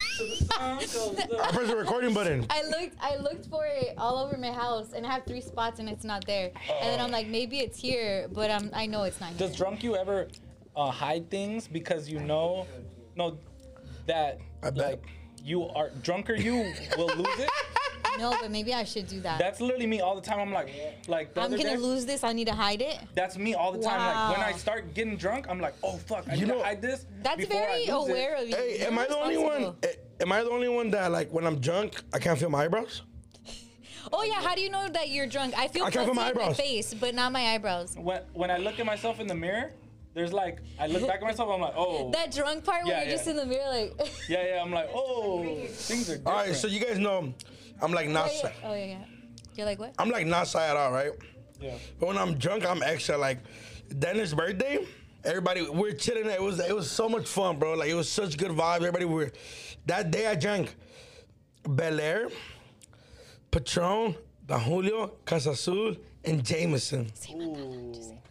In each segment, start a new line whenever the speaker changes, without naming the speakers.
So the song goes
I
up.
pressed the recording button.
I looked I looked for it all over my house and I have three spots and it's not there. And then I'm like, maybe it's here, but um, I know it's not here.
Does drunk you ever uh, hide things because you know, no, that
I bet.
like you are drunker, you will lose it.
No, but maybe I should do that.
That's literally me all the time. I'm like, like the
I'm
other
gonna
day-
lose this, I need to hide it.
That's me all the time. Like when I
Wow.
start getting drunk, I'm like, oh fuck, I
You
you
know-
know, hide this.
That's
before I
very
lose it.
aware of you.
Hey,
You're
am I the only one?
responsible.
eh, Am I the only one that like when I'm drunk I can't feel my eyebrows?
Oh yeah, how do you know that you're drunk? I feel
I can't put
pussy
my
in my
eyebrows.
face, but not my eyebrows.
When when I look at myself in the mirror, there's like I look back at myself. I'm like, oh,
That drunk part
Yeah,
when you're just
yeah.
in the mirror like
yeah, yeah. I'm like, oh, things are different.
All right, so you guys know I'm like not
Oh, yeah.
shy.
Oh yeah, yeah. You're like what?
I'm like not shy at all, right?
yeah.
But when I'm drunk, I'm extra. Like Dennis' birthday, everybody we're chilling. It was it was so much fun, bro. Like it was such good vibes. Everybody were that day I drank Bel Air, Patron, Don Julio, Casa Azul, and Jameson.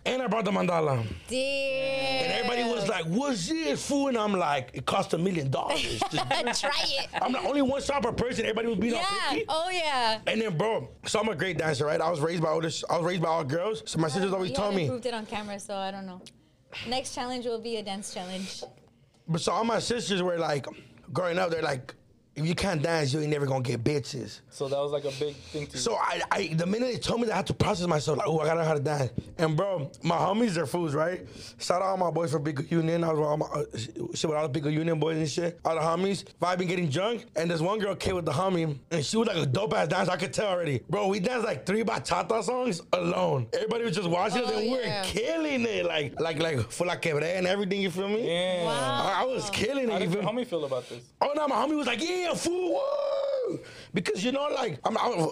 And I brought the mandala.
Damn.
And everybody was like, what's this fool? And I'm like, it cost a million dollars. Just-
Try it.
I'm the only one shop per person. Everybody was being all
Yeah.
picky.
Oh yeah.
And then, bro, so I'm a great dancer, right? I was raised by all this, I was raised by all girls. So
Oh,
my sisters always
You
told
haven't
me.
proved it on camera, so I don't know. Next challenge will be a dance challenge.
But so all my sisters were like, growing up, they're like, if you can't dance, you ain't never gonna get bitches.
So that was like a big thing to
So I, I the minute they told me that I had to process myself, like, oh, I gotta know how to dance. And bro, my homies are fools, right? Shout out all my boys from Big Union. I was with all my uh, shit with all the Big Union boys and shit. All the homies. Vibing getting drunk. And this one girl came with the homie, and she was like a dope ass dancer. I could tell already. Bro, we danced like three bachata songs alone. Everybody was just watching us
Oh,
and we
yeah.
were killing it. Like, like, like for la quebre and everything, you feel me?
Yeah.
Wow.
I, I was killing
How
it. You
did
feel
your
me?
homie feel about this?
Oh no, my homie was like, yeah, fool. woo." Because you know, like, I'm I,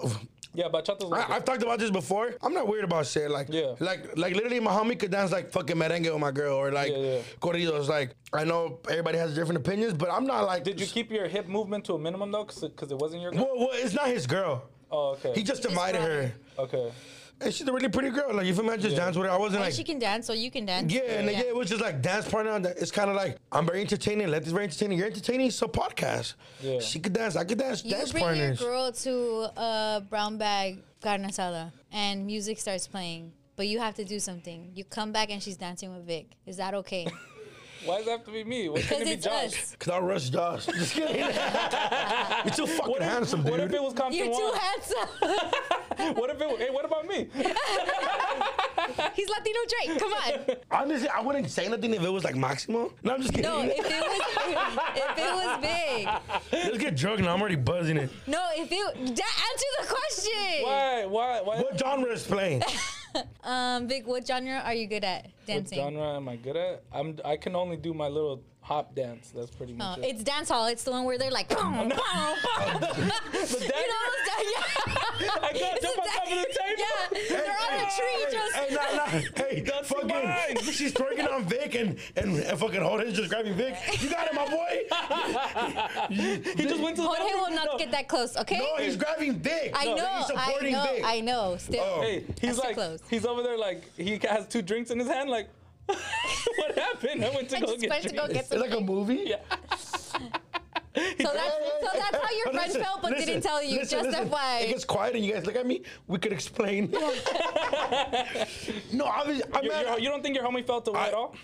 Yeah, bachata's like
I, I've talked about this before. I'm not weird about shit. Like,
Yeah.
like, like literally, my homie could dance like fucking merengue with my girl, or like
Yeah, yeah.
corridos. Like, I know everybody has different opinions, but I'm not like.
Did you keep your hip movement to a minimum though? Cause, it- 'cause it wasn't your.
Well, well, it's not his girl.
Oh, okay.
He just
just
invited
brought
her,
her.
okay.
and she's a really pretty girl. Like, you feel me? I just danced with her. I wasn't
And
like.
she can dance, so you can dance.
yeah, and like, yeah, it was just like dance partner. and It's kind of like I'm very entertaining. Let this very entertaining. You're entertaining. It's a podcast.
Yeah.
She could dance. I could dance.
You
dance
bring
partners.
your girl to a brown bag carne asada, and music starts playing, but you have to do something. You come back and she's dancing with Vic. Is that okay?
Why does it have to be me? Why can't
Because
it be
it's
Josh?
us.
Cause I rush Josh. Just kidding. You're too fucking
What if,
handsome, dude.
what if it was Compton
You're too
Wine?
handsome.
What if it? was- Hey, what about me?
He's Latino Drake. Come on.
Honestly, I wouldn't say nothing if it was like Maximo. No, I'm just kidding.
No, if it was if it was big.
Let's get drunk now. I'm already buzzing it.
No, if it da- answer the question.
Why? Why? Why?
What genre is playing?
Um, Vic, what genre are you good at dancing?
What genre am I good at? I'm. I can only do my little hop dance. That's pretty
Oh,
much it.
it's dance hall. It's the one where they're like, boom, boom, boom.
The
You
dagger?
know, it's da- yeah.
I got
It's
jump
a
on top of the
dagger.
table.
Yeah, they're on a tree. Just
Hey, nah, nah. Hey,
That's mine.
fucking. She's twerking on Vic and, and, and fucking Jorge's just grabbing Vic. You got it, my boy.
He just went to the
Jorge
bathroom.
will not
No.
get that close. Okay.
No, he's grabbing Vic.
I know.
He's
I
supporting
know.
Vic.
I know. Still.
Oh.
Hey,
That's
he's
too
like,
close.
he's over there like he has two drinks in his hand. Like, what happened? I went to
I
go
just
get
went to
drinks.
go get
It's
some.
like a movie.
Yeah.
so that's so that's how your
Hey,
friend
listen,
felt, but
listen,
didn't tell you.
listen,
just
listen.
FYI.
It gets quiet and you guys look at me. We could explain. no, I was. I
You,
mean,
you- you don't think your homie felt away
I-
at all?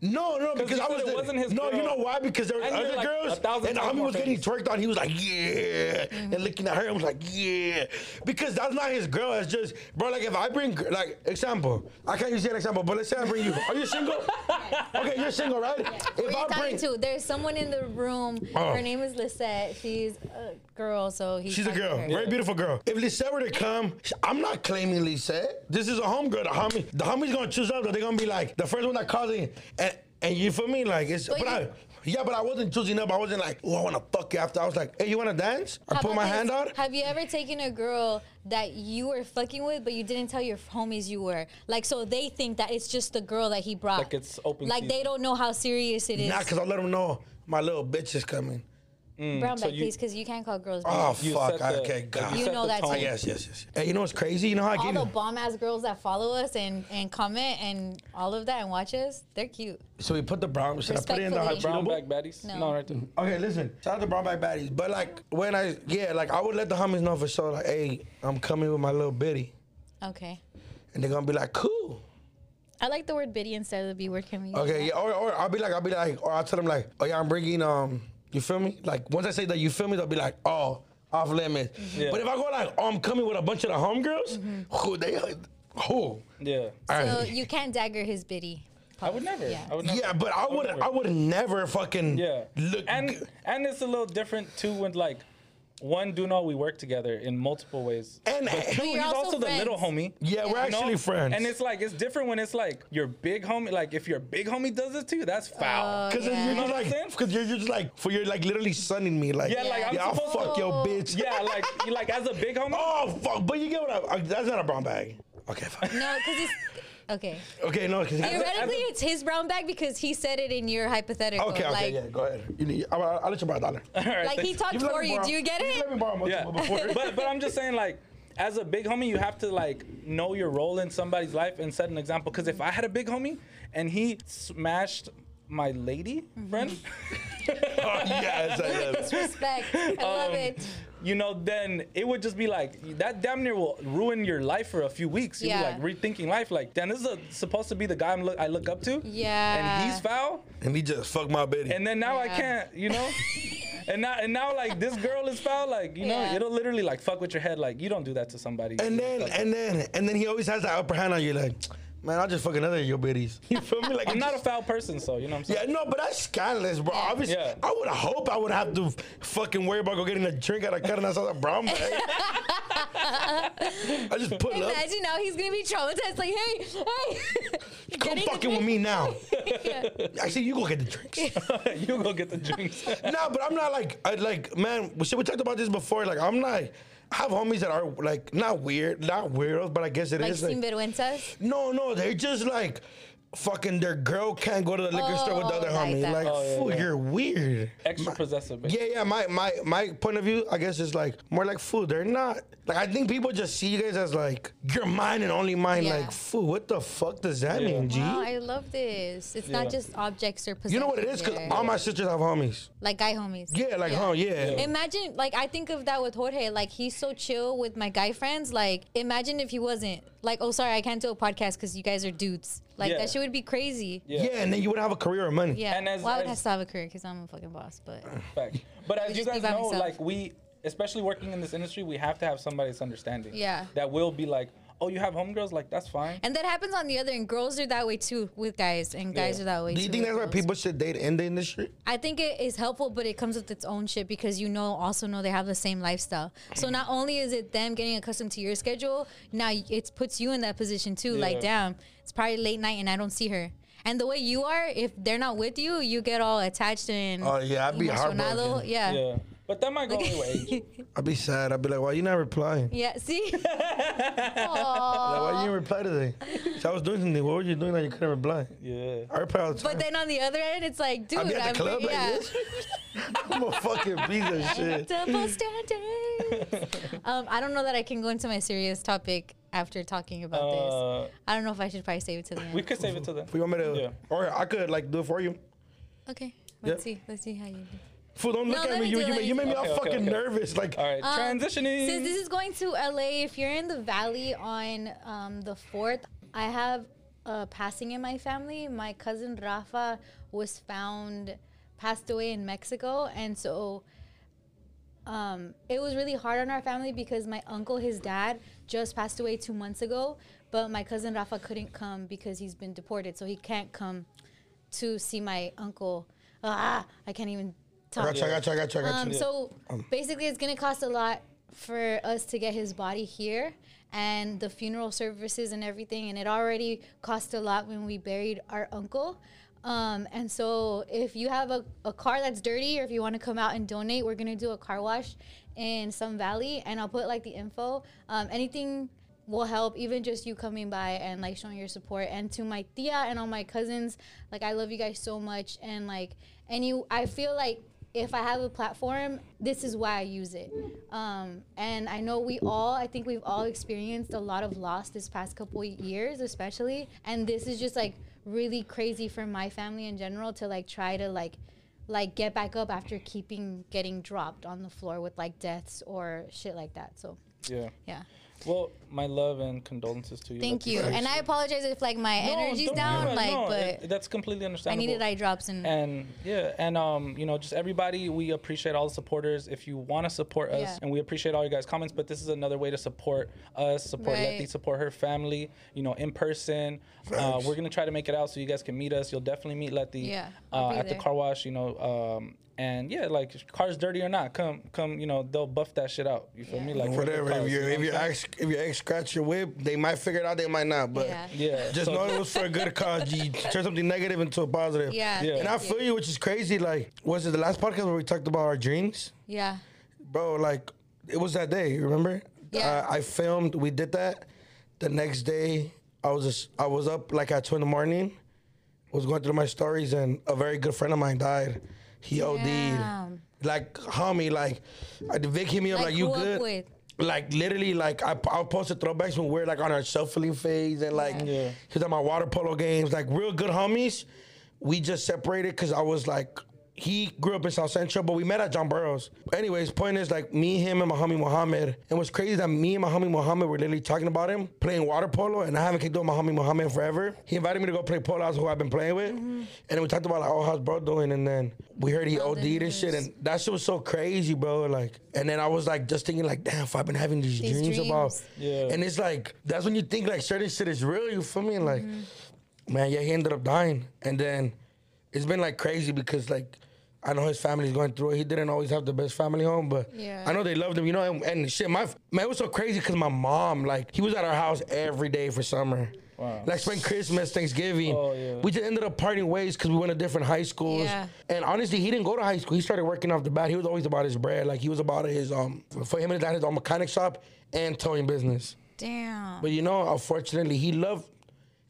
No, no, because
you
I
said
was
it
the-
wasn't his
No, you
girl.
know why? Because there were
And you're
other
like
girls,
a thousand
and the
times
homie
more
was getting
famous.
twerked on. He was like, yeah, and looking at her, I was like, yeah, because that's not his girl. It's just, bro. Like if I bring, gr- like example, I can't use an example, but let's say I bring you. Are you single? okay, you're single, right? If
Who are you
I
talking
bring,
to? There's someone in the room.
Oh.
Her name is Lisette. She's a girl, so he's.
She's a
talking to
girl,
her.
very beautiful girl. If Lisette were to come, sh- I'm not claiming Lisette. This is a homegirl. The homie, the homie's gonna choose up. They're gonna be like the first one that calls in, and and you for me like it's. But,
But
I,
you-
yeah, but I wasn't choosing up. I wasn't like, oh, I wanna fuck you after. I was like, hey, you wanna dance? I
How
put
about
my
this?
hand out.
Have you ever taken a girl that you were fucking with, but you didn't tell your homies you were? Like, so they think that it's just the girl that he brought.
Like it's open
Like they
season.
don't know how serious it is.
Nah, cause I let them know my little bitch is coming.
brown
Mm, so
bag,
you-
please, because you can't call girls.
Oh
brown.
You
fuck!
set
I,
the-
okay,
the-
God. Ah,
You
set
know
the
that's
tone.
it.
yes, yes, yes. Hey, you know what's crazy? You know how I
all
get
the bomb ass girls that follow us and and comment and all of that and watch us, they're cute.
So we put the brown. Should I put it in the hot
Respectfully.
Cheeto
Brown
bowl?
bag baddies?
No.
right there.
Okay, listen. Shout out to Brown Bag Baddies. But like when I yeah, like I would let the homies know for sure, like, hey, I'm coming with my little bitty.
Okay.
And they're gonna be like, cool.
I like the word biddy instead of the B word. Can we? use that?
Okay, yeah, or, or I'll be like, I'll be like, or I'll tell them like, oh yeah, I'm bringing um, you feel me? Like once I say that you feel me, they'll be like, oh, off limits.
Yeah.
But if I go like, oh, I'm coming with a bunch of the homegirls,
Mm-hmm.
who they, uh, who?
Yeah.
So
Alright.
you can't dagger his biddy.
I would never.
Yeah.
I would never.
yeah, but I would, I would never fucking
Yeah.
look.
and
good.
and it's a little different too when like one do know we work together in multiple ways.
and
Two,
you're
he's
also
also, the
friends.
little homie.
Eh, yeah, we're
You know?
actually friends.
And it's like it's different when it's like your big homie. Like if your big homie does it to you, that's foul.
Cause
Yeah.
You
you're
know
just
what I'm saying?
like, cause you're just like, for you're like literally sunning me, like,
Yeah, like, I'm
yeah, I'll
supposed to-
fuck your bitch.
yeah, like you- like as a big homie.
Oh fuck, but you get what I, I- that's not a brown bag. Okay, fuck.
No, because it's okay.
Okay, no, cause
Theoretically,
as a-
it's his brown bag because he said it in your hypothetical.
Okay, okay,
like,
yeah, go ahead. You need, I'll, I'll let you borrow a dollar.
All right,
like he
thanks.
talked
let
for
me
you.
borrow-
Do you get
Let me
it?
borrow
Yeah,
multiple before.
but but I'm just saying like. As a big homie, you have to like know your role in somebody's life and set an example. Because if I had a big homie and he smashed my lady
Mm-hmm.
friend,
Oh, yes, I love it.
Disrespect. I love it.
Um, you know, then it would just be like that damn near will ruin your life for a few weeks. You're
Yeah.
like rethinking life. Like, damn, this is a, supposed to be the guy I'm look, I look up to.
Yeah.
And he's foul.
And he just fucked my baby.
And then now I
Yeah.
can't, you know? and now and now like this girl is foul. Like, you know,
Yeah.
it'll literally like fuck with your head. Like, you don't do that to somebody.
And then, and then, and then he always has that upper hand on you, like, man, I'll just fuck another of your bitties. You feel me? Like,
I'm
it
not a
just-
foul person, so you know what I'm saying?
Yeah, no, but that's scandalous, bro.
Yeah.
Obviously,
Yeah.
I would hope I would have to f- fucking worry about go getting a drink out of cutting outside the brown bag. I just pull up.
Imagine now he's gonna be traumatized. Like, hey, hey,
Come
Getting the
fucking with
drink.
me now.
Yeah.
Actually, you go get the drinks.
you go get the drinks.
nah, but I'm not like I like man. We should we talked about this before. Like I'm not. I have homies that are like not weird, not weirdos, but I guess it
Like
is. like,
sinvergüenzas.
no, no, they're just like fucking their girl can't go to the liquor store with the
Oh,
other
like
homie.
that.
Like,
Oh, yeah,
fool,
yeah.
you're weird.
Extra
My-
possessive. babe.
Yeah, yeah. My my my point of view, I guess, is like more like food. They're not like I think people just see you guys as like you're mine and only mine.
Yeah.
Like food. What the fuck does that
Yeah.
mean, G?
Wow, I love this. It's
Yeah.
not just objects or possessions.
you know what it is? Cause
there.
all my sisters have homies.
like guy homies.
Yeah, like huh? Yeah.
Imagine, like, I think of that with Jorge. Like, he's so chill with my guy friends. Like, imagine if he wasn't. Like, oh, sorry, I can't do a podcast because you guys are dudes. Like,
Yeah.
that shit would be crazy. Yeah.
Yeah. and then you would have a career of money.
And as-
well, I would
as-
have to have a career because I'm a fucking boss. But
Fact. But as you
just be
guys
by
know,
myself.
like we, especially working in this industry, we have to have somebody that's understanding.
Yeah.
That will be like, oh, you have homegirls, like that's fine.
and that happens on the other end. Girls are that way too with guys, and guys
Yeah.
are that way.
Do you
too
think
with
that's why
girls.
people should date in the industry?
I think it is helpful, but it comes with its own shit because you know, also know they have the same lifestyle. So not only is it them getting accustomed to your schedule, now y- it puts you in that position too. Like,
Yeah.
damn, it's probably late night and I don't see her. And the way you are, if they're not with you, you get all attached and
Oh, yeah, I'd be
emocionado.
heartbroken.
Yeah. yeah.
Yeah. But that might go anyway.
I'd be sad. I'd be like, why you not replying?
see?
Like,
Aw.
why you didn't reply today? So I was doing something. What were you doing that you couldn't reply?
Yeah.
I reply all the time.
But then on the other end, it's like, dude,
I'd be at the
I'm
club like
yeah.
this. I'm a fucking piece of shit.
Double standards. um, I don't know that I can go into my serious topic after talking about
Uh,
this. I don't know if I should probably save it to the end.
We could save it to them.
You want me to?
Yeah.
Or I could like do it for you.
okay, let's
Yeah.
see. Let's see how you do.
Fool, don't look
No,
at
let
me.
me
You,
do it,
you,
let
made- you
me
made me
do it.
all
Okay, okay,
fucking
okay.
nervous. Like,
All right.
Um,
transitioning.
Since this is going to LA, if you're in the valley on um, the 4th, I have a passing in my family. My cousin Rafa was found, passed away in Mexico. And so um, it was really hard on our family because my uncle, his dad, just passed away two months ago. But my cousin Rafa couldn't come because he's been deported. So he can't come to see my uncle. Ah, I can't even
I
talk.
got you. I got you. I got you. I got
Um,
you.
so basically, it's gonna cost a lot for us to get his body here and the funeral services and everything, and it already cost a lot when we buried our uncle. Um, and so, if you have a, a car that's dirty, or if you want to come out and donate, we're gonna do a car wash in some valley, and I'll put like the info. Um, anything will help even just you coming by and like showing your support and to my tia and all my cousins like i love you guys so much and like any i feel like if I have a platform, this is why I use it. Um, and I know we all, I think we've all experienced a lot of loss this past couple years, especially. And this is just like really crazy for my family in general to like try to like like get back up after keeping getting dropped on the floor with like deaths or shit like that. So
Yeah.
yeah.
Well, my love and condolences to you.
Thank
That's-
you. And I apologize if like my
No,
energy's
don't
down,
worry
like
about it. No,
but
it- that's completely
I
understandable.
needed eye drops and,
and yeah and um you know just everybody we appreciate all the supporters if you want to support us
Yeah.
and we appreciate all you guys comments but this is another way to support us support
Right.
letty support her family you know in person uh,
Facts.
we're gonna try to make it out so you guys can meet us you'll definitely meet letty
Yeah, I'll
uh,
be
at
there.
the car wash you know um and yeah like car's dirty or not come come you know they'll buff that shit out you feel
Yeah.
me like for the
Whatever.
cause,
If
you
your
know
if
what
your
I'm
ex if your ex scratch your whip, they might figure it out. They might not. But
yeah.
saying? yeah
just
so-
know it was for a good cause. You turn something negative into a positive.
Yeah.
Yeah.
And I
thank
feel you, which is crazy. Like, was it the last podcast where we talked about our dreams?
Yeah.
bro like it was that day remember Uh,
Yeah.
I, I filmed we did that the next day i was just i was up like at 2 in the morning was going through my stories and a very good friend of mine died he
Damn.
od'd like homie like uh, vic hit me up like,
Like,
you
who up
good
with?
like literally like I, I posted throwbacks when we are like on our shuffling phase and like
Yeah. Yeah.
he was at my water polo games like real good homies we just separated because i was like he grew up in South Central, but we met at John Burroughs. Anyways, point is like me, him, and my homie Mohammed. And what's crazy is that me and my homie Mohammed were literally talking about him playing water polo, and I haven't kicked with my homie Mohammed forever. He invited me to go play polo, that's who I've been playing with.
Mm-hmm.
And then we talked about like, oh, how's bro doing? And then we heard he
Oh,
OD'd
the
and shit,
news.
and that shit was so crazy, bro. Like, and then I was like, just thinking, like, damn, if I've been having these,
These
dreams, about,
dreams.
Yeah.
and it's like that's when you think like certain shit is real. You feel me? And, like,
Mm-hmm.
man, yeah, he ended up dying, and then it's been like crazy because like I know his family's going through it. He didn't always have the best family home, but
Yeah.
I know they loved him, you know. And, and shit, my man, it was so crazy because my mom, like, he was at our house every day for summer.
Wow.
Like spend Christmas, Thanksgiving.
Oh, yeah.
We just ended up parting ways because we went to different high schools.
Yeah.
And honestly, he didn't go to high school. He started working off the bat. He was always about his bread. Like he was about his um for him and his dad his own mechanic shop and towing business.
Damn.
But you know, unfortunately, he loved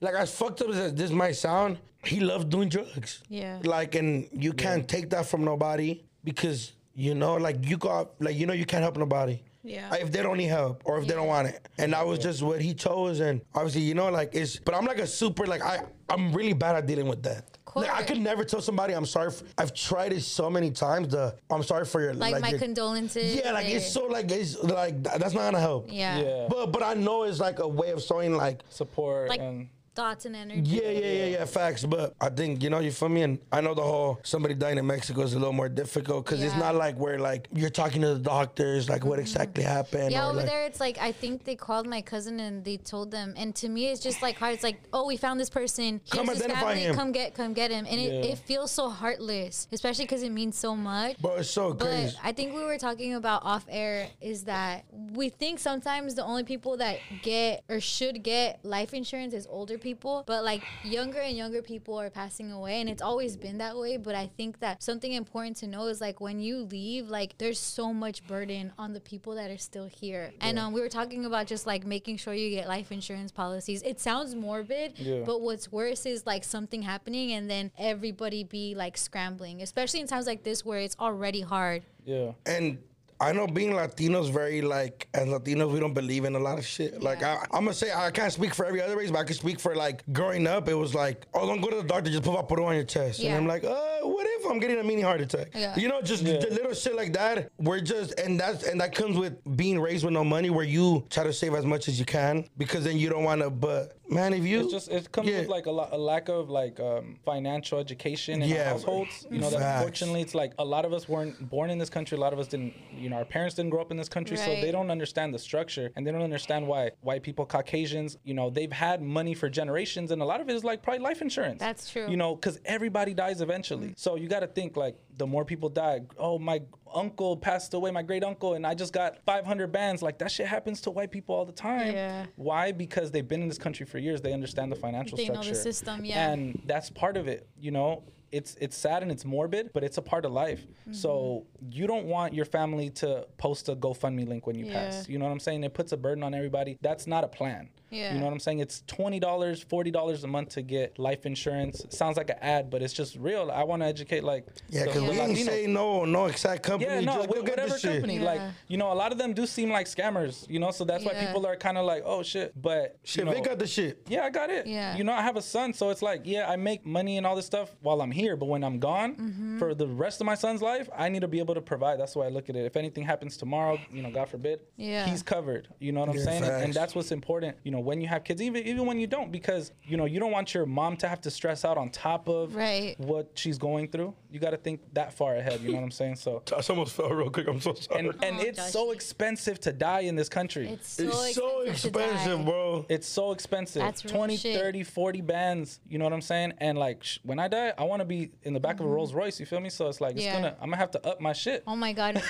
like as fucked up as this might sound, he loved doing drugs.
Yeah.
Like and you can't take that from nobody because you know, like you got like you know you can't help nobody.
Yeah.
If they don't need help or if they don't want it. And that was just what he chose and obviously, you know, like it's but I'm like a super like I I'm really bad at dealing with that. Like, I
course.
could never tell somebody I'm sorry. For, I've tried it so many times. The I'm sorry for your
like, my
your-
condolences. eh,
Yeah, like it's so like it's like th- that's not gonna help.
Yeah.
yeah
But but I know it's like a way of showing like
support
Like
and
thoughts and energy.
yeah yeah yeah yeah facts. But I think you know you feel me, and I know the whole somebody dying in Mexico is a little more difficult because it's
Yeah. Mm-hmm.
not like where like you're talking to the doctors like what exactly happened.
Yeah,
or,
over
like-
there it's like I think they called my cousin and they told them, and to me it's just like hard. It's like, oh, we found this person. Here's
Come
his
identify
family.
him.
Come get, come get him, and it,
Yeah.
it feels so heartless, especially because it means so much.
Bro, it's so
But
crazy.
I think we were talking about off air is that we think sometimes the only people that get or should get life insurance is older people, but like younger and younger people are passing away, and it's always been that way. But I think that something important to know is like when you leave, like there's so much burden on the people that are still here. And um, we were talking about just like making sure you get life insurance policies. It sounds morbid,
Yeah.
but what's worse is like something happening and then everybody be like scrambling, especially in times like this where it's already hard.
yeah
and I know being Latinos very like as Latinos we don't believe in a lot of shit. Like I, I'm gonna say I can't speak for every other race, but I can speak for like growing up. It was like oh don't go to the doctor, just put Vaporub on your chest, and
Yeah.
I'm like uh what if I'm getting a mini heart attack?
Yeah.
You know just the little shit like that. We're just and that's and that comes with being raised with no money, where you try to save as much as you can because then you don't want to. But man, if you
It's just it comes
Yeah.
with like a, lot, a lack of like um, financial education in our
Yeah.
households. You know, that
Facts.
unfortunately, it's like a lot of us weren't born in this country. A lot of us didn't. You know, our parents didn't grow up in this country, so they
Right.
don't understand the structure and they don't understand why white people, Caucasians, you know, they've had money for generations, and a lot of it is like probably life insurance.
That's true.
You know, because everybody dies eventually, so you got to think like the more people die. Oh, my uncle passed away, my great uncle, and I just got 500 bands. Like that shit happens to white people all the time.
Yeah.
Why? Because they've been in this country for years. They understand the financial
They know
structure.
the system, yeah.
And that's part of it, you know. it's it's sad and it's morbid, but it's a part of life. So you don't want your family to post a GoFundMe link when you pass.
Yeah.
You know what I'm saying? It puts a burden on everybody. That's not a plan. You
Yeah.
know what I'm saying? It's twenty dollars, forty dollars a month to get life insurance. Sounds like an ad, but it's just real. I want to educate like
Yeah,
the-
because
the
we ain't
Latinos.
say no, no exact company.
Yeah, no,
just go
wh-
get
whatever
this shit.
company. Like,
Yeah.
you know, a lot of them do seem like scammers, you know, so that's why
Yeah.
people are kind of like, oh shit. But,
Shit,
you know,
they got the shit.
yeah, I got it.
Yeah.
You know, I have a son, so it's like, yeah, I make money and all this stuff while I'm here, but when I'm gone,
Mm-hmm.
for the rest of my son's life, I need to be able to provide. That's the way I look at it. If anything happens tomorrow, you know, God forbid,
Yeah.
he's covered. You know what I'm
Yeah,
saying? And, and
facts.
that's what's important, you know, when you have kids, even even when you don't, because you know, you don't want your mom to have to stress out on top of
Right.
what she's going through. You gotta think that far ahead, you know what I'm saying? So
I almost fell real quick. I'm so sorry.
and and
Oh,
it's
Joshi.
so expensive to die in this country. It's,
It's so
it's so
expensive, to
expensive,
die.
bro.
so expensive.
That's real
20,
shit.
30, 40 bands, you know what I'm saying? And like sh- when I die, I want to be in the
Mm-hmm.
back of a Rolls-Royce, you feel me? So it's like it's
Yeah.
going to I'm going to have to up my shit.
Oh my god.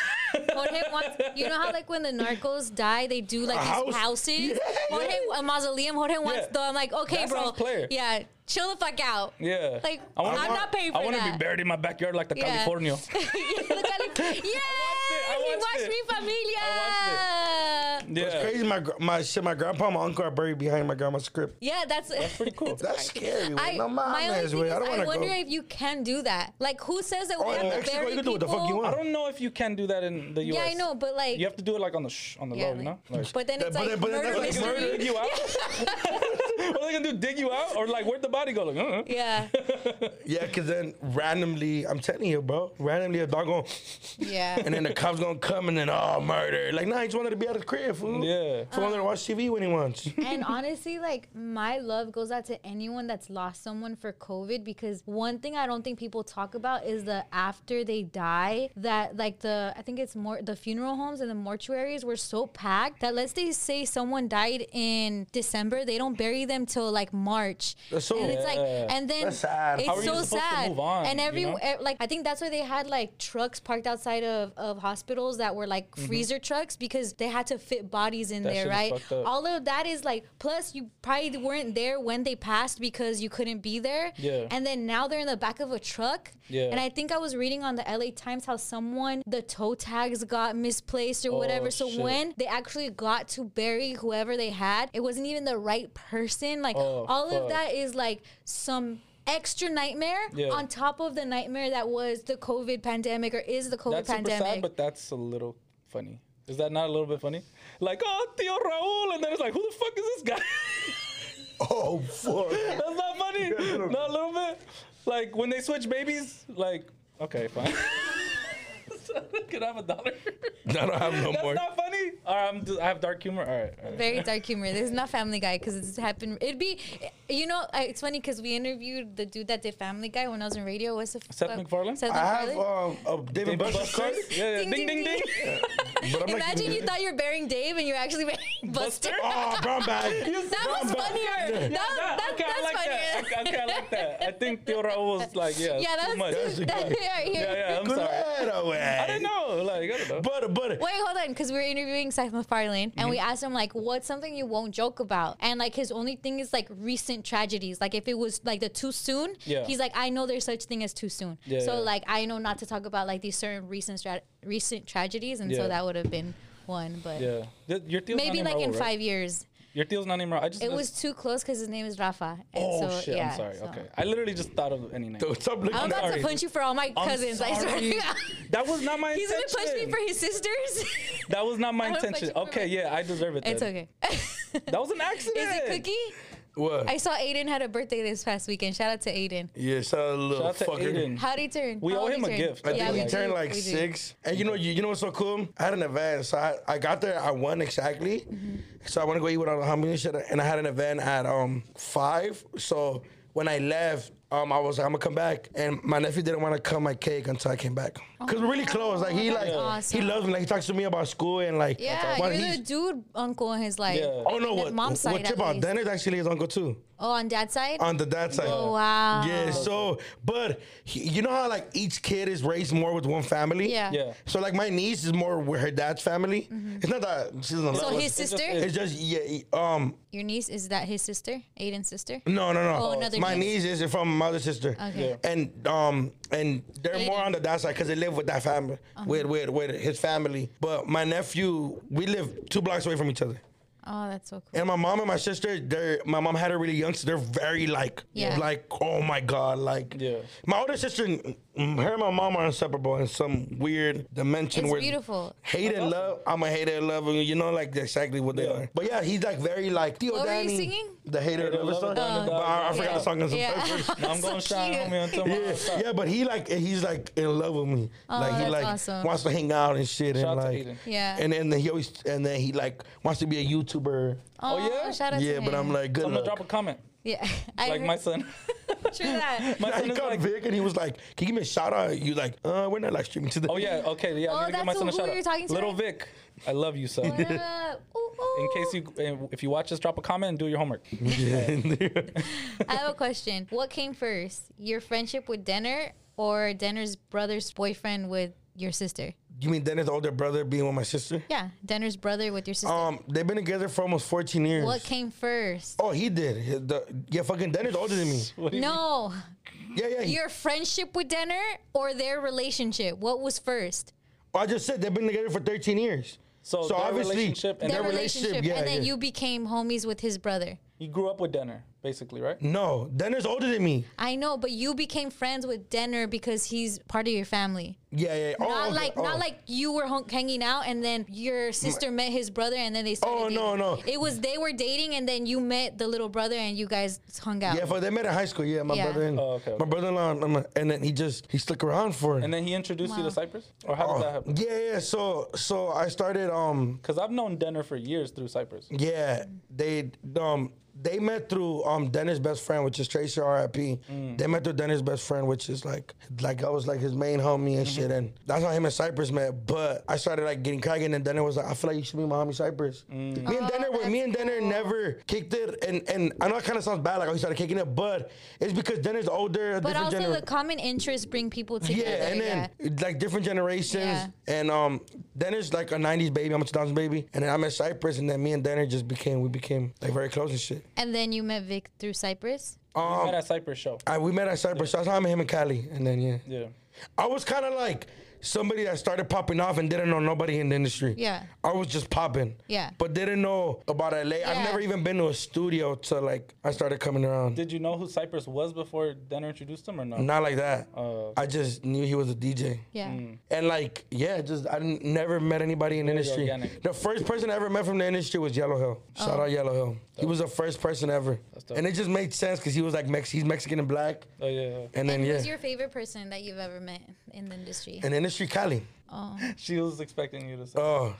Jorge wants, you know how like when the narcos die, they do like
A
these
house?
houses. Jorge, a mausoleum. Jorge wants
Yeah.
the. I'm like, okay,
That
bro.
sounds player.
Yeah, chill the fuck out.
Yeah.
Like
I wanna-
I'm not paying for
I want to
that.
be buried in my backyard like the
Yeah.
California.
yeah, look at it. Yeah,
I
he
watched
watched
it.
me, familia.
It's
Yeah.
crazy. My gr- my shit, my grandpa, my uncle are buried behind my grandma's script.
Yeah, that's
That's pretty cool.
That's scary. I,
I,
no
my only
mames,
thing
way.
is,
I
I,
don't want to go.
wonder if you can do that. Like, who says that
Oh,
we
in
have to
Mexico,
bury
you can do what the fuck you
people?
I
want.
don't know if you can do that in the US.
Yeah, I know, but like,
You have to do it like on the sh- on the
yeah,
low, you know?
like-
Like,
but then
That-
it's
but
like
then- but then
murder
that's like
mystery.
murder.
dig you out? what are they gonna do? Dig you out? Or like where'd the body go? Like, uh-uh.
Yeah,
Yeah, because then randomly, I'm telling you, bro, randomly a dog going,
Yeah.
and then the cops gonna come and then, oh, murder. Like, nah, he just wanted to be out of the crib, fool.
Yeah.
So wanted to watch TV when he wants.
and honestly, like my love goes out to anyone that's lost someone for COVID because one thing I don't think people talk about is the after they die that like the I think it's more the funeral homes and the mortuaries were so packed that let's they say someone died in December, they don't bury them till like March.
That's so-
and it's like
Yeah.
and then
That's sad.
it's
How
are you
so
supposed to
sad.
move on,
and
you
every
know?
e- like I think that's why they had like trucks parked outside of, of hospitals that were like freezer trucks because they had to fit bodies in
Mm-hmm. That
there,
shit is
right?
fucked up.
All of that is like plus you probably weren't there when they passed because you couldn't be there.
Yeah.
And then now they're in the back of a truck.
Yeah.
And I think I was reading on the LA Times how someone the toe tags got misplaced or
Oh,
whatever. So
shit.
when they actually got to bury whoever they had, it wasn't even the right person. Like
Oh,
all
fuck.
of that is like some extra nightmare
Yeah.
on top of the nightmare that was the COVID pandemic or is the COVID
That's
pandemic.
super sad, but that's a little funny. Is that not a little bit funny? Like, oh, Tio Raul, and then it's like, who the fuck is this guy?
oh, fuck.
that's not funny. not a little bit. Like when they switch babies, like, okay, fine. Can I have a dollar?
I don't have no
That's
more.
not funny. All right, I'm just, I have dark humor. All right, all right.
very dark humor. This is not Family Guy because it's happened. It'd be, you know, I- it's funny because we interviewed the dude that did Family Guy when I was in radio. What's the
Seth
fuck-
MacFarlane?
Seth
I have
MacFarlane?
um, a David Buster's card,
Yeah, yeah.
Ding,
Ding,
ding,
ding, ding.
but I'm not
Imagine
giving
you
it.
thought you're bearing Dave and you're actually bearing Buster.
Buster?
Oh, brown bag.
That was funnier. That,
That-
that,
okay, I like
that's
that.
funnier.
Okay, okay, I like that. I think Tio Raul was like, yeah,
Yeah,
it's
that
too much.
was
That's a
that,
good-
right here.
Yeah, yeah, I'm sorry.
Claro,
I didn't know. Like, I don't know.
Butter, butter.
Wait, hold on, because we were interviewing Seth MacFarlane, and
Mm-hmm.
we asked him like, "What's something you won't joke about?" And like his only thing is like recent tragedies. Like if it was like the too soon,
Yeah.
he's like, "I know there's such thing as too soon."
Yeah,
so
yeah.
like I know not to talk about like these certain recent strat- recent tragedies, and so
Yeah.
that would have been one, but
yeah, Th- your Tio's not
maybe
named
like in
Raul, right?
five years.
Your Tio's not named Raul. I just
It
noticed-
was too close because his name is Rafa. And
Oh
so,
shit!
Yeah,
I'm sorry.
so-
Okay, I literally just thought of any name.
So Stop looking
I'm
at
about
sorry.
to punch you for all my
I'm
cousins. I swear.
sorry.
to God.
That was not my
He's gonna
intention.
punch me for his sisters.
that was not my
I'm gonna punch
intention.
you for
Okay,
my-
yeah, I deserve it.
It's
then.
okay.
That was an accident.
Is it Cookie?
What?
I saw Aiden had a birthday this past weekend. Shout out to Aiden.
yeah, so little
Shout out to
fucker.
Aiden.
How'd he turn?
We
How
owe
old
him
he
a
turned?
gift. I
I
Yeah,
think
we
we
do,
turned
do,
like
we do.
six. And you know, you, you know what's so cool? I had an event, so I, I got there at one exactly.
Mm-hmm.
So I want to go eat with all the homies and shit. And I had an event at um five. So when I left, um I was like, I'm gonna come back. And my nephew didn't want to cut my cake until I came back. Cause we're really close. Like he
Oh, that's
like
awesome.
he loves me. Like he talks to me about school and like
Yeah,
when
you're
he's-
the dude uncle in his life.
Yeah.
Oh no!
That
What?
mom's
what
side, at
Tip out?
least.
Dennis actually is uncle too.
Oh, on dad's side?
on the dad side.
Oh, wow.
Yeah, so, but he, you know how like each kid is raised more with one family?
Yeah. Mm-hmm.
Yeah.
So like my niece is more with her dad's family. It's not that she doesn't love
So
us.
his
just
sister?
is.
It's just yeah. Um,
Your niece, is that his sister? Aiden's sister?
no, no, no.
Oh, another
my
niece.
niece is from my other sister.
Okay.
Yeah.
And um, and they're more
Aiden.
on the dad side because they live with that family,
Uh-huh.
with with with his family. But my nephew, we live two blocks away from each other.
Oh, that's so cool.
And my mom and my sister, they're my mom had her really young, so they're very like,
Yeah.
like oh my god, like
Yeah.
My older sister, mm, her and my mom are inseparable in some weird dimension.
It's
where
beautiful.
Hate and love, I'm a hater and love, you know, like exactly what they
Yeah.
are. But yeah, he's like very like Theo
What were you
Danny,
singing? Oh,
the hater and
Hater,
lover
lover,
song.
down
But
the
I, I
dog,
forgot the
yeah.
song.
Um, Yeah.
I'm
So
gonna shine
cute.
on me until my
Yeah,
last stop.
yeah, but he like he's like in love with me. like he
Oh, that's
like
awesome.
wants to hang out and shit,
Shout
and
out to
like
Aiden.
Yeah.
and then he always and then he like wants to be a YouTuber.
Oh,
yeah?
Shout out
yeah,
to
but
him.
I'm like good
I'm gonna
luck.
drop a comment.
Yeah. I
Like
heard-
my son.
True that.
My
Yeah,
son
he
is
called
like,
Vic and he was like, "Can you give me a shout out?" You like, "Uh, we're not live streaming today."
oh yeah, okay, yeah.
Oh,
I'm gonna give my
that's
son a
who
shout
you're
out.
talking to?
Little Vic, I love you, son.
What up? Ooh,
In
ooh.
case you, if you watch this, drop a comment and do your homework.
I have a question. What came first, your friendship with Denner or Denner's brother's boyfriend with your sister?
you mean Dennis' older brother being with my sister?
Yeah, Denner's brother with your sister.
Um, they've been together for almost 14 years.
Oh,
what came first?
Oh, he did. He- the- yeah, fucking Dennis older than me.
What do you mean?
No,
Yeah, yeah. he-
your friendship with Denner or their relationship? What was first?
oh, I just said they've been together for 13 years.
So their relationship and
Their,
Their
relationship,
yeah,
and then
yeah.
you became homies with his brother.
You grew up with Denner, basically, right?
No, Dennis older than me.
I know, but you became friends with Denner because he's part of your family.
Yeah, yeah. yeah. Oh,
not
okay.
like not
Oh.
like you were hung- hanging out and then your sister met his brother and then they started.
Oh, no,
dating.
no.
It was they were dating and then you met the little brother and you guys hung out.
Yeah, for they met in high school. Yeah, my
Yeah.
brother and
Oh, okay,
my
okay.
brother-in-law, and my- and then he just he stuck around for. it.
And then he introduced you
Wow.
to Cypress, or how did that
oh,
happen?
yeah, yeah. So so I started um
Because I've known Denner for years through Cypress.
Yeah, they um they met through um Dennis' best friend, which is Tracy R.I.P. They met through Dennis' best friend, which is like like I was like his main homie and shit, and that's how him and Cypress met. But I started like getting cracking, and Denner was like, I feel like you should be my homie Cypress. Me and
Oh,
Denner, were- me and Denner never kicked it, and and I know it kind of sounds bad, like oh, he started kicking it, but it's because Denner's older,
But
a different
also
generation.
the common interests bring people together.
Yeah, and then like different generations,
Yeah.
and um, Dennis like a '90s baby, I'm a 2000s baby, and then I met Cypress, and then me and Dennis just became we became like very close and shit.
And then you met Vic through Cypress.
we
Um,
met at Cypress show.
I, we met at Cypress. so That's how I met him in Cali, and then yeah,
Yeah.
I was kind of like somebody that started popping off and didn't know nobody in the industry.
Yeah.
I was just popping.
Yeah.
but didn't know about LA.
Yeah.
I've never even been to a studio till like I started coming around.
Did you know who Cypress was before Denner introduced him, or no?
Not like that.
Oh.
I just knew he was a DJ.
Yeah.
And like, yeah, just I didn't- never met anybody in the industry.
organic.
The first person I ever met from the industry was Yellow Hill.
Oh.
Shout out Yellow Hill. He was the first person ever,
dope.
and it just made sense because he was like Mex, he's Mexican and black,
Oh yeah. yeah.
and then
And
yeah,
who's your favorite person that you've ever met in the industry?
in the industry Cali.
Oh,
She was expecting you to say.
Oh,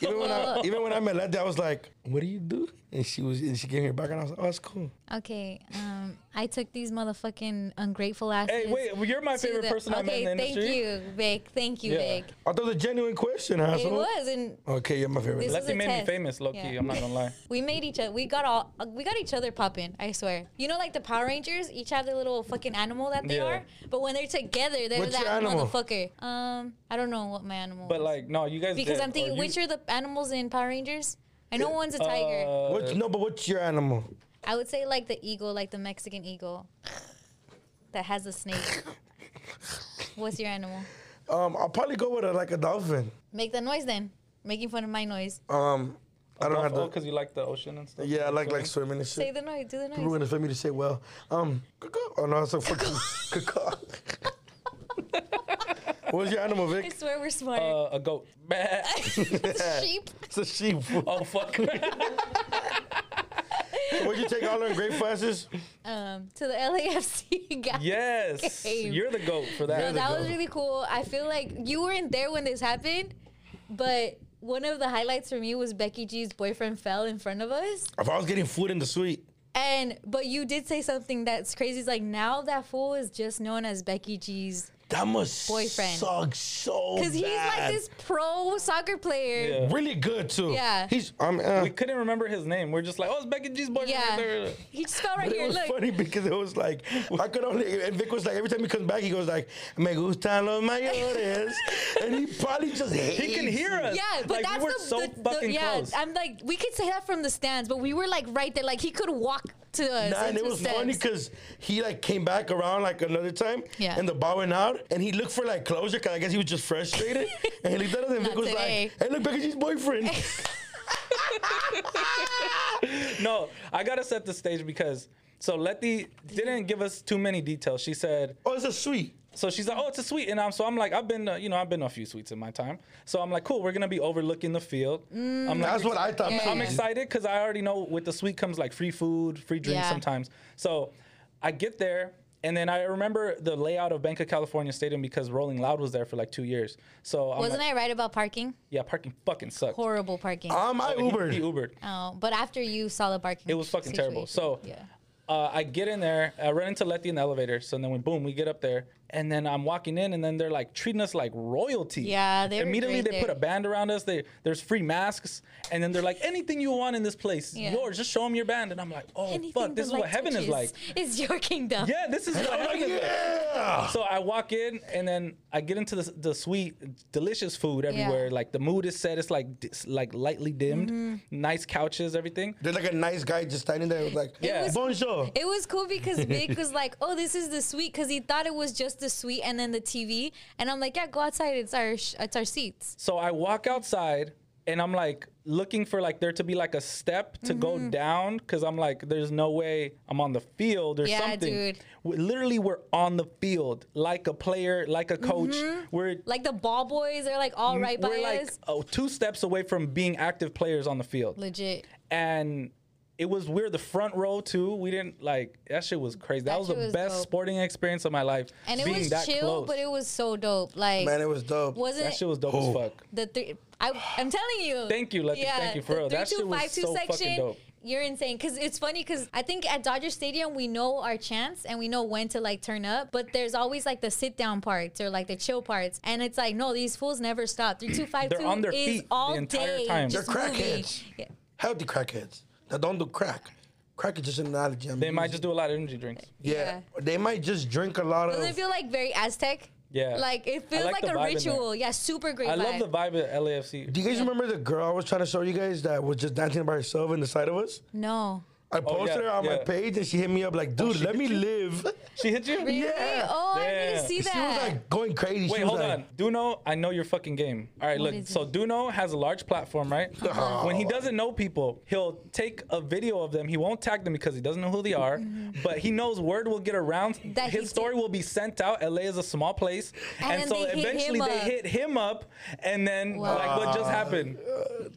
even when I even when I met Letty, I was like, "What do you do?" And she was and she gave me her back, and I was like, "Oh, that's cool."
okay. Um, I took these motherfucking ungrateful asses.
hey, wait, well, you're my
to
favorite
the-
person I met in
okay,
the industry.
Thank you, Vic. Thank you,
Yeah.
Vic.
I thought it was a genuine question, asshole.
It was, and
Okay, you're my favorite.
This-
Lefty
a
made me
test.
famous, low key.
Yeah.
I'm not gonna lie.
We made each other. We got all. uh, We got each other popping. I swear. You know, like the Power Rangers, each have their little fucking animal that they
Yeah.
are. But when they're together, they're
What's
that
your animal?
motherfucker. Um, I don't know what my animal.
But
was.
like, no, you guys.
because
did,
I'm
or
thinking,
you-
which are the animals in Power Rangers? I know one's a tiger.
Uh,
What, no, but what's your animal?
I would say like the eagle, like the Mexican eagle, that has a snake. What's your animal?
Um, I'll probably go with a, like a dolphin.
Make the noise then. Making fun of my noise.
Um, I don't have to.
because you like the ocean and stuff.
Yeah, I like like
swimming.
swimming and
Say
shit.
the noise. Do the
People
noise.
gonna expect me to say well. Um, cuckoo. oh no, it's a fucking cuckoo. What's your animal,
I
Vic?
swear we're smart.
Uh, a goat. Uh,
It's sheep.
It's a sheep.
oh fuck.
Would you take all her great classes?
Um, to the LAFC guy.
yes,
Game.
you're the goat for
No,
that.
that
go.
was really cool. I feel like you weren't there when this happened, but one of the highlights for me was Becky G's boyfriend fell in front of us.
If I was getting food in the suite,
And but you did say something that's crazy. It's like now that fool is just known as Becky G's
That must
Boyfriend.
suck so
Because he's like
bad.
this pro soccer player.
Yeah.
Really good too.
Yeah.
He's I'm uh,
We couldn't remember his name. We're just like, oh, it's Becky G's boyfriend.
Yeah.
Yeah.
He just fell right
But it
here.
was
Look.
funny because it was like I could only and Vic was like every time he comes back he goes like me gustan los mayores and he probably just hates
He can hear us.
Yeah, but
like,
that's
we were
the,
so
the- the-
fucking
yeah.
close.
I'm like, we could say that from the stands, but we were like right there. Like he could walk to us.
Nah, and
into the
it was funny
stands.
because he like came back around like another time,
Yeah.
and the ball went out, and he looked for like closure because I guess he was just frustrated, and he looked at us and
Not
Vic was
today.
like, "Hey, look, Becky's boyfriend."
no, I gotta set the stage because so Letty didn't give us too many details. She said,
oh, it's a sweet.
so she's like, oh, it's a suite, and I'm so I'm like, I've been, uh, you know, I've been to a few suites in my time, so I'm like, cool, we're gonna be overlooking the field. I'm like,
That's what I thought.
Mm, Yeah,
too.
I'm excited because I already know with the suite comes like free food, free drinks
Yeah.
sometimes. So I get there, and then I remember the layout of Bank of California Stadium because Rolling Loud was there for like two years. So I'm
Wasn't
like,
I right about parking?
yeah, parking fucking sucked.
Horrible parking.
Um, I
He-
Ubered.
He, Ubered.
oh, but after you saw the parking,
It was fucking terrible. So
situation, yeah.
uh, I get in there, I run into Letty in the elevator. So then we boom, we get up there, and then I'm walking in, and then they're like treating us like royalty.
Yeah, they were
immediately
great
they put
there.
a band around us. They there's free masks, and then they're like anything you want in this place,
Yeah.
yours. Just show them your band, and I'm like, oh fuck, this
the
is what
light
heaven is
touches
like.
Is your kingdom.
Yeah, this is what
I'm
heaven
like,
is like.
yeah.
So I walk in and then I get into the, the sweet, delicious food everywhere. Like the mood is set. It's like dis- like lightly dimmed,
Mm-hmm.
nice couches, everything.
There's like a nice guy just standing there, like,
Yeah. was-
bonjour.
It was cool because Vic was like, "Oh, this is the suite," because he thought it was just the suite and then the TV. And I'm like, "Yeah, go outside. It's our sh- it's our seats."
So I walk outside and I'm like looking for like there to be like a step to go
Mm-hmm.
down because I'm like, there's no way I'm on the field or
Yeah,
something.
dude.
We- literally, we're on the field like a player, like a coach. We're
Mm-hmm. Like the ball boys are like all right by
Mm, we're like
us.
oh, two steps away from being active players on the field,
Legit.
and. It was we're the front row too. We didn't like that shit was crazy. That,
That
was the
shit was
best
dope.
sporting experience of my life.
And it
being
was
that
chill,
close.
but it was so dope. Like
Man, it was dope.
wasn't
that
it
shit was dope
Oh.
as fuck.
the three? I, I'm telling you.
Thank you, Letty. Thank you for
the
real. That shit was
3252
so fucking dope.
You're insane. Cause it's funny because I think at Dodger Stadium we know our chance and we know when to like turn up, but there's always like the sit down parts or like the chill parts. And it's like, no, these fools never stop. Three two five
They're on
two
their
is
feet
all
the entire
day.
time.
just
They're
moving.
crackheads.
Yeah.
Healthy crackheads that don't do crack. Crack is just an analogy. I'm
They might
using.
just do a lot of energy drinks.
Yeah. They might just drink a lot
Doesn't
of.
it feel like very Aztec?
Yeah.
Like it feels
like
like,
the
a
vibe in there.
ritual. Yeah, super great.
I
vibe.
love the vibe at LAFC.
Do you guys remember the girl I was trying to show you guys that was just dancing by herself in the side of us?
No.
I posted her on my
Oh, yeah. Oh,
page and she hit me up like, dude,
she
let
hit
me
you?
live.
She hit you?
Really?
Yeah.
Oh, I didn't
Yeah.
see
She was
that.
like going crazy. she
Wait,
was
hold
like,
on. Duno, I know your fucking game. All right,
What
look.
is
So
it?
Duno has a large platform, right?
Oh.
When he doesn't know people, he'll take a video of them. He won't tag them because he doesn't know who they are, but he knows word will get around.
Mm-hmm. That he
His story
did-
will be sent out. LA is a small place, and,
And then
so
they hit him
eventually they
up.
hit him up, and then
Wow.
like what just happened?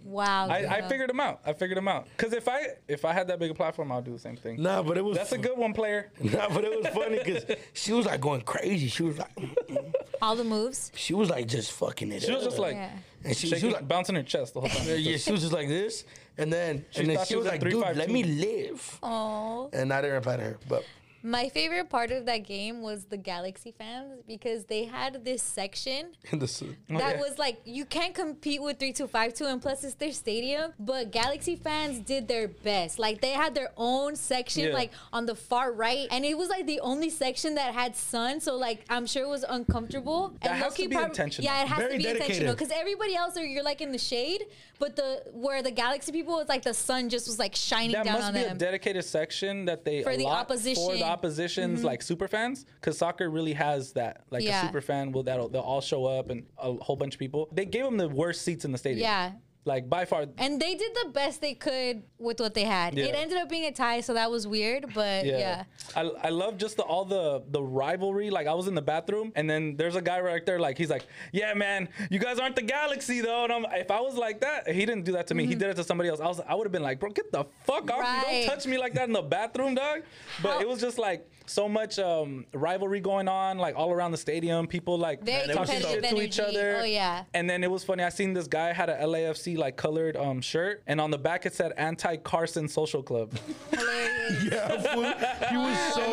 wow.
I, I
Gino.
figured him out. I figured him out. Cause if I if I had that big a platform, I'll do the same thing.
Nah, but it was.
That's a good one, player.
Nah, but it was funny because she was like going crazy. She was like,
all the moves.
she was like just fucking it.
She was
up.
just like
Yeah.
and she, she
shaking,
was like,
bouncing her chest the whole time.
yeah, she was just like this, and then and then
thought
she
she
was
was in
like, dude, let
352.
me live.
Oh.
And I didn't reply to her, but
My favorite part of that game was the Galaxy fans because they had this section
in the suit.
that
yeah.
was like you can't compete with 3252 and plus it's their stadium, but Galaxy fans did their best. Like they had their own section
Yeah.
like on the far right and it was like the only section that had sun, so like I'm sure it was uncomfortable.
That
and
has
low-key
to be
prob-
intentional.
Yeah, it has
Very
to be
dedicated.
intentional cuz everybody else are you're like in the shade, but the where the Galaxy people it's like the sun just was like shining
that
down
must
on
be
them.
a dedicated section that they
For the
allot for
opposition. Mm-hmm.
the opposition's like super fans because soccer really has that like
Yeah.
a super fan will that'll they'll all show up and a whole bunch of people they gave them the worst seats in the stadium
Yeah.
like by far
And they did the best they could with what they had. It
Yeah.
ended up being a tie, so that was weird, but yeah.
yeah, I, I love just the all the the rivalry like I was in the bathroom and then there's a guy right there like he's like yeah man you guys aren't the galaxy though and I'm, if I was like that he didn't do that to me he did it to somebody else I was I would have been like bro get the fuck off me
Mm-hmm. Right.
don't touch me like that in the bathroom dog but
How-
it was just like so much um, rivalry going on like all around the stadium people like
Very
talking
competitive
shit to each
energy.
other
Oh, yeah.
and then it was funny. I seen this guy had a LAFC like colored um shirt, and on the back it said anti Carson Social Club.
way.
Yeah, fool. He was so.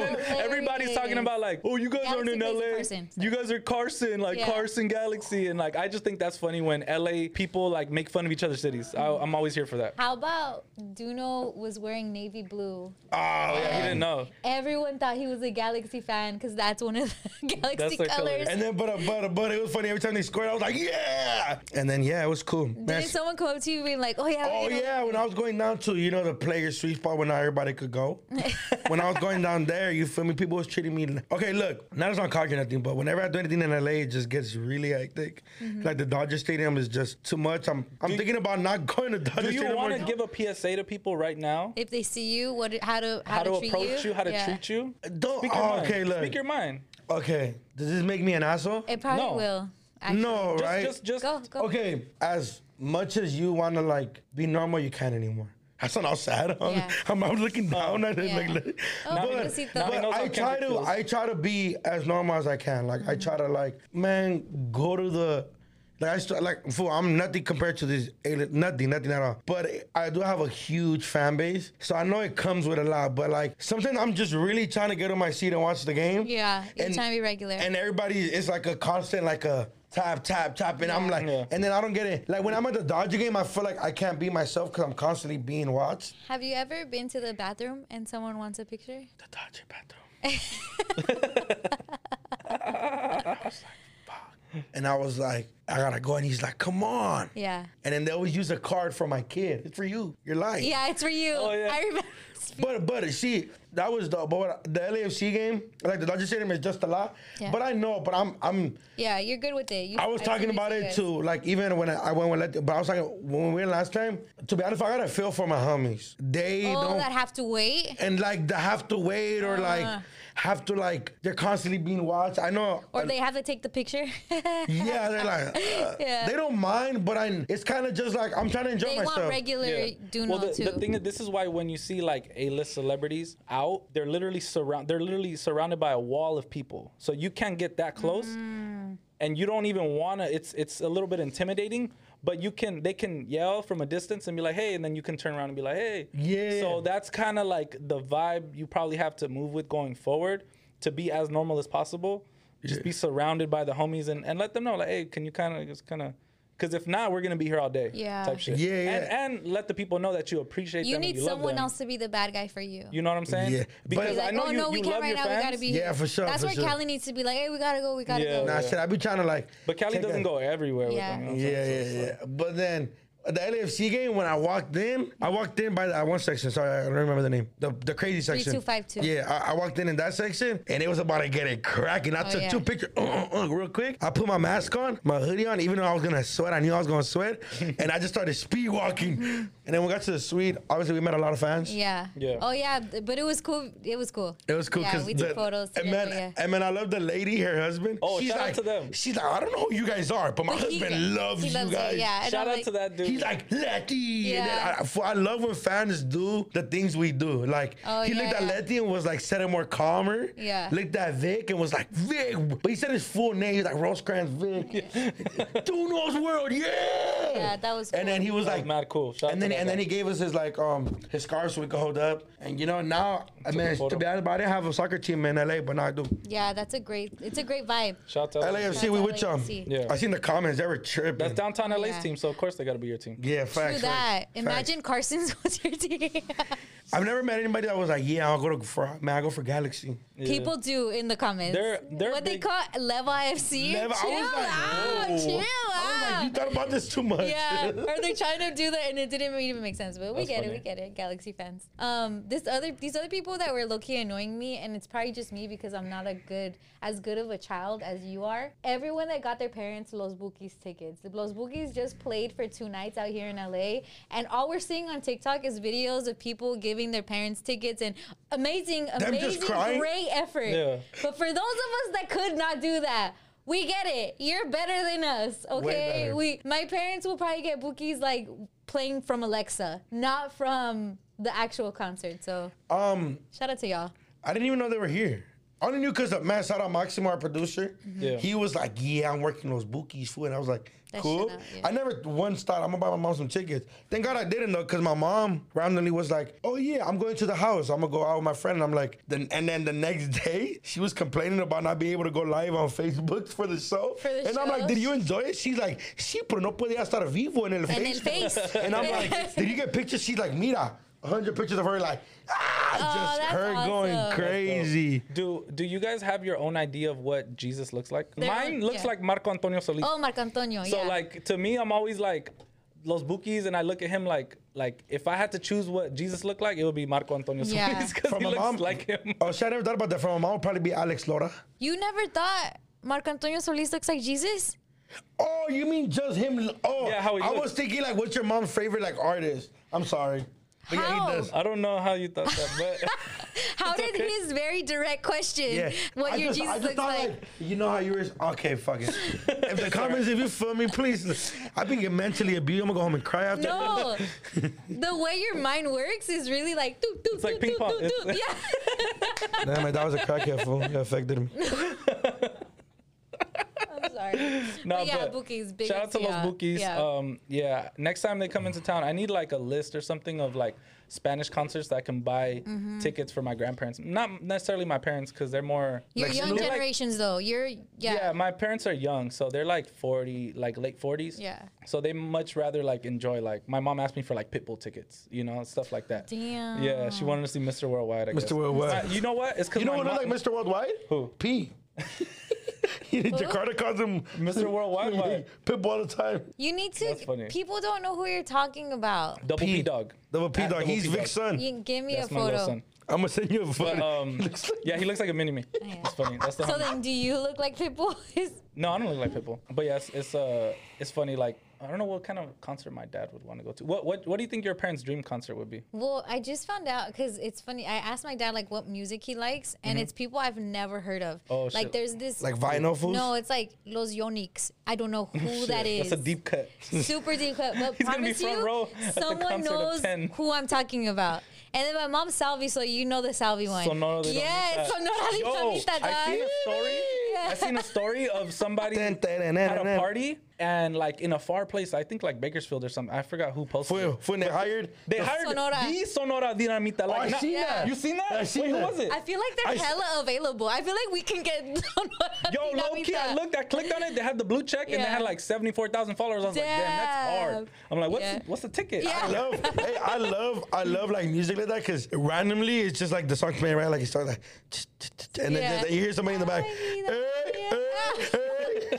Everybody's talking
Hilarious.
about like, oh, you guys aren't in
Galaxy
LA.
plays Carson, so-
You guys are Carson, like
Yeah.
Carson Galaxy, and like I just think that's funny when LA people like make fun of each other's cities. I, I'm always here for that.
How about Duno was wearing navy blue?
Oh yeah,
I didn't know.
Everyone thought he was a Galaxy fan because that's one of the Galaxy
their
colors.
color.
And then, but, uh, but, uh, but it was funny every time they scored. I was like, yeah. And then, yeah, it was cool. Man,
Didn't someone come up to you being like, "Oh yeah"?
Oh
you know,
yeah, when I was going down to you know the player sweet spot when not everybody could go. when I was going down there, you feel me? People was treating me. Okay, look, now it's not college or nothing, but whenever I do anything in LA, it just gets really hectic. Like the Dodger Stadium is just too much. I'm I'm thinking about not going to Dodger
Do you
Stadium.
want
or-
to give a PSA to people right now?
If they see you, what, how to how,
How to
treat
approach you? How to
Yeah.
treat you?
Don't.
Speak your
oh,
mind.
okay, look.
Speak your mind.
okay, does this make me an asshole?
It probably
No.
will. actually.
no,
Just,
right?
just, just.
Go, go.
Okay, as much as you want to like be normal, you can't anymore. That's not all sad. I'm,
Yeah.
I'm, I'm looking down at it.
Yeah.
Like, like-
Oh,
but,
Mamacita.
but
Nami knows how
I
Kendrick
try to
feels.
I try to be as normal as I can. Like I try to like man go to the. Like I st- like fool, I'm nothing compared to this A-list- nothing, nothing at all. But I do have a huge fan base, so I know it comes with a lot. But like sometimes I'm just really trying to get on my seat and watch the game.
Yeah, you're trying to be regular.
And everybody, it's like a constant, like a tap, tap, tap, and I'm like,
Yeah.
and then I don't get it. Like when I'm at the Dodger game, I feel like I can't be myself because I'm constantly being watched.
Have you ever been to the bathroom and someone wants a picture?
The Dodger bathroom. And I was like, I gotta go, and he's like, come on.
Yeah.
And then they always use a card for my kid. It's for you. Your life.
Yeah, it's for you.
Oh, yeah.
I remember.
But but see, that was the but the LAFC game, like the Dodger Stadium is just a lot.
Yeah.
But I know, but I'm I'm
Yeah, you're good with it. You,
I was talking
think
about
you're good.
it too, like even when I, I went with, Let- but I was talking when we went last time. To be honest, I got a feel for my homies. They
All
don't
Oh, that have to wait,
and like they have to wait or like
Ah.
have to like they're constantly being watched. I know.
or they have to take the picture.
yeah, they're like uh,
Yeah.
they don't mind, but I it's kind of just like I'm trying to enjoy
they
myself.
want regular
Yeah.
do
well,
well,
the,
too.
the thing is, this is why when you see like A-list celebrities out, they're literally surround, they're literally surrounded by a wall of people, so you can't get that close,
Mm.
and you don't even wanna. It's it's a little bit intimidating, but you can they can yell from a distance and be like, hey, and then you can turn around and be like, hey,
Yeah.
So that's kind of like the vibe you probably have to move with going forward to be as normal as possible. Just
Yeah.
be surrounded by the homies and, and let them know like, hey, can you kind of just kind of. Because if not, we're gonna be here all day.
Yeah.
Type shit.
Yeah, yeah.
And- and let the people know that you appreciate
you
them. and
need
you love
someone
them.
else to be the bad guy for you.
You know what I'm saying?
Yeah.
Because
But-
like,
I know
oh
you,
no, we
you
can't
love
right
your
now.
fans.
We gotta be.
Yeah,
here.
for sure,
That's
for
where
sure.
Callie needs to be like, hey, we gotta go, we gotta
Yeah.
go.
Nah,
Yeah.
shit, I be trying to like.
But Cali
take
doesn't
a-
go everywhere
Yeah.
with them. you know what I'm
Yeah,
saying?
yeah,
So it's
yeah.
like-
But then the LAFC game, when I walked in, I walked in by that one section. Sorry, I don't remember the name. The, the crazy section.
3252.
Yeah, I, I walked in in that section, and it was about to get it cracking. I
Oh,
took
yeah.
two pictures uh, uh, uh, real quick. I put my mask on, my hoodie on, even though I was gonna sweat. I knew I was gonna sweat, and I just started speed walking. and then we got to the suite. Obviously, we met a lot of fans.
Yeah.
Yeah.
Oh yeah, th- but it was cool. It was cool.
It was cool
Yeah,
because
we took photos.
And
together,
man,
yeah.
and man, I love the lady, her husband.
Oh, shout out
like,
to them.
She's like, I don't know who you guys are, but my
But he-
husband loves,
he
you guys.
Yeah. and
Shout
I'm
out
like,
to that dude.
He's like Letty.
Yeah.
And then I, for- I love when fans do the things we do. Like
Oh,
he
yeah,
looked at
yeah.
Letty and was like said it more calmer.
Yeah.
Looked at Vic and was like Vic, but he said his full name. He's like Rosecrans Vic. Dude knows world. Yeah.
Yeah, that was
And then
cool.
he was
That was
like
mad cool. Shout out to
and then
that
and then
guy.
he gave us his like um his scarf so we could hold up. And you know now I mean
photo.
to be honest, but I didn't have a soccer team in LA, but now I do.
Yeah, that's a great. It's a great vibe.
Shout out. to
LAFC,
Shout
we
out
with y'all.
LAFC.
Oh, Yeah.
I seen the comments. They were tripping.
That's downtown LA's
Yeah.
team, so of course they gotta be your team.
yeah,
Do
facts. facts,
that.
facts.
Imagine Carson's was your team.
I've never met anybody that was like, yeah, I'll go to for man, I go for Galaxy.
Yeah.
People do in the comments.
They're- they're
what they
big-
call it, level IFC.
Level- I
chill
was like,
out,
whoa.
chill
I was like, you
out.
thought about this too much.
Yeah, or they're trying to do that, and it didn't even make sense. But we
That's
get it,
funny.
we get it. Galaxy fans. Um, this other these other people that were low key annoying me, and it's probably just me because I'm not a good as good of a child as you are. Everyone that got their parents Los Bookies tickets, the Los Bookies just played for two nights out here in LA, and all we're seeing on TikTok is videos of people giving their parents tickets and amazing,
just
amazing,
crying?
great effort.
Yeah.
But for those of us that could not do that. We get it. You're better than us, okay?
better.
We we- my parents will probably get bookies like playing from Alexa, not from the actual concert. So
Um,
shout out to y'all.
I didn't even know they were here. Only knew because of man, shout out Maximo, our producer.
Yeah.
He was like, "Yeah, I'm working those bookies, food," and I was like,
That shit
"Cool."
out, yeah.
I never once thought I'm gonna buy my mom some tickets. Thank God I didn't though, because my mom randomly was like, "Oh yeah, I'm going to the house. I'm gonna go out with my friend." And I'm like, then and then the next day she was complaining about not being able to go live on Facebook for the show.
For the
and I'm like,
shows?
"Did you enjoy it?" She's like, "Sí, pero no podía estar vivo en el
And
Facebook."
then face.
And I'm like, did you get pictures? She's like, mira, 100 pictures of her, like, ah,
Oh,
just
that's
her going
awesome.
crazy.
Do do you guys have your own idea of what Jesus looks like?
They're
Mine
like-
looks
yeah.
like Marco Antonio Solis.
oh, Marco Antonio.
So
yeah.
like to me, I'm always like Los Bookies, and I look at him like like if I had to choose what Jesus looked like, it would be Marco Antonio
Yeah.
Solis because
From
he
my
looks
mom,
like him.
Oh, shit, I never thought about that. From my mom, would probably be Alex Lora.
you never thought Marco Antonio Solis looks like Jesus?
Oh, you mean just him? Oh,
Yeah, how he
I
looks.
was thinking, like, what's your mom's favorite, like, artist? I'm sorry. But yeah,
How?
he does.
I don't know how you thought that, but
How
It's
did
okay.
his very direct question,
Yeah.
what
I
your
just- I
Jesus
just
looks
thought,
like?
You know how you were. Okay, fuck it. If the comments, if you feel me, please. I've been getting mentally abused. I'm gonna go home and cry after.
No, the way your mind works is really like doo, doo,
It's like
doo,
ping
doo,
pong.
doo,
It's-
doo. Yeah.
Damn it, that was a crackhead fool. It affected me.
I'm sorry.
no,
But yeah,
but
Bookie's big
Shout
as-
out to
yeah,
Los Bookies.
yeah.
Um, yeah. Next time they come into town, I need like a list or something of like Spanish concerts that I can buy
Mm-hmm.
tickets for my grandparents. Not necessarily my parents because they're more.
Your
Like
young
Snoop?
generations, though. You're
Yeah,
yeah.
my parents are young, so they're like 40, like late 40s.
Yeah.
So they much rather like enjoy like my mom asked me for like Pitbull tickets, you know, stuff like that.
Damn.
Yeah, she wanted to see Mr. Worldwide. I guess.
Mr. Worldwide.
Uh, you know what? It's because
You know
my
what I
mom,
like, Mr. Worldwide?
Who?
P. Jakarta calls him
Mr. Worldwide, why?
Pitbull all the time.
You need to.
That's funny.
People don't know who you're talking about.
Double P, Dog.
Double P
At
dog.
Double
He's
P
Vic's son.
You give me
That's
a
my little
photo.
son.
I'm gonna send you a
But,
photo.
um, yeah, he looks like a mini me.
Oh, Yeah.
It's funny. That's the
So
homie.
then, do you look like people?
No, I don't look like Pitbull. But yes, it's uh, it's funny. Like I don't know what kind of concert my dad would want to go to. What what what do you think your parents' dream concert would be?
well, I just found out because it's funny. I asked my dad like what music he likes, and it's people I've never heard of.
Mm-hmm. Oh,
like
shit.
there's this.
like vinyl fools?
no, it's like Los Yoniks. I don't know who that
Shit,
is.
That's a deep cut.
super deep cut. But
He's gonna be
promise
front
you,
row at the
someone
concert of
knows
10.
who I'm talking about. And then my mom's Salvi, so you know the Salvi one.
Sonora de
yes,
Donita.
Sonora de
Yo,
Donita,
I
dog.
seen a story. I seen a story of somebody had a party and like in a far place. I think like Bakersfield or something. I forgot who posted.
When,
it.
when they hired,
They
the-
hired
Sonora.
the Sonora Dinamita. Like,
I
not-
seen
Yeah.
that.
You seen that?
I seen
Wait,
that.
who was it?
I feel like
I
they're
s-
hella available. I feel like we can get Sonora
Yo,
de
low key, I
Donita.
looked, I clicked on it. They had the blue check and they
Yeah.
had like 74,000 followers. I was like, damn, that's hard.
Damn.
I'm like, what's,
Yeah.
what's the ticket?
Yeah.
I love, hey, I love, I love like music like that because randomly it's just like the song playing right, like it starts like, tch, tch, tch, and then,
Yeah.
then you hear somebody in the back,
I need
"Hey, hey, hey."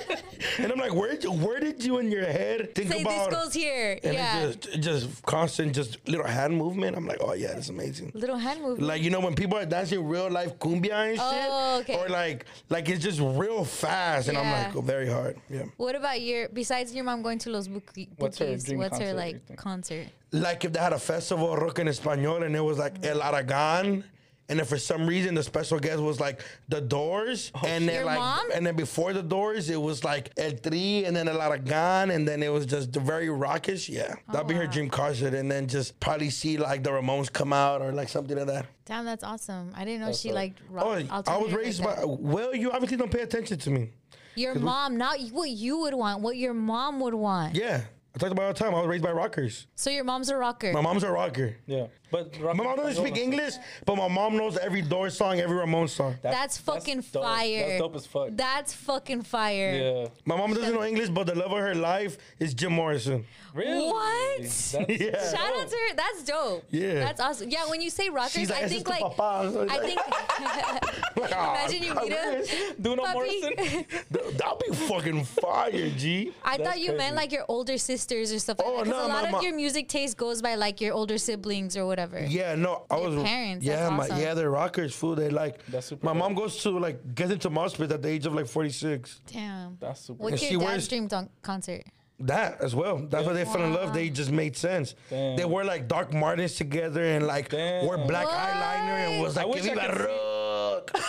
and I'm like, where, where did you in your head think
Say this
about?
goes here.
And
yeah.
it's just, just constant, just little hand movement. I'm like, oh yeah, that's amazing.
Little hand movement.
Like you know when people are dancing real life cumbia and shit,
Oh, okay.
or like like it's just real fast, and I'm
Yeah.
like oh, very hard. Yeah,
what about your, besides your mom going to Los Buki,
What's her
Bukis,
dream
what's
concert,
her
you
like
think?
concert?
like if they had a festival rock en español and it was like El Aragon, and then for some reason the special guest was like The Doors, and then
Oh, Your
like
mom?
and then before The Doors it was like El Tri, and then El Aragon, and then it was just the very rockish. Yeah, that'd be her dream concert, and then just probably see like the Ramones come out or like something like that.
Damn, that's awesome. I didn't know she
dope.
liked rock.
Oh, I was
alternative like
raised
that.
by well, you obviously don't pay attention to me.
Your mom, not what you would want, what your mom would want.
Yeah. I talked about it all the time. I was raised by rockers.
So your mom's a rocker.
My mom's a rocker.
Yeah. But
My mom doesn't speak English, but my mom knows every Doors song, every Ramones song.
that's fucking
dope.
fire.
That's dope as fuck.
That's fucking fire.
yeah.
My mom doesn't know English, but the love of her life is Jim Morrison.
Really?
What?
That's-
Yeah.
Shout out to her. That's dope.
Yeah.
That's awesome. Yeah, when you say rockers,
She's like,
I
"This
think
is
like
the papa. So it's
I
like,
think imagine you
I
meet him.
wish.
Duno
Puppy.
Morrison.
Th- That'd be fucking fire, G.
I
That's
thought you meant
crazy.
like your older sisters or stuff like
Oh,
that. 'cause
no,
a lot
my-
of
my-
your music taste goes by like your older siblings or whatever.
Yeah, no, I was.
parents,
Yeah,
that's
my
awesome.
yeah, they're rockers, fool. They like.
That's super
my
dope.
mom goes to like gets into hospital at the age of like forty six.
Damn.
That's super
What's
And
your
she
dad's
wears-
dream don- concert?
That as well. That's why they fell in love. They just made sense.
Damn.
They wore like dark Martens together and like
Damn.
wore black
What?
eyeliner and was
I
like,
wish
"Que
I
viva
could see-
rock."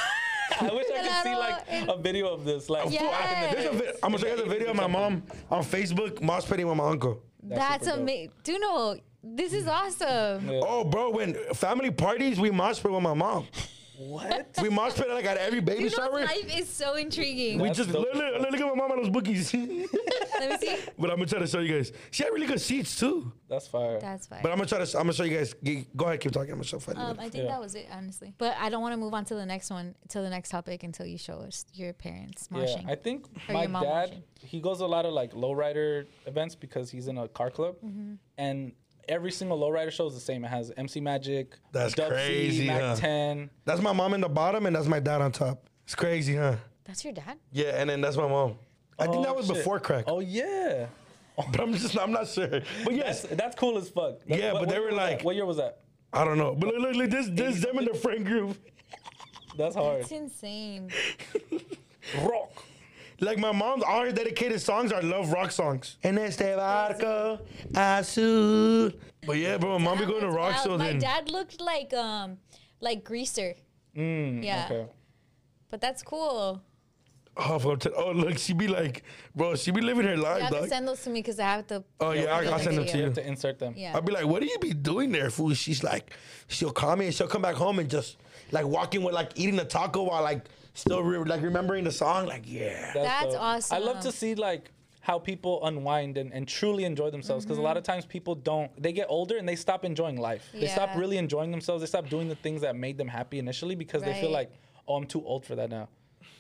I wish I could see like
Claro.
a video of this. Like,
Yeah.
Fool, I- There's a vid- I'm gonna show you the video of my mom on Facebook, mospeding with my uncle.
That's
That's,
super
amazing. Duno, this is awesome.
Oh, bro, when family parties, we mosped with my mom.
What?
We mosh pit like at every baby
You know,
shower.
life is so intriguing.
We
That's
just
dope.
look, look, look, look at my mom and those bookies.
Let me see.
but I'm gonna try to show you guys. She had really good seats too.
That's fire.
That's fine.
But I'm gonna try to. I'm gonna show you guys. G- Go ahead, keep talking. I'm gonna show funny.
Um, I think
Yeah.
that was it, honestly. But I don't want to move on to the next one, to the next topic, until you show us your parents moshing.
Yeah, I think
Or
my
your mom
dad
moshing.
he goes to a lot of like lowrider events because he's in a car club,
Mm-hmm.
and every single lowrider show is the same. It has MC Magic,
That's
Dub C,
crazy,
Mac
huh?
Ten.
that's my mom in the bottom, and that's my dad on top. It's crazy, huh?
That's your dad?
Yeah, and then that's my mom. I think that
Oh,
was
shit.
before crack,
Oh yeah,
but I'm just I'm not sure. But yes,
that's, that's cool as fuck. That-
Yeah, but they
year
were
was that?
like-
what year was that?
I don't know. But look, look, look this this them in the friend group.
That's hard.
It's insane.
Rock.
Like my mom's all her dedicated songs are love rock songs. En este barco azul. But yeah, bro, mom be going to
That's
rock
wild.
shows
My
and
dad looked like um, like greaser.
Mm,
Yeah.
Okay.
But that's cool.
oh, from t- oh look, she be like, bro, she be living her
You
life,
have to
dog.
send those to me because I have to.
Oh yeah, I,
Yeah,
I'll
we
send them
can
to
You
you.
have to insert them.
Yeah.
I'll be like, what do you be doing there, fool? She's like, she'll come in, she'll come back home and just like walking with like eating a taco while like still re- like remembering the song, like yeah.
That's
dope. I love to
awesome.
see like how people unwind and, and truly enjoy themselves because a
Mm-hmm.
lot of times people don't they get older and they stop enjoying life they stop
Yeah.
really enjoying themselves they stop doing the things that made them happy initially because they feel
Right.
like oh i'm too old for that now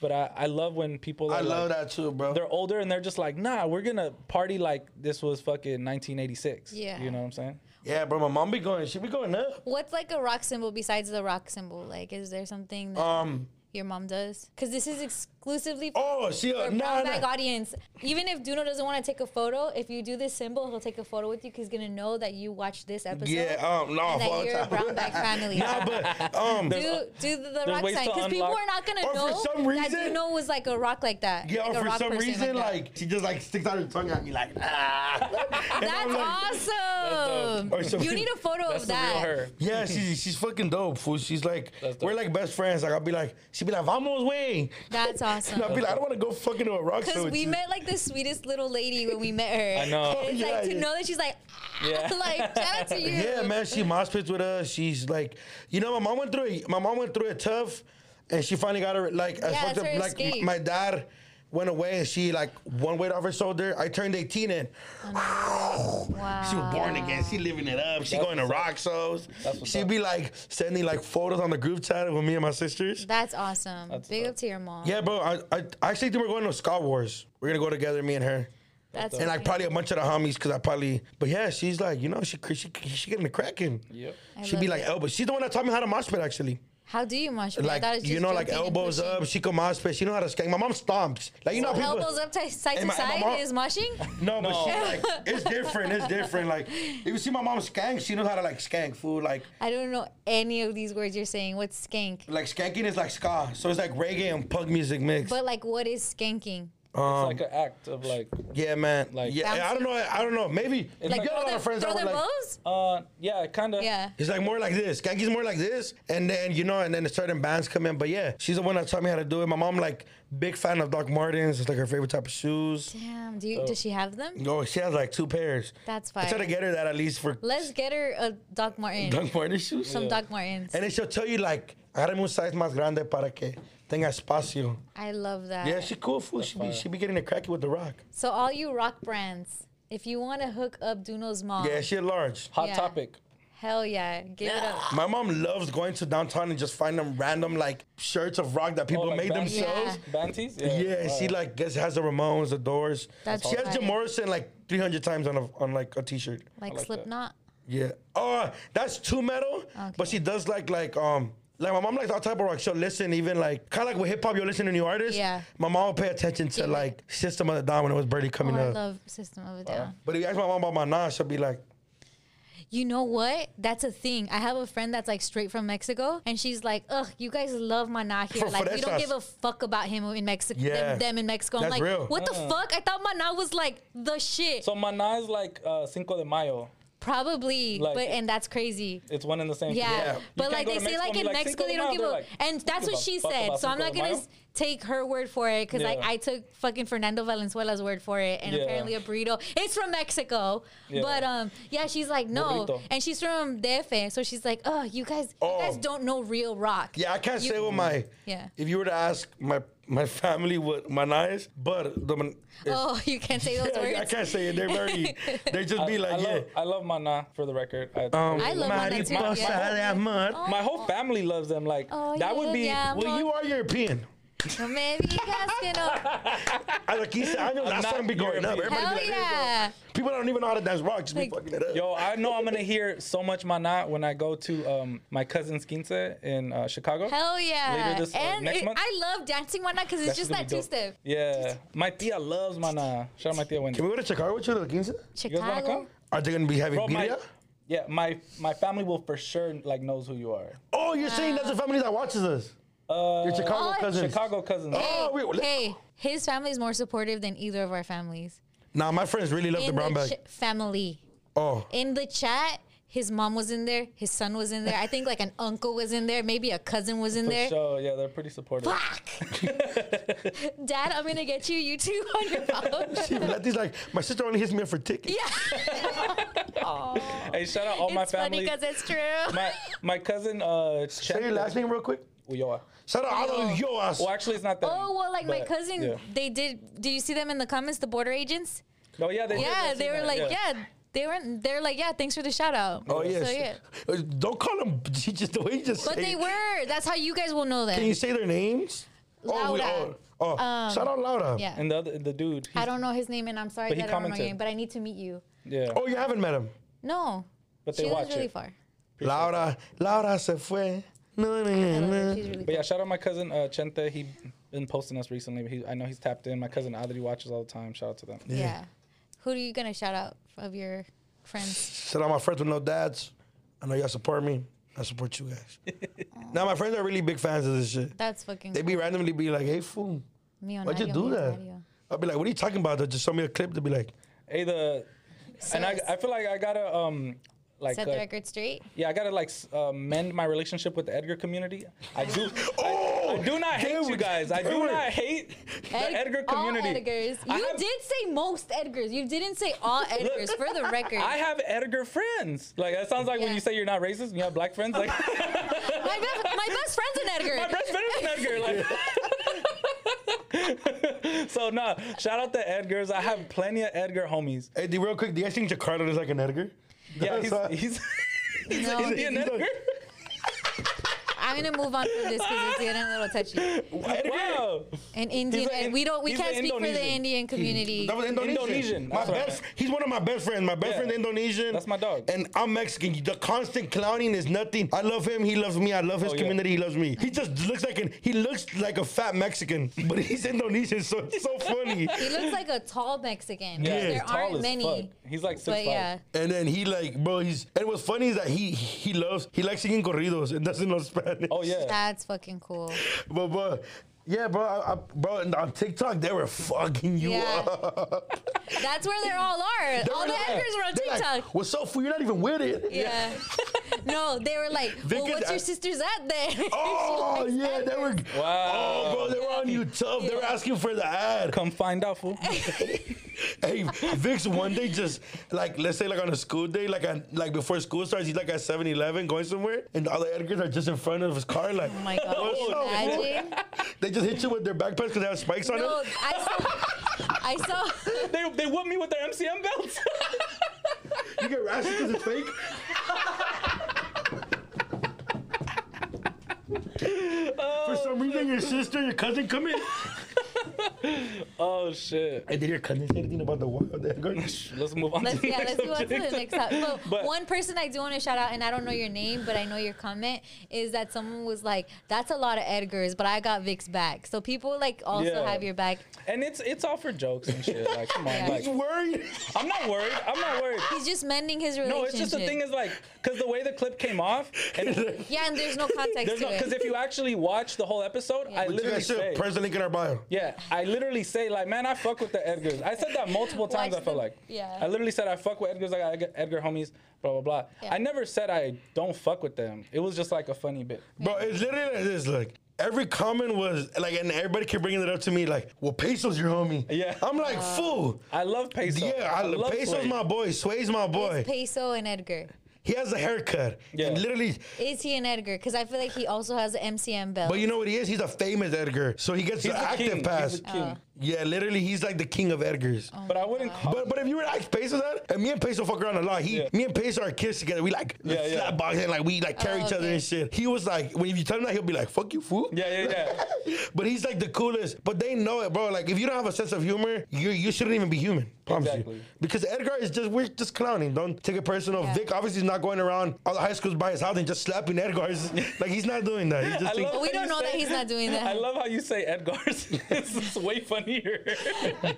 but i, I love when people
I
are
love
like-
that too, bro.
they're older and they're just like nah we're gonna party like this was fucking 1986
Yeah.
you know what i'm saying
Yeah, bro, my mom be going, she be going up.
What's like a rock symbol besides the rock symbol? Like, is there something that
Um,
your mom does? Because this is exclusively for
oh, she uh,
brown
nah,
bag
nah.
audience. Even if Duno doesn't want to take a photo, if you do this symbol, he'll take a photo with you because he's gonna know that you watched this episode.
Yeah, um, no,
and that
fuck
you're a
that.
brown bag family.
Nah, but um,
do do the, the rock
ways
sign
uh, to
because people
unlock-
are not gonna
Or for
know
some
that
reason-
Duno was like a rock like that.
yeah,
like a
for
rock
some
person
reason,
that.
like, she just like sticks out her tongue at me, like ah. And I'm
That's
like,
awesome.
Or some
you
people-
need a photo
that's
of
the real
that.
her
Yeah, she's she's fucking dope, fool. She's like,
That's dope.
we're like best friends. Like I'll be like, she be like, vamos way.
That's awesome.
And I'll be like, I don't want to go fucking to a rock show.
Because
with
we
you.
met like the sweetest little lady when we met her.
I know.
And it's
Yeah,
like to
yeah.
know that she's like,
Yeah.
like shout out to you.
Yeah, man, she mosh pits with us. She's like, you know, my mom went through. A, my mom went through it tough, and she finally got her like. I
Yeah,
fucked
that's
up.
her
Like
escape.
my dad went away, and she like one weight off her shoulder. I turned eighteen, and
Wow.
she was
Ah.
born again. She living it up. She
That's
going to
what's up.
rock shows.
That's what's
She'd
up.
be like sending like photos on the group chat with me and my sisters.
That's awesome.
That's
Big
dope.
up to your mom.
Yeah, bro. I, I I actually think we're going to Scott Wars. We're gonna go together, me and her.
That's
And like
amazing.
probably a bunch of the homies, cause I probably, but yeah, she's like, you know, she she she getting the cracking.
yep
I
She'd be
love
like
it.
elbow. She's the one that taught me how to mosh pit actually.
how do you mosh? pit? I
Like
thought it was
you
just
know, like
jumping and
elbows
pushing.
up. She could mosh pit. She know how to skank. My mom stomps. Like you know,
So
how people.
elbows up, ti- side
And
to
my- and
side
my mom-
is moshing.
No, but she
No.
like it's different. It's different. Like if you see my mom skank, she knows how to like skank food. Like
I don't know any of these words you're saying. What's skank?
like skanking is like ska, so it's like reggae and punk music mix.
But like, what is skanking?
it's like an act of like
yeah, man. Like
Like-
yeah, I don't know. I don't know. Maybe you
like-
got a lot
throw
of friends
their,
that
throw
were
their
like.
oh, bows?
uh yeah kind of
Yeah.
It's like more like this. Skanky's more like this, and then you know, and then certain bands come in. But yeah, she's the one that taught me how to do it. My mom like big fan of Doc Martens. It's like her favorite type of shoes.
Damn. Do you, does she have them?
Oh, she has like two pairs.
That's
I try to
fire.
get her that at least for
Let's get her a Doc Martin.
Doc Marten shoes.
Some
Yeah.
Doc Martens.
And then she'll tell you like, agarrame un size más grande para que tenga espacio.
I love that.
Yeah, she cool fool. She be,
fire.
she be getting a cracky with the rock.
So all you rock brands, if you want to hook up Duno's mom,
Yeah, she large.
hot
Yeah.
topic
hell yeah, give it up.
My mom loves going to downtown and just find them random like shirts of rock that people
Oh, like
made
band-
themselves.
banties
Yeah, she
fire.
like guess has the Ramones, the Doors.
That's
she has Jim
fire.
Morrison like 300 times on a, on like a t-shirt.
Like,
like that.
Slipknot.
Yeah. Oh, that's two metal. But
Okay.
she does like like um like my mom likes all type of rock. She'll listen even like kind of like with hip hop. You'll listen to new artists.
Yeah.
My mom will pay attention to
Yeah.
like System of a Down when it was Birdie coming
Oh, I
up.
love System
uh,
of a Down.
but if you ask my mom about my Nas, she'll be like,
You know what? That's a thing. I have a friend that's like straight from Mexico, and she's like, "Ugh, you guys love Maná here.
For-
like, we don't
fresas.
give a fuck about him in Mexico.
Yeah.
Them, them in Mexico. I'm
That's
like,
real.
what the fuck? I thought Maná was like the shit.
So Maná is like uh, Cinco de Mayo.
Probably,
Like-
but and that's crazy.
It's one and the same.
Yeah,
Yeah. You
but like
go
they
to
say,
Mexico
like
and be
in Mexico
Cinco de
they don't
Mayo.
give
They're
a,
like,
and that's
give
what
a
she
fuck
said.
about
So I'm
Cinco
not
de
gonna
Mayo.
s- take her word for it because like
Yeah.
I took fucking Fernando Valenzuela's word for it, and
Yeah.
apparently a burrito. It's from Mexico,
Yeah.
but um, yeah, she's like no,
Burrito.
and she's from DF, so she's like, oh, you guys,
Oh.
you guys don't know real rock.
Yeah, I can't
You-
say what my.
Yeah.
If you were to ask my my family what mana is, but the man-
Oh, you can't say those words.
I can't say it. They're very. They just
I,
be like,
I
yeah. Um,
love, I love Mana for the record. I,
I love Oh, mana too,
mariposa
yeah.
de amor.
my whole family loves them. Like
Oh,
that
you
would
look
be.
yum.
Well, you are European.
No me digas que no.
I like he said, I know that
not
song be going up.
European.
Everybody be
Hell
like,
yeah.
People don't even know how to dance rock. Just be
Like-
fucking it up.
Yo, I know I'm gonna hear so much Mana when I go to um, my cousin's quince in uh, Chicago.
Hell yeah.
Later this, uh,
and
next
it-
month?
I love dancing one night because it's
That's
just
gonna
that
be
two
dope.
step.
Yeah, my tia loves Mana. Shout out my tia Wendy.
Can we go to Chicago with you to the 15?
You guys wanna
Chicago.
come?
Are they gonna be having
Bro, my-
media?
yeah, my my family will for sure like knows who you are.
Oh, you're saying that's the family that watches us.
Uh,
Your Chicago
Oh,
cousins.
Chicago cousins.
Hey,
Oh, wait, well, let-
hey, his family is more supportive than either of our families.
Nah, my friends really love the
In
brown
the
bag.
ch- family.
oh,
In the chat, his mom was in there, his son was in there. I think like an uncle was in there, maybe a cousin was in
For
there.
sure, yeah, they're pretty supportive.
Fuck. Dad, I'm gonna get you. You too on your phone.
even Lati's like my sister only hits me up for tickets.
Hey, shout out all my
it's funny
family.
because it's true.
My my cousin uh
Say your last
Chet
name real quick.
Ulloa.
Shout out all those yo ass.
Well, actually, it's not that.
Oh well, like my
but,
cousin,
yeah.
they did. Did you see them in the comments? The border agents.
Oh yeah, they did.
Yeah,
I've
they
seen
were
that,
like, yeah, they were. They're like, yeah, thanks for the shout out.
Oh yes.
So, yeah.
Uh, Don't call them He just the way you just
But
say
they
it.
were. That's how you guys will know them.
Can you say their names? Oh, we,
Laura. Um,
oh, oh. shout out Laura.
yeah.
And the other, the dude.
I don't know his name, and I'm sorry
But
that
he
I don't know your
commented.
name, but I need to meet you.
Yeah.
Oh, you haven't met him.
No,
But they
she
watch
lives really
it.
far.
Laura. Laura se fue. No, no,
I love
no.
her. She's really
But
cool.
yeah, shout out my cousin uh, Chente. He been posting us recently. But he, I know he's tapped in. My cousin Adri watches all the time. Shout out to them.
Yeah. Who are you gonna shout out of your friends?
Shout out my friends with no dads. I know y'all support me. I support you guys. now my friends are really big fans of this shit.
That's fucking
They be randomly be like, "Hey fool,
me on
why'd you
audio,
do
me on
that?"
audio.
I'll be like, "What are you talking about?" They'll just show me a clip. They'll be like,
Hey, the and I,
Sus.
I feel like I gotta um like
Set the
uh,
record straight.
yeah I gotta like s- uh, mend my relationship with the Edgar community. I do.
"Oh,
I do not hate you
dude,
guys. I do
dude."
not hate the Edgar community.
All Edgars.
I
You
have-
did say most Edgars. You didn't say all Edgars. for the record,
I have Edgar friends. Like that sounds like when
Yeah.
you say you're not racist, and you have black friends. Like
my, best, my best friend's an Edgar.
my best friend is an Edgar. Like. so no, shout out to Edgars. I have plenty of Edgar homies.
Hey, D, real quick, do you guys think Jacardo is like an Edgar?
Yeah,
That's why-
he's he's, he's
No.
an Indian
He's a-
Edgar.
I'm gonna move on from this because it's getting a little touchy.
Wow.
An Indian,
a-
and we don't, we
he's a
can't speak for the
Indonesian.
Indian community.
That was Indonesian.
Indonesian,
My
that's right.
best, he's one of my best friends. My best
Yeah.
friend Indonesian.
That's my dog.
And I'm Mexican. The constant clowning is nothing. I love him. He loves me. I love his
Oh, yeah.
community. He loves me. He just looks like an he looks like a fat Mexican, but he's Indonesian, so it's so funny.
He looks like a tall Mexican.
Yeah,
Yeah.
he's
there
tall
aren't
as
many.
fuck. He's like six
But yeah,
and then he like, bro, he's and what's funny is that he he loves he likes singing corridos and doesn't know Spanish.
Oh yeah.
that's fucking cool.
But bro, yeah, bro, I, I, bro, and on TikTok they were fucking you
Yeah.
up.
That's where they all are.
They
all
were
the
like-
Edgars were on
they're
TikTok.
Like, What's up, fool? You're not even with it.
yeah. no, they were like, well,
could-
what's your sister's at then? She
Oh
likes
yeah, they were.
Edgars.
Wow.
Oh, bro, they were on you tough. They were asking for the ad.
Come find out, fool.
Hey, Vix, one day just like let's say like on a school day, like on, like before school starts, he's like at 7-Eleven going somewhere, and all the Edgars are just in front of his car, like.
Oh my god!
"What's up, fool?"
Imagine.
They just hit you with their backpacks because they have spikes on
No,
it.
I saw. I saw.
they they whoop me with their MCM belts.
You get rashes because it's fake. For some reason, your sister, your cousin come in.
oh shit.
And did your cousin say anything about the wild Edgars?
Let's move on.
Let's,
to the
yeah,
next
let's move on to the
subject.
next topic. But,
But-
one person I do want to shout out, and I don't know your name, but I know your comment is that someone was like, "That's a lot of Edgars," but I got Vic's back. So people like also
Yeah.
have your back.
And it's it's all for jokes and shit. Like come on.
Yeah.
Like
He's worried.
I'm not worried. I'm not worried.
He's just mending his relationship.
No, it's just the thing is like because the way the clip came off and.
yeah, and there's no context
There's
to
no
it.
because if you actually watch the whole episode, I
You
literally
guys should
say,
press the link in our bio.
yeah, I literally say like, man, I fuck with the Edgars. I said that multiple times.
Watch
I felt
the-
like,
yeah.
I literally said I fuck with Edgars. I got Edgar- Edgar homies, blah blah blah.
Yeah.
I never said I don't fuck with them. It was just like a funny bit.
Bro, it's literally like this. Look, every comment was like, and everybody kept bringing it up to me, like, "Well, Peso's your homie."
Yeah.
I'm like, fool.
I love Peso.
Yeah, I,
love
Peso's
Sway.
my boy. Sway's my boy.
It's Peso and Edgar.
He has a haircut.
Yeah.
And literally,
Is he an Edgar? Because I feel like he also has an MCM belt.
but you know what he is? He's a famous Edgar, so he gets
He's
the
a
active
king. He's
pass.
a king.
Oh.
yeah, literally, he's like the king of Edgars.
But I wouldn't. Call,
But but if you were to ask Peso that, and me and Peso fuck around a lot. He,
Yeah.
me and Peso are kids together. We like
Yeah, yeah.
slap boxing, like we like carry
Oh,
each other
okay.
and shit. He was like, when you tell him that, he'll be like, "Fuck you, fool."
yeah, yeah, yeah.
but he's like the coolest. But they know it, bro. Like if you don't have a sense of humor, you you shouldn't even be human. Promise
Exactly.
you. Because Edgar is just we're just clowning. Don't take it personal.
Yeah.
Vic obviously is not going around all the high schools by his house and just slapping Edgar's. like he's not doing that. He just thinks,
how
We don't
you
know that he's not doing that.
I love how you say Edgar's. it's just way funnier.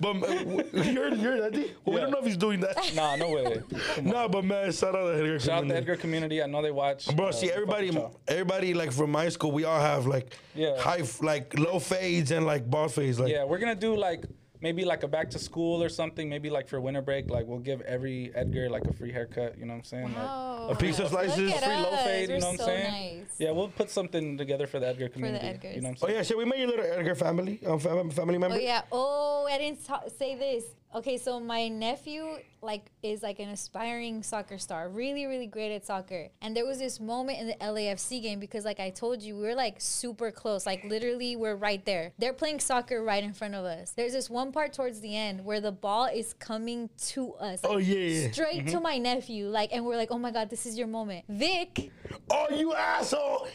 but uh, you're you're I think, well, we
Yeah.
don't know if he's doing that.
nah, no way. Come on.
nah, but man, shout out to Edgar.
Shout out to
community.
Edgar community. I know they watch.
Bro,
uh,
see
the
everybody,
fucking show.
everybody like from my school, we all have like
Yeah.
high, f- like low fades and like bald fades. Like,
Yeah, we're gonna do like maybe like a back to school or something. Maybe like for winter break, like we'll give every Edgar like a free haircut. You know what I'm saying?
Wow.
Like, a free,
Pizza
a
slices,
free
Look at
low
Oh. us,
fade.
we're
You know what
so
I'm saying?
nice.
Yeah, we'll put something together for the Edgar community.
Edgars.
you know what I'm
Oh
saying?
yeah, should we make you a little Edgar family, um, fam- family member?
Oh yeah. Oh, I didn't ta- say this. Okay, so my nephew like is like an aspiring soccer star, really, really great at soccer. And there was this moment in the LAFC game because, like I told you, we were like super close. Like literally, we're right there. They're playing soccer right in front of us. There's this one part towards the end where the ball is coming to us.
Oh, yeah, yeah.
Straight to my nephew. Like, and we're like, oh my god, this is your moment, Vic.
Oh, you asshole!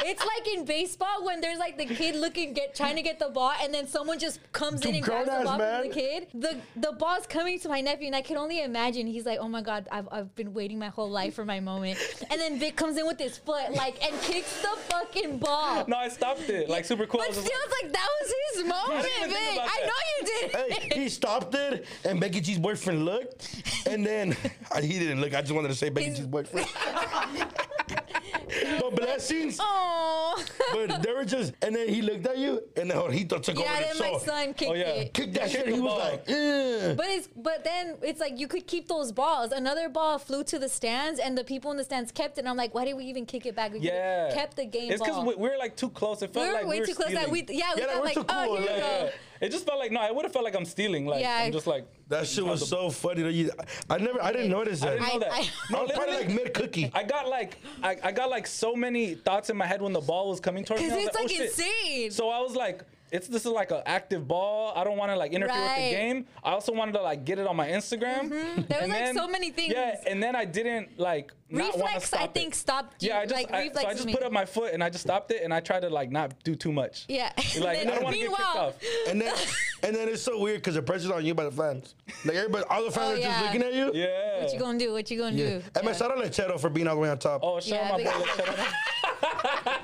It's like in baseball when there's like the kid looking get trying to get the ball and then someone just comes
Dude,
in and grabs
grown-ass
the ball
man.
from the kid. The the ball's coming to my nephew and I can only imagine he's like, Oh my god, I've, I've been waiting my whole life for my moment. And then Vic comes in with his foot like and kicks the fucking ball.
No, I stopped it. Like super cool. I
But
was
still
just like-
it's like that was his
I
moment,
didn't even
Vic.
think about
I
that.
know you did.
Hey, he stopped it, and Becky G's boyfriend looked, and then I, he didn't look. I just wanted to say Becky
His-
G's boyfriend. but blessings.
Oh
But they were just, and then he looked at you, and then Jorgito took
Yeah,
over.
then my
So
son kicked
Oh, yeah.
it.
kicked that
Kick
shit.
the
He was
ball.
like, "Eh."
But it's but then it's like you could keep those balls. Another ball flew to the stands, and the people in the stands kept it. And I'm like, why did we even kick it back? We could've
yeah,
kept the game
It's
ball.
because we, we were like too close. It
We
felt
were
like
way
we were
too close. That we
stealing.
yeah, we
Yeah, that
thought
we're
like,
too
oh,
cool,
here
yeah,
you
yeah.
go.
It just felt like no. I would have felt like I'm stealing. Like
Yeah.
I'm just like
that shit was so funny. That you, I never, I didn't notice
I
that.
didn't know
I-
that.
I-
no,
I was probably
literally-
like mid cookie.
I got like I, I got like so many thoughts in my head when the ball was coming towards me. I
Because
was
it's
like,
like,
"Oh, shit."
insane.
So I was like, it's this is like an active ball. I don't want to like interfere with
Right. Mm-hmm.
the game. I also wanted to like get it on my Instagram.
There
And
was, like, so many things.
Yeah, and then I didn't like not wanna
reflex, I
stop
think,
It.
stopped you.
Yeah, I just
like
I,
reflex
so I
is
just
me.
put up my foot and I just stopped it and I tried to like not do too much.
Yeah.
Like I
Then
don't want to get kicked
meanwhile-
off.
And then, and then it's so weird because the pressure's on you by the fans. Like everybody, all the fans
Oh,
are just
yeah.
looking at you.
Yeah.
What you gonna do? What you gonna
Yeah.
do?
And man,
Yeah.
shout out Lechero for being all the way on top.
Oh, shout out my boy
Yeah, big-
Lechero.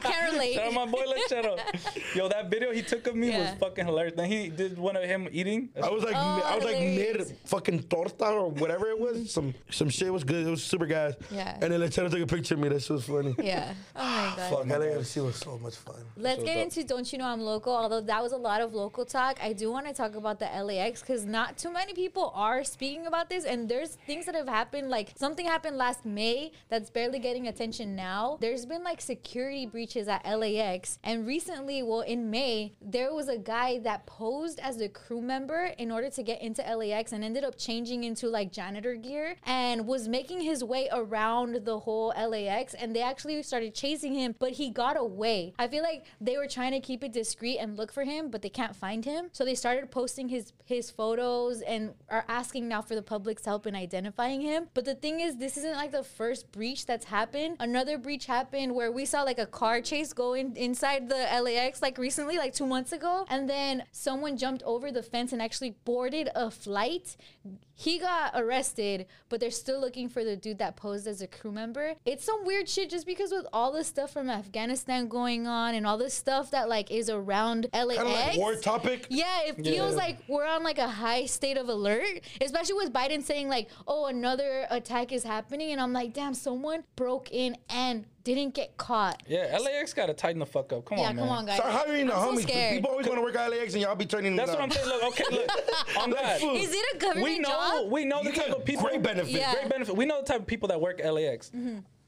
Can't relate.
Shout out my boy Lechero. Yo, that video he took of me was
Yeah.
fucking hilarious. Then he did one of him eating.
I was like,
Oh,
I was like
hilarious.
mid fucking torta or whatever it was. Some some shit was good. It was super guys.
Yeah.
And then Lechero took a picture of me. That shit was funny.
Yeah. Oh my god.
Fuck, LAFC was so much fun.
Let's get
dope.
into Don't You Know I'm Local. Although that was a lot of local talk, I do want to talk about the LAX because not too many people are speaking about this. And there's things that have happened, like something happened last May that's barely getting attention now. There's been like security breaches at LAX. And recently, well, in May, there was a guy that posed as a crew member in order to get into LAX and ended up changing into like janitor gear and was making his way around the whole LAX. And they actually started chasing him, but he got away. I feel like they were trying to keep it discreet and look for him, but they can't find him. So they started posting his his photos and are asking now for the public's help in identifying him. But the thing is, this isn't like the first breach that's happened. Another breach happened where we saw like a car chase go in, inside the LAX like recently, like two months ago, and then someone jumped over the fence and actually boarded a flight. He got arrested, but they're still looking for the dude that posed as a crew member. It's some weird shit just because with all the stuff from Afghanistan going on and all this stuff that like is around LAX.
Kind of like war topic.
Yeah, it feels
Yeah.
like we're on like a high state of alert, especially with Biden saying like, "Oh, another attack is happening," and I'm like, "Damn, someone broke in and didn't get caught.
Yeah, LAX gotta tighten the fuck up. Come
Yeah,
on, man.
come on, guys.
Start hiring the
I'm so
homies.
scared.
People always want to work at LAX and y'all be turning
That's
them
what I'm
down.
saying. Look, okay, look. On
Like,
God.
fool.
Is it a government
we know
job?
we know the
You
type
get
of people
great benefits.
Yeah. Mm-hmm.
Great benefit. We know the type of people that work at LAX.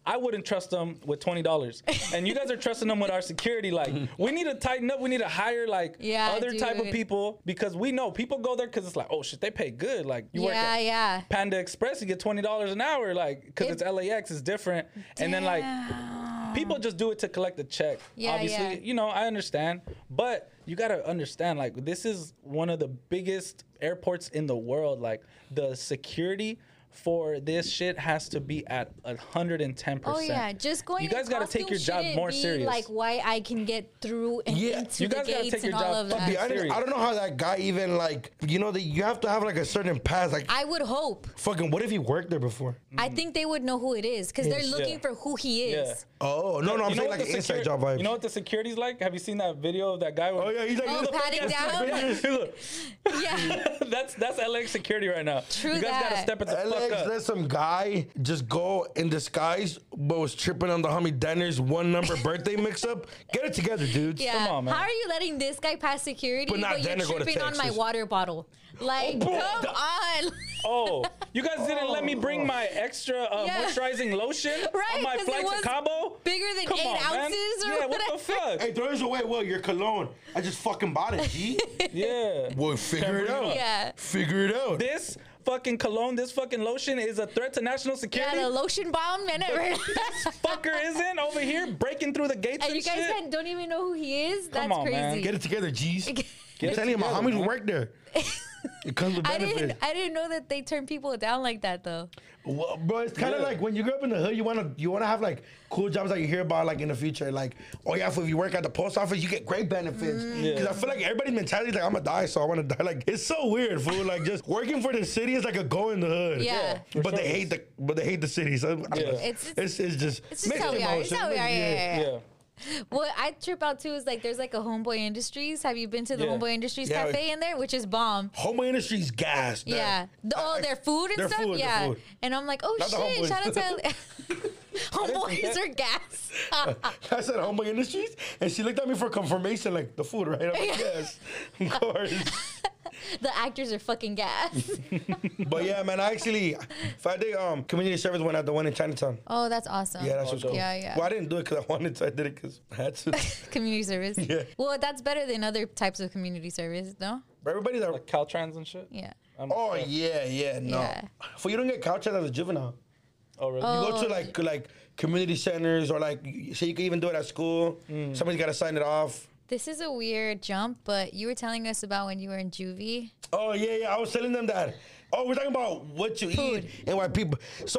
I wouldn't trust them with twenty dollars, and you guys are trusting them with our security. Like, we need to tighten up. We need to hire like
Yeah,
other type of
dude.
people because we know people go there because it's like, oh shit, they pay good. Like, you work
yeah,
at
yeah.
Panda Express, you get twenty dollars an hour. Like, because
It-
it's LAX, it's different. And then like, people just do it to collect a check.
Yeah,
obviously,
yeah.
you know, I understand, but you gotta understand, like, this is one of the biggest airports in the world. Like, the security for this shit has to be at hundred and ten percent.
Oh yeah, just going.
You guys
in
gotta take your
costume
job
shouldn't
more
be,
serious.
Like why I can get through and
Yeah,
into
you guys
the
gotta
gates
take your
and all
job
of
fucking
that.
Be honest,
serious.
I don't know how that guy even like you know that you have to have like a certain pass like
I would hope.
fucking what if he worked there before?
I think they would know who it is because they're
Mm. Yeah.
looking for who he is.
Yeah.
Oh no no I'm
You know
saying
what
like
the
an inside
securi-
job vibes.
You know what the security's like? Have you seen that video of that guy? with-
oh yeah he's like
Oh,
he's like-
patting down. Yeah.
that's that's LAX security right now.
True
you guys gotta
that.
step it the fuck
LAX
up.
let some guy just go in disguise but was tripping on the homie Denner's one number birthday mix up. Get it together, dudes.
Yeah.
on, man.
How are you letting this guy pass security but,
But not
you're
Dana go to
tripping on my
Texas.
water bottle? Like,
bro.
come on.
Oh, you guys didn't let me bring my
Oh.
extra uh,
Yeah.
moisturizing lotion
Right,
on my
'cause it
flight
was
to Cabo.
bigger than eight ounces or
yeah, what the
whatever.
fuck?
Hey, throw this away. Well, your cologne. I just fucking bought it, G.
Yeah.
well, figure
bring
it
it
out.
up.
Yeah.
Figure it out.
This fucking cologne, this fucking lotion is a threat to national
Yeah,
security.
the lotion bomb and everything.
Fucker isn't over here breaking through the gates and,
and you guys
shit.
had- don't even know who he is? That's
on, man.
crazy.
Get it together, G's.
Get
I'm
it
telling you, my
together,
homies
man.
work there. It comes with
I
benefits.
didn't I didn't know that they turn people down like that though.
Well, bro, it's kind of
Yeah.
like when you grow up in the hood, you wanna you wanna have like cool jobs that you hear about like in the future. Like, oh yeah, if you work at the post office, you get great benefits.
Mm.
Because
Yeah.
I feel like everybody's mentality is like I'm gonna die, so I wanna die. Like it's so weird, fool. Like just working for the city is like a go in the hood.
Yeah. Yeah,
for
But they
sure.
hate the but they hate the city. So I don't know.
Yeah.
it's,
It's-
it's just
It's just how we are. It's how we are. yeah, yeah, yeah.
Yeah.
What I trip out too is like there's like a Homeboy Industries. Have you been to the
Yeah.
Homeboy Industries
Yeah,
cafe in there, which is bomb?
Home industry's gas. dog.
Yeah. The, all
I-
their food and
their
stuff.
food, their
yeah.
food.
And I'm like, oh
Not the
shit!
Homeboys.
Shout out to
that.
Homeboys or gas.
I said homeboy industries, and she looked at me for confirmation, like the food, right? I'm like, yes, of course.
the actors are fucking gas.
But yeah, man, I actually, if I did um community service one at the one in Chinatown.
oh, that's awesome.
Yeah, that's
Oh,
what's cool.
Yeah, yeah.
Well, I didn't do it because I wanted to. I did it because I had to.
community service.
Yeah.
Well, that's better than other types of community service, no?
But everybody that.
Like Caltrans and shit.
Yeah.
I'm-
oh yeah, yeah, no.
Yeah.
For you don't get couch as a juvenile.
oh, really?
You
Oh.
go to like like community centers or like so you can even do it at school. Somebody's got to sign it off.
This is a weird jump, but you were telling us about when you were in juvie.
Oh yeah, yeah. I was telling them that. Oh, we're talking about what you
Food.
eat and why people. So,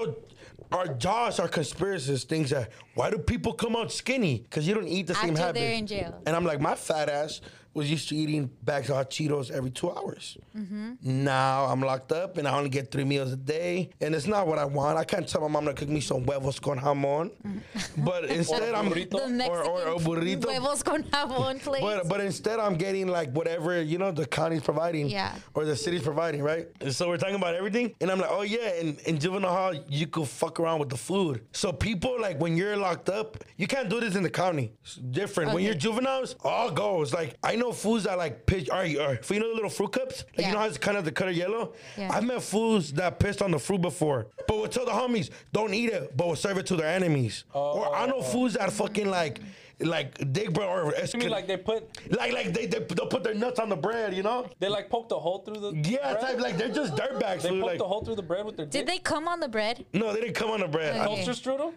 our Josh, our conspiracist thinks that why do people come out skinny? Because you don't eat the same
After
habits.
they're in jail.
And I'm like, my fat ass was used to eating bags of hot Cheetos every two hours.
Mm-hmm.
Now I'm locked up and I only get three meals a day, and it's not what I want. I can't tell my mom to cook me some huevos con jamon, but instead I'm
burrito.
Mm-hmm. The Mexican
or or a burrito.
huevos con jamon place.
But but instead, I'm getting like whatever you know the county's providing,
Yeah.
or the city's providing, right? And so we're talking about everything, and I'm like, oh yeah, in, in juvenile hall, you could fuck around with the food. So people like when you're locked up, you can't do this in the county. It's different. When
Okay.
you're juveniles, all goes. Like I know foods that like pitch. All right, all right. For you know the little fruit cups, like you
Yeah.
know how it's kind of the color yellow.
Yeah.
I've met fools that pissed on the fruit before, but would tell the homies don't eat it, but would serve it to their enemies. Or I know fools that fucking like. Like dick bro or
You mean like they put
like, like they, they they'll put their nuts on the bread, you know?
they like poked a hole through the
Yeah,
bread?
type like they're just dirtbags.
they
fool,
poked
like,
a hole through the bread with their
Did
dick?
they come on the bread?
no, they didn't come on the bread. I
Okay.
Toaster strudel?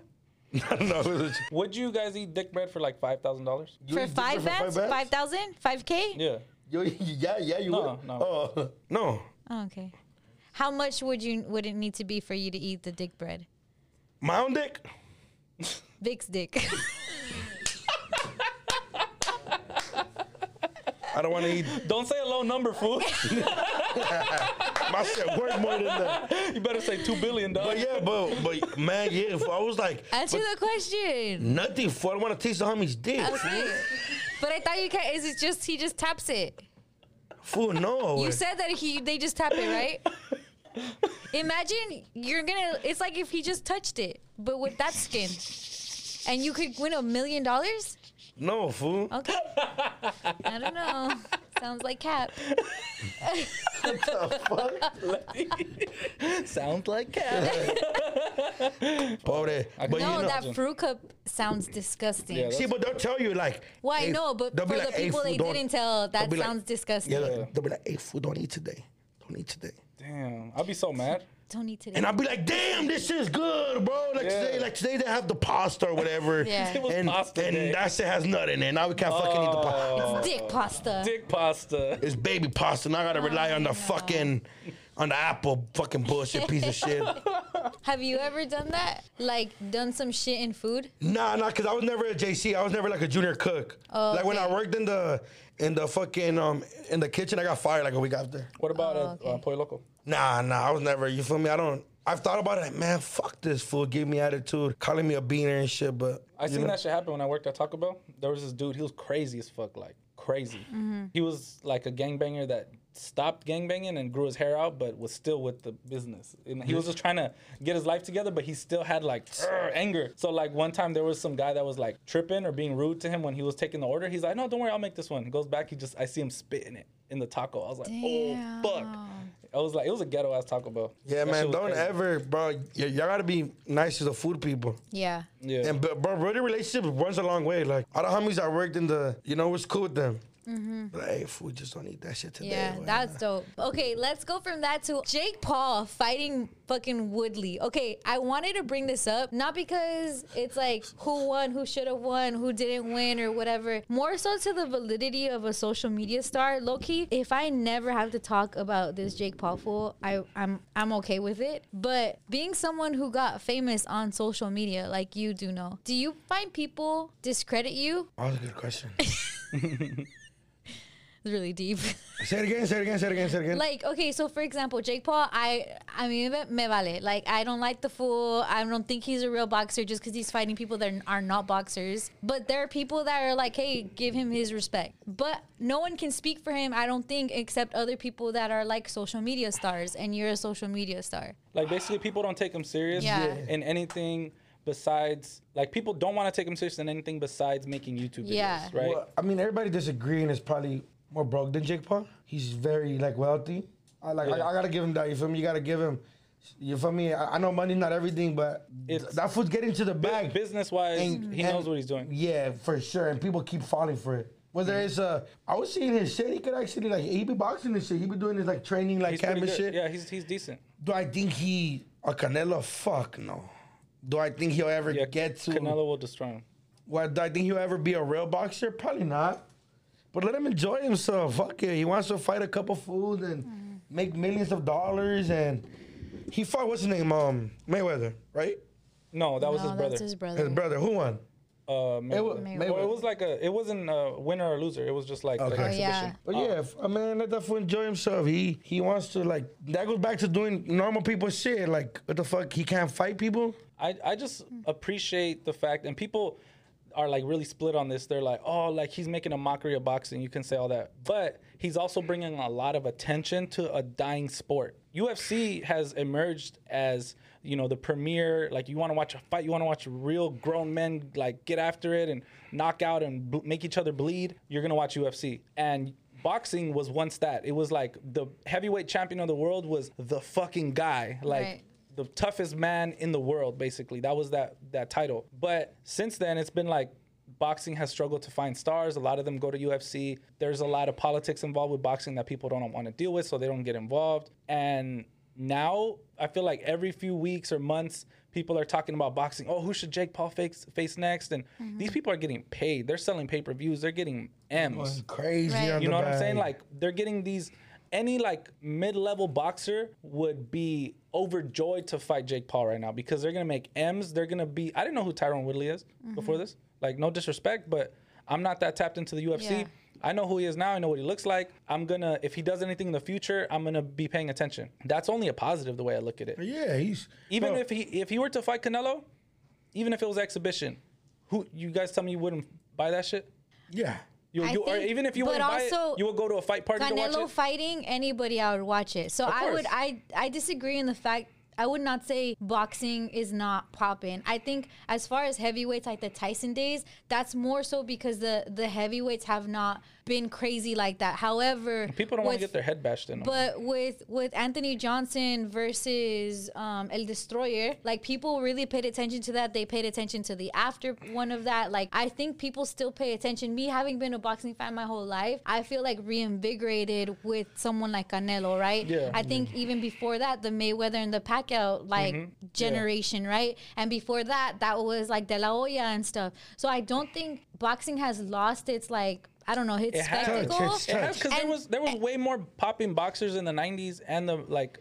don't know. It was-
Would you guys eat dick bread for like five thousand dollars?
You
For
eat
five
different
bats? Five thousand? Five K?
Yeah.
You- yeah, yeah, you
No,
would.
no.
Oh, no.
Oh, okay. How much would you would it need to be for you to eat the dick bread?
My own dick?
Vic's dick.
I don't want to eat.
Don't say a low number, fool.
My shit worth more than that.
you better say two billion dollars.
But yeah, but but man, yeah. If I was like
Answer
but
the question.
nothing for, I want to taste the homies dick.
Okay. but I thought you can. Is it just he just taps it?
Fool, no.
You said that he they just tap it, right? Imagine you're gonna. It's like if he just touched it, but with that skin, and you could win a million dollars?
No, fool.
Okay. I don't know. Sounds like cap.
Sounds like cat.
Pobre. But you
No,
know,
that fruit cup sounds disgusting.
Yeah,
see, but they'll tell you like.
well, I
hey,
know, but
they'll
for
be
the
like, "Hey,
people
fool,
they
don't-"
didn't tell, that
be like-
sounds disgusting.
Yeah, they'll- they'll be like, "Hey, fool, don't eat today. Don't eat today."
Damn, I'd be so mad.
Don't eat today.
And I'll be like, damn, this shit's good, bro. Like
Yeah.
today, like today they have the pasta or whatever.
Yeah. It
was
and,
pasta
and
day.
that shit has nut in it. Now we can't fucking eat the
Oh.
pasta.
Dick pasta.
Dick pasta.
It's baby pasta. Now I gotta rely
Oh,
on the fucking on the apple fucking bullshit piece of shit.
Have you ever done that? Like done some shit in food?
Nah, nah, cause I was never a JC. I was never like a junior cook.
Oh,
like when I
okay.
worked in the in the fucking um in the kitchen, I got fired like a week after.
What about
Oh,
uh
okay.
uh, Pollo Loco?
Nah, nah, I was never. You feel me? I don't. I've thought about it. Like, man, fuck this fool. Give me attitude, calling me a beaner and shit. But
I
you
seen
know.
that shit happen when I worked at Taco Bell. There was this dude. He was crazy as fuck, like crazy. He was like a gangbanger that stopped gangbanging and grew his hair out, but was still with the business. And he was just trying to get his life together, but he still had like "Arr," anger. So like one time there was some guy that was like tripping or being rude to him when he was taking the order. He's like, "No, don't worry, I'll make this one." Goes back. He just I see him spitting it in the taco. I was like, "Oh fuck."
Damn.
I was like, it was a ghetto ass Taco Bell. That
Yeah,
shit
man,
was
don't
crazy.
ever, bro. Y- y'all gotta be nice to the food people.
Yeah.
Yeah.
And but, bro, really relationship runs a long way. Like all the homies I worked in the, you know, it's cool with them. Like, hey, food, just don't eat that shit today.
Mm-hmm. Yeah,
boy."
that's dope. Okay, let's go from that to Jake Paul fighting fucking Woodley. Okay, I wanted to bring this up, not because it's like who won, who should have won, who didn't win, or whatever. More so to the validity of a social media star. Low key, if I never have to talk about this Jake Paul fool, I, I'm I'm okay with it. But being someone who got famous on social media, like you do know, do you find people discredit you?
That was a good question.
It's really deep.
say it again. Say it again. Say it again. Say it again.
like okay so for example jake paul i i mean me- me vale like i don't like the fool i don't think he's a real boxer just because he's fighting people that are not boxers but there are people that are like hey give him his respect but no one can speak for him i don't think except other people that are like social media stars and you're a social media star
Like basically, people don't take him serious
Yeah. Yeah.
in anything besides like people don't want to take him serious in anything besides making YouTube videos,
Yeah.
right?
Well, I mean, everybody disagreeing is probably more broke than Jake Paul. He's very like wealthy. I like.
Yeah.
I, I gotta give him that. You feel me? You gotta give him. You feel me? I, I know money's not everything, but th-
It's-
that food's getting to the bag.
Business wise,
And-
he
and-
knows what he's doing. Mm-hmm.
Yeah, for sure. And people keep falling for it. Whether it's uh, I was seeing his shit. He could actually like he be boxing and shit. He be doing his like training like
He's pretty
camp and
good.
shit.
Yeah, he's he's decent.
Do I think he a Canelo? Fuck no. Do I think he'll ever
Yeah,
get to?
Canelo will destroy him.
Well, do I think he'll ever be a real boxer? Probably not. But let him enjoy himself. Fuck it. He wants to fight a couple fools and
Mm-hmm.
make millions of dollars. And he fought what's his name? Um, Mayweather, right?
No, that was
No,
his brother.
that's his brother
Mm-hmm.
His brother. Who won?
Uh, Mayweather.
It was,
Mayweather.
Well, it was like a. It wasn't a winner or loser. It was just like
Okay.
an
Oh,
exhibition.
yeah.
But yeah, f- uh, man, let that fool enjoy himself. He he wants to like that goes back to doing normal people shit. Like what the fuck? He can't fight people.
I, I just appreciate the fact and people are like really split on this they're like oh like he's making a mockery of boxing you can say all that but he's also bringing a lot of attention to a dying sport ufc has emerged as you know the premier like you want to watch a fight you want to watch real grown men like get after it and knock out and bl- make each other bleed you're gonna watch ufc and boxing was once that it was like the heavyweight champion of the world was the fucking guy like
Right.
the toughest man in the world basically that was that that title but since then it's been like boxing has struggled to find stars a lot of them go to UFC there's a lot of politics involved with boxing that people don't want to deal with so they don't get involved and now I feel like every few weeks or months people are talking about boxing oh who should Jake Paul face, face next and these people are getting paid they're selling pay-per-views they're getting M's
Crazy.
Right.
on
you
the
know what I'm
bag.
saying? Like they're getting these. Any like mid-level boxer would be overjoyed to fight Jake Paul right now because they're gonna make M's. They're gonna be. I didn't know who Tyrone Woodley is before this. Like no disrespect, but I'm not that tapped into the UFC.
Yeah.
I know who he is now. I know what he looks like. I'm gonna if he does anything in the future, I'm gonna be paying attention. That's only a positive the way I look at it.
yeah, he's
Even
bro,
if he if he were to fight Canelo, even if it was exhibition, who you guys tell me you wouldn't buy that shit?
yeah.
You,
I
you or
think-
even if you
but
wouldn't buy
also,
it, you would go to a fight party to watch
Canelo
it.
fighting anybody, I would watch it. So I would
course.
I I disagree in the fact I would not say boxing is not popping. I think as far as heavyweights, like the Tyson days, that's more so because the the heavyweights have not been crazy like that. However,
People don't want
with-
to get their head bashed in. 'em.
but with with Anthony Johnson versus um, El Destroyer, like people really paid attention to that. They paid attention to the after one of that. Like I think people still pay attention. Me having been a boxing fan my whole life, I feel like reinvigorated with someone like Canelo, right?
Yeah. Mm-hmm.
I think even before that, the Mayweather and the Pacquiao like generation, right? And before that, that was like De La Hoya and stuff. So I don't think boxing has lost its like. I don't know. Its
It has.
spectacle.
It's-
It has because there
And-
was there was way more popping boxers in the '90s and the like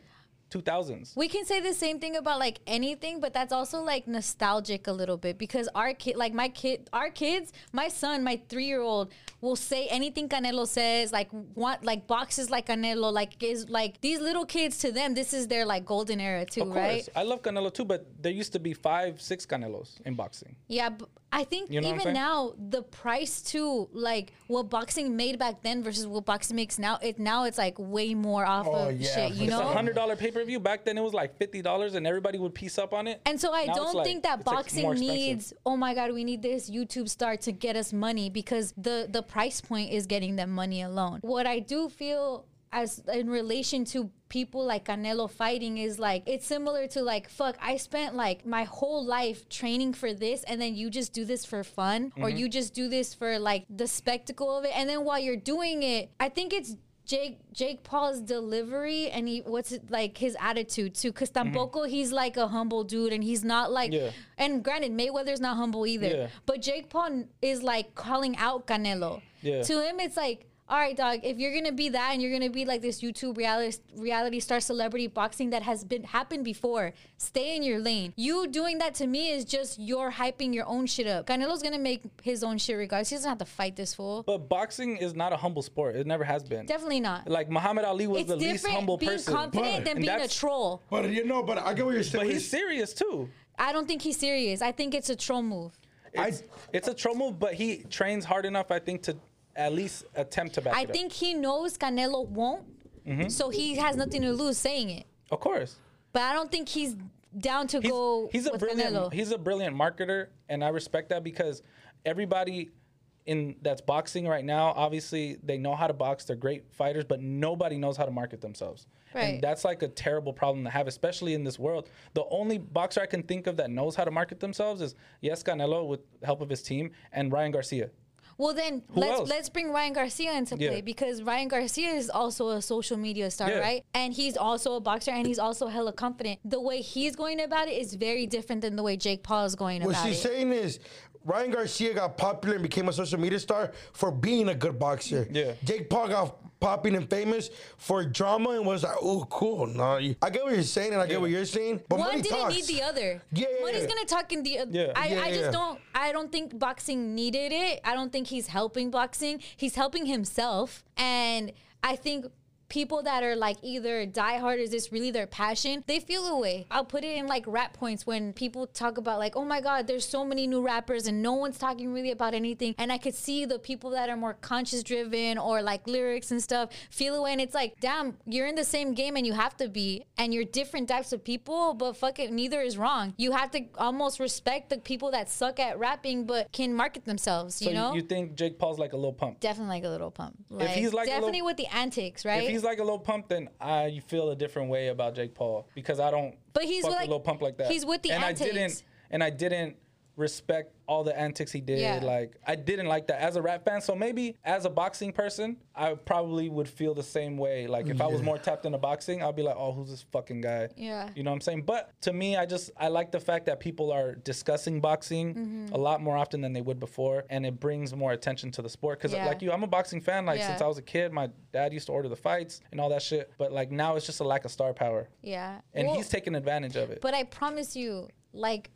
2000s.
we can say the same thing about like anything, but that's also like nostalgic a little bit because our kid, like my kid, our kids, my son, my three year old will say anything Canelo says, like want like boxes like Canelo, like is like these little kids to them, this is their like golden era too,
Of course,
right?
I love Canelo too, but there used to be five, six Canelos in boxing.
Yeah, but I think
You know what I'm
even
saying?
now the price too, like what boxing made back then versus what boxing makes now, it now it's like way more off
Oh,
of
yeah,
shit, you
it's
know?
It's a hundred dollar pay per view. Back then, it was like fifty dollars, and everybody would piece up on it.
And so I
Now it's
don't
like-
think that
it's, like,
boxing
more expensive.
needs. Oh my God, we need this YouTube star to get us money because the the price point is getting them money alone. What I do feel as in relation to people like Canelo fighting is like it's similar to like fuck I spent like my whole life training for this and then you just do this for fun or you just do this for like the spectacle of it and then while you're doing it I think it's Jake Jake Paul's delivery and he what's it like his attitude too because tampoco he's like a humble dude and he's not like
Yeah.
and granted Mayweather's not humble either
Yeah.
but Jake Paul is like calling out Canelo
Yeah.
to him it's like all right dog if you're gonna be that and you're gonna be like this YouTube reality reality star celebrity boxing that has been happened before stay in your lane you doing that to me is just you're hyping your own shit up Canelo's gonna make his own shit regardless he doesn't have to fight this fool
But boxing is not a humble sport. It never has been.
definitely not
Like Muhammad Ali was
it's
the least humble
different being
person.
confident
Right.
than
And
being a
that's-
troll.
But you know, but I get what you're saying.
But he's serious too.
I don't think he's serious. I think it's a troll move.
I-
It's, it's a troll move, but he trains hard enough, I think, to at least attempt to back
I
it up.
think he knows Canelo won't,
Mm-hmm.
so he has nothing to lose saying it.
Of course.
But I don't think he's down to
He's,
go
he's a
with
brilliant
Canelo.
he's a brilliant marketer and I respect that because everybody in that's boxing right now, obviously they know how to box, they're great fighters, but nobody knows how to market themselves.
Right.
And that's like a terrible problem to have, especially in this world. The only boxer I can think of that knows how to market themselves is yes Canelo with the help of his team and Ryan Garcia.
well, then
Who
let's
else?
let's bring Ryan Garcia into
Yeah.
play because Ryan Garcia is also a social media star,
Yeah.
right? And he's also a boxer, and he's also hella confident. The way he's going about it is very different than the way Jake Paul is going
What
about
she's
it.
saying is Ryan Garcia got popular and became a social media star for being a good boxer.
Yeah.
Jake Paul got popping and famous for drama and was like, oh, cool. No, you- I get what you're saying and I get what you're saying. But
One
money
didn't
talks.
need the other.
Yeah, yeah,
One is
yeah.
gonna talk in the other.
Yeah.
I,
Yeah,
I just
yeah.
don't. I don't think boxing needed it. I don't think he's helping boxing. He's helping himself, and I think. People that are like either diehard, is this really their passion? They feel away. I'll put it in like rap points when people talk about like, oh my god, there's so many new rappers and no one's talking really about anything. And I could see the people that are more conscious driven or like lyrics and stuff feel away. And it's like, damn, you're in the same game and you have to be, and you're different types of people, but fuck it, neither is wrong. You have to almost respect the people that suck at rapping but can market themselves, you
So you,
know?
you think Jake Paul's like a little pump.
definitely like a little pump. Like,
he's like a Lil-
definitely with the antics, right?
If he's like a little pump, then I feel a different way about Jake Paul because I don't.
But he's
fuck with
like-
Lil pump like that.
he's with the
and I
antics.
didn't and I didn't respect all the antics he did.
Yeah.
Like I didn't like that as a rap fan. So maybe as a boxing person, I probably would feel the same way. Like if I was more tapped into boxing, I'd be like, oh, who's this fucking guy?
Yeah.
You know what I'm saying? But to me, I just I like the fact that people are discussing boxing
Mm-hmm.
a lot more often than they would before, and it brings more attention to the sport. Because
Yeah.
like you, I'm a boxing fan. Like
Yeah.
since I was a kid, my dad used to order the fights and all that shit. But like now, it's just a lack of star power,
yeah.
and
Well-
he's taking advantage of it.
But I promise you, like,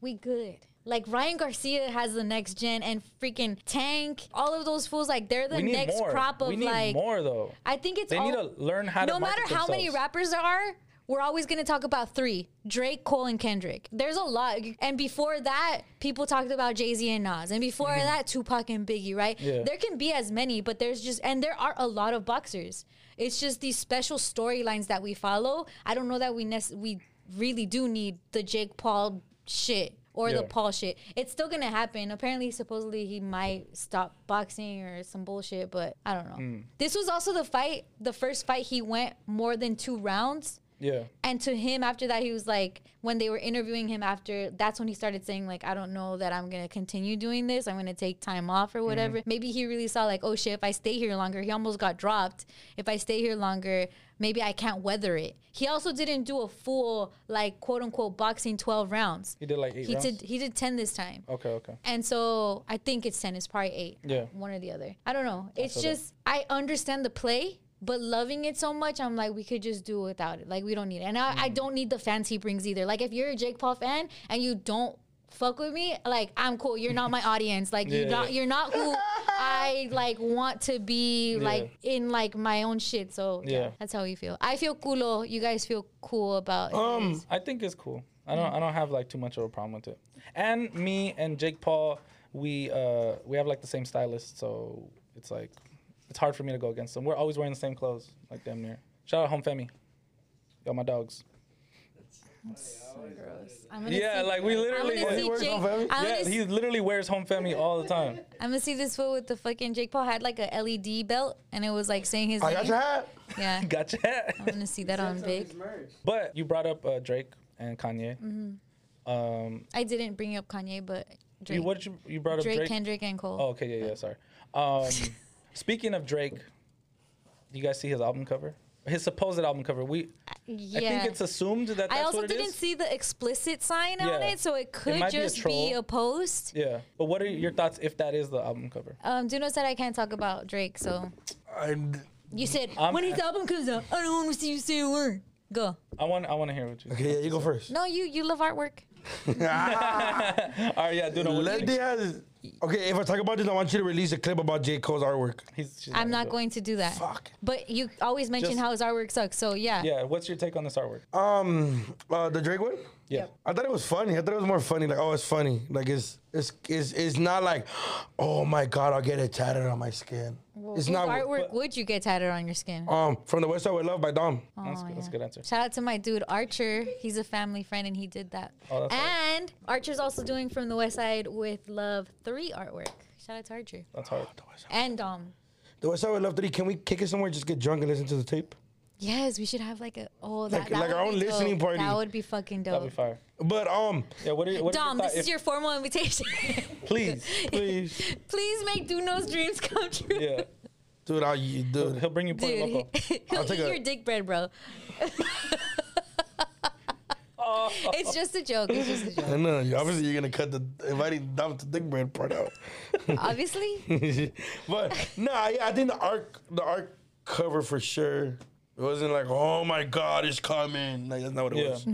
we good. Like Ryan Garcia has the next gen and freaking Tank, all of those fools. Like they're the
we need
next
more.
crop of
we need
like.
more though.
I think it's
They
all,
need to learn how to
No matter
market
how many
themselves.
rappers there are, we're always gonna talk about three: Drake, Cole, and Kendrick. There's a lot. And before that, people talked about Jay Z and Nas, and before that, Tupac and Biggie. Right?
Mm-hmm. Yeah.
There can be as many, but there's just and there are a lot of boxers. It's just these special storylines that we follow. I don't know that we nec- we really do need the Jake Paul shit or the
Yeah.
Paul shit. It's still gonna happen. Apparently, supposedly he might stop boxing or some bullshit, but I don't know. This was also the fight, the first fight he went more than two rounds.
Yeah.
And to him, after that, he was like, when they were interviewing him after, that's when he started saying, like, I don't know that I'm going to continue doing this. I'm going to take time off or whatever. Maybe he really saw, like, oh shit, if I stay here longer, he almost got dropped. If I stay here longer, maybe I can't weather it. He also didn't do a full, like, quote unquote, boxing 12 rounds.
He did like eight
He
rounds.
did, he did 10 this time.
Okay, okay.
And so I think it's 10, it's probably 8.
Yeah.
One or the other. I don't know. It's
feel that.
just, I understand the play, but loving it so much, I'm like, we could just do without it. Like, we don't need it. And I, I
Mm.
don't need the fans he brings either. Like, if you're a Jake Paul fan and you don't fuck with me, like, I'm cool. You're not my audience. Like, you're,
Yeah,
not,
yeah.
you're not who I, like, want to be, like, in, like, my own shit. So, yeah.
Yeah.
that's how we feel. I feel culo. You guys feel cool about
Um,
it.
I think it's cool. I don't I don't have like too much of a problem with it. And me and Jake Paul, we uh we have like the same stylist, so it's like it's hard for me to go against them. We're always wearing the same clothes, like damn near. Shout out Home Femi. Yo, my dogs.
Gross. I'm gonna
Yeah,
see-
like we
I'm
literally
gonna
He
see
works
Jake.
on family?
I'm
Yeah,
gonna
he literally wears Home Femi all the time.
I'm gonna see this fool with the fucking Jake Paul had like a LED belt and it was like saying his
I
name.
got your hat.
Yeah.
Gotcha.
I'm gonna see that on big.
but you brought up uh, Drake and Kanye. Um
I didn't bring up Kanye, but Mm-hmm. Drake,
you what you, you brought up
Drake,
Drake,
Kendrick, and Cole.
Oh, okay, yeah, yeah, sorry. Um, speaking of Drake, you guys see his album cover? His supposed album cover. We
yeah.
I think it's assumed that that's
I also
what it is.
didn't see the explicit sign on
Yeah.
it, so it could
might be a
just be
troll.
a post.
Yeah, but what are your thoughts if that is the album cover?
Um, Duno said I can't talk about Drake, so
And
you said
I'm-
when his album comes out, I don't want to see you say a word. Go.
I want I want to hear what you.
okay, yeah, you go first.
No, you you love artwork.
All right, yeah, dude. what do you
Let
think?
Diaz. Okay, if I talk about this, I want you to release a clip about J. Cole's artwork.
He's, she's gonna
I'm not
do it.
going to do that.
Fuck.
But you always mention
Just-
how his artwork sucks, so yeah.
Yeah, what's your take on this artwork?
Um, uh, the Drake one.
Yeah.
Yep.
I thought it was funny. I thought it was more funny. Like, oh, it's funny. Like, it's it's it's, it's not like, oh my god, I'll get it tatted on my skin. it's
Whose
not.
artwork would you get tatted on your skin?
Um, from the West Side with Love by Dom.
That's,
Oh,
good, that's a
yeah.
good answer.
Shout out to my dude Archer. He's a family friend and he did that.
Oh, that's hard.
and Archer's also doing From the West Side with Love 3 artwork. Shout out to Archer.
That's hard.
And um, Dom.
The West Side with Love three. Can we kick it somewhere? Just get drunk and listen to the tape.
Yes, we should have like a oh that,
Like-
that
like
would
our
be
own listening
dope. That
party.
would be fucking
That'd
dope.
be fire.
But um,
Yeah, what are your, what are
Dom,
your
this
thoughts?
is your formal invitation.
please, please.
Please make Duno's dreams come true.
Yeah,
dude, I you- dude.
he'll bring you Puerto
Dude,
Loco.
he, will
I'll
eat
take a-
your dick bread, bro.
Oh.
it's just a joke. It's just a joke.
I know. Obviously, you're gonna cut the inviting Dom to Dick Bread part out.
Obviously,
but no, I, I think the arc, the arc cover for sure. It wasn't like, oh my god, it's coming. Like that's not what it
Yeah.
was.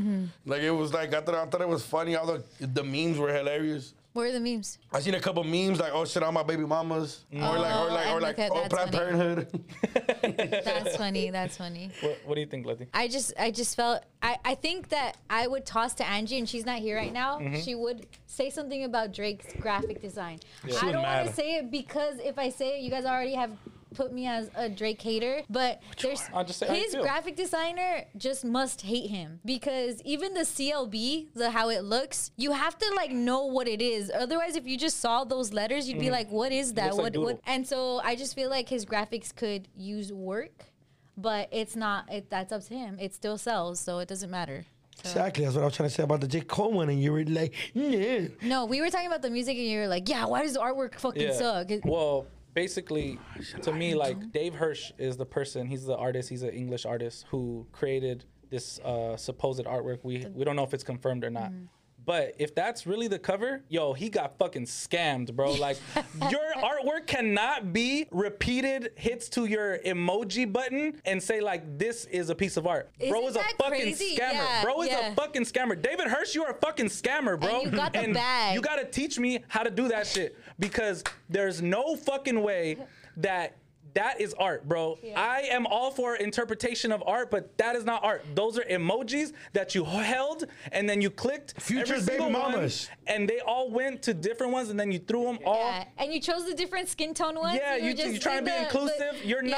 Like it was like I thought, I thought it was funny. All the the memes were hilarious.
where are the memes?
I seen a couple memes like, oh shit, all my baby mamas, or like, or
Oh,
like,
I
or
look
like,
at-
oh
that's
Planned
funny.
Parenthood.
That's funny. That's funny.
What, what do you think, Letty?
I just I just felt I, I think that I would toss to Angie and she's not here right now.
Mm-hmm.
She would say something about Drake's graphic design. I
would
don't want to
mad.
say it because if I say it, you guys already have put me as a Drake hater. But there's
I'll just say how you
his
feel.
graphic designer just must hate him because even the CLB, the how it looks, you have to like know what it is. Otherwise, if you just saw those letters, you'd be like, what is that?
Mm-hmm. looks like
What what?
doodle.
And so I just feel like his graphics could use work but it's not it that's up to him it still sells so it doesn't matter
Exactly, that's what I was trying to say about the J Cole one, and you were like, yeah.
no we were talking about the music and you were like yeah why does the artwork fucking suck It-
Well, basically, to me, like Dave Hirsch is the person. He's the artist. He's an English artist who created this uh, supposed artwork. We we don't know if it's confirmed or
Mm-hmm.
not. But if that's really the cover, yo, he got fucking scammed, bro. Like, your artwork cannot be repeated hits to your emoji button and say like this is a piece of art. bro
Isn't
is a
that
fucking
crazy?
scammer.
Yeah,
bro is
yeah.
a fucking scammer. David Hirsch, you are a fucking scammer, bro.
you got the bag.
You got gotta teach me how to do that shit because there's no fucking way that that is art, bro.
Yeah.
I am all for interpretation of art, but that is not art. Those are emojis that you held and then you clicked
Future's
every single
baby
one,
mamas.
and they all went to different ones, and then you threw them all.
yeah. and you chose the different skin tone ones
Yeah,
and were
you,
just
you trying to be
in the-
inclusive.
the-
You're
yeah.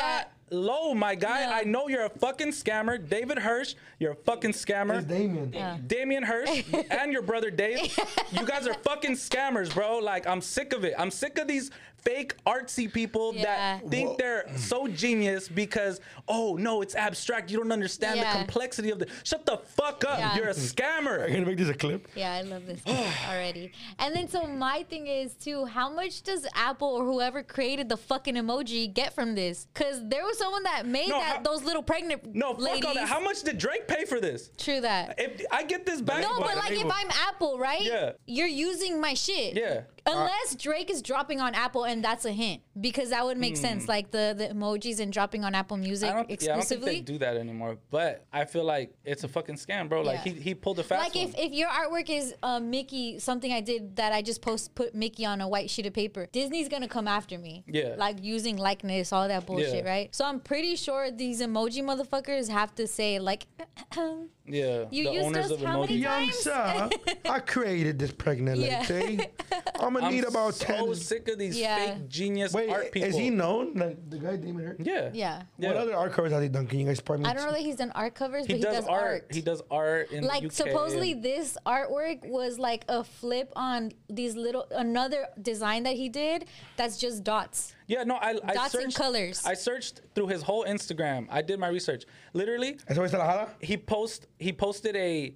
not low, my guy.
No.
I know you're a fucking scammer. David Hirsch, you're a fucking scammer.
It's Damien.
Damian Hirsch and your brother Dave, you guys are fucking scammers, bro. Like, I'm sick of it. I'm sick of these fake artsy people
Yeah.
that think
Whoa.
they're so genius because, oh, no, it's abstract. You don't understand
Yeah.
the complexity of the. Shut the fuck up.
Yeah.
You're a
Are you
scammer.
gonna make this a clip?
Yeah, I love this game already. And then, so my thing is too, how much does Apple or whoever created the fucking emoji get from this? Because there was someone that made
No,
that
how-
those little pregnant
No, fuck
ladies.
all that. How much did Drake pay for this?
True that.
If I get this back,
No, but
the
like if
label.
I'm Apple, right?
Yeah.
You're using my shit.
Yeah. Uh,
Unless Drake is dropping on Apple, and that's a hint because that would make sense, like the the emojis and dropping on Apple Music
Hmm. I don't, yeah, I don't think
exclusively.
they do that anymore. But I feel like it's a fucking scam, bro. Like
Yeah.
he, he pulled a fast
like
one.
if, if your artwork is uh, Mickey, something I did that I just post put Mickey on a white sheet of paper. Disney's gonna come after me.
Yeah.
Like using likeness, all that bullshit,
Yeah.
right? So I'm pretty sure these emoji motherfuckers have to say like,
yeah,
you
the
used
owners
us
of
how many
emoji.
times?
Young sir, I created this pregnant
Yeah.
lady. I'm gonna
I'm
need about
so
ten.
sick of these
Yeah.
fake genius art
Wait,
people.
is he known? Like, the guy Damon Hirst?
Yeah.
yeah.
Yeah.
What other art covers has he done? Can you guys probably?
I don't know that he's done art covers,
He
but
does,
he does
art.
art.
He does art in
like
the UK.
supposedly
and-
this artwork was like a flip on these little another design that he did that's just dots.
yeah, no, I, I
Dots and
searched
colours.
I searched through his whole Instagram. I did my research. Literally,
That's what Salahara.
he post he posted a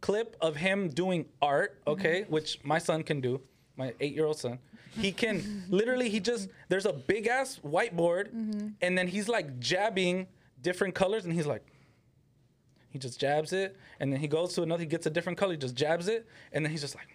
clip of him doing art, okay,
Mm-hmm.
which my son can do, my eight year old son. He can literally he just there's a big ass whiteboard,
Mm-hmm.
and then he's like jabbing different colors, and he's like. He just jabs it, and then he goes to another. He gets a different color. He just jabs it, and then he's just like,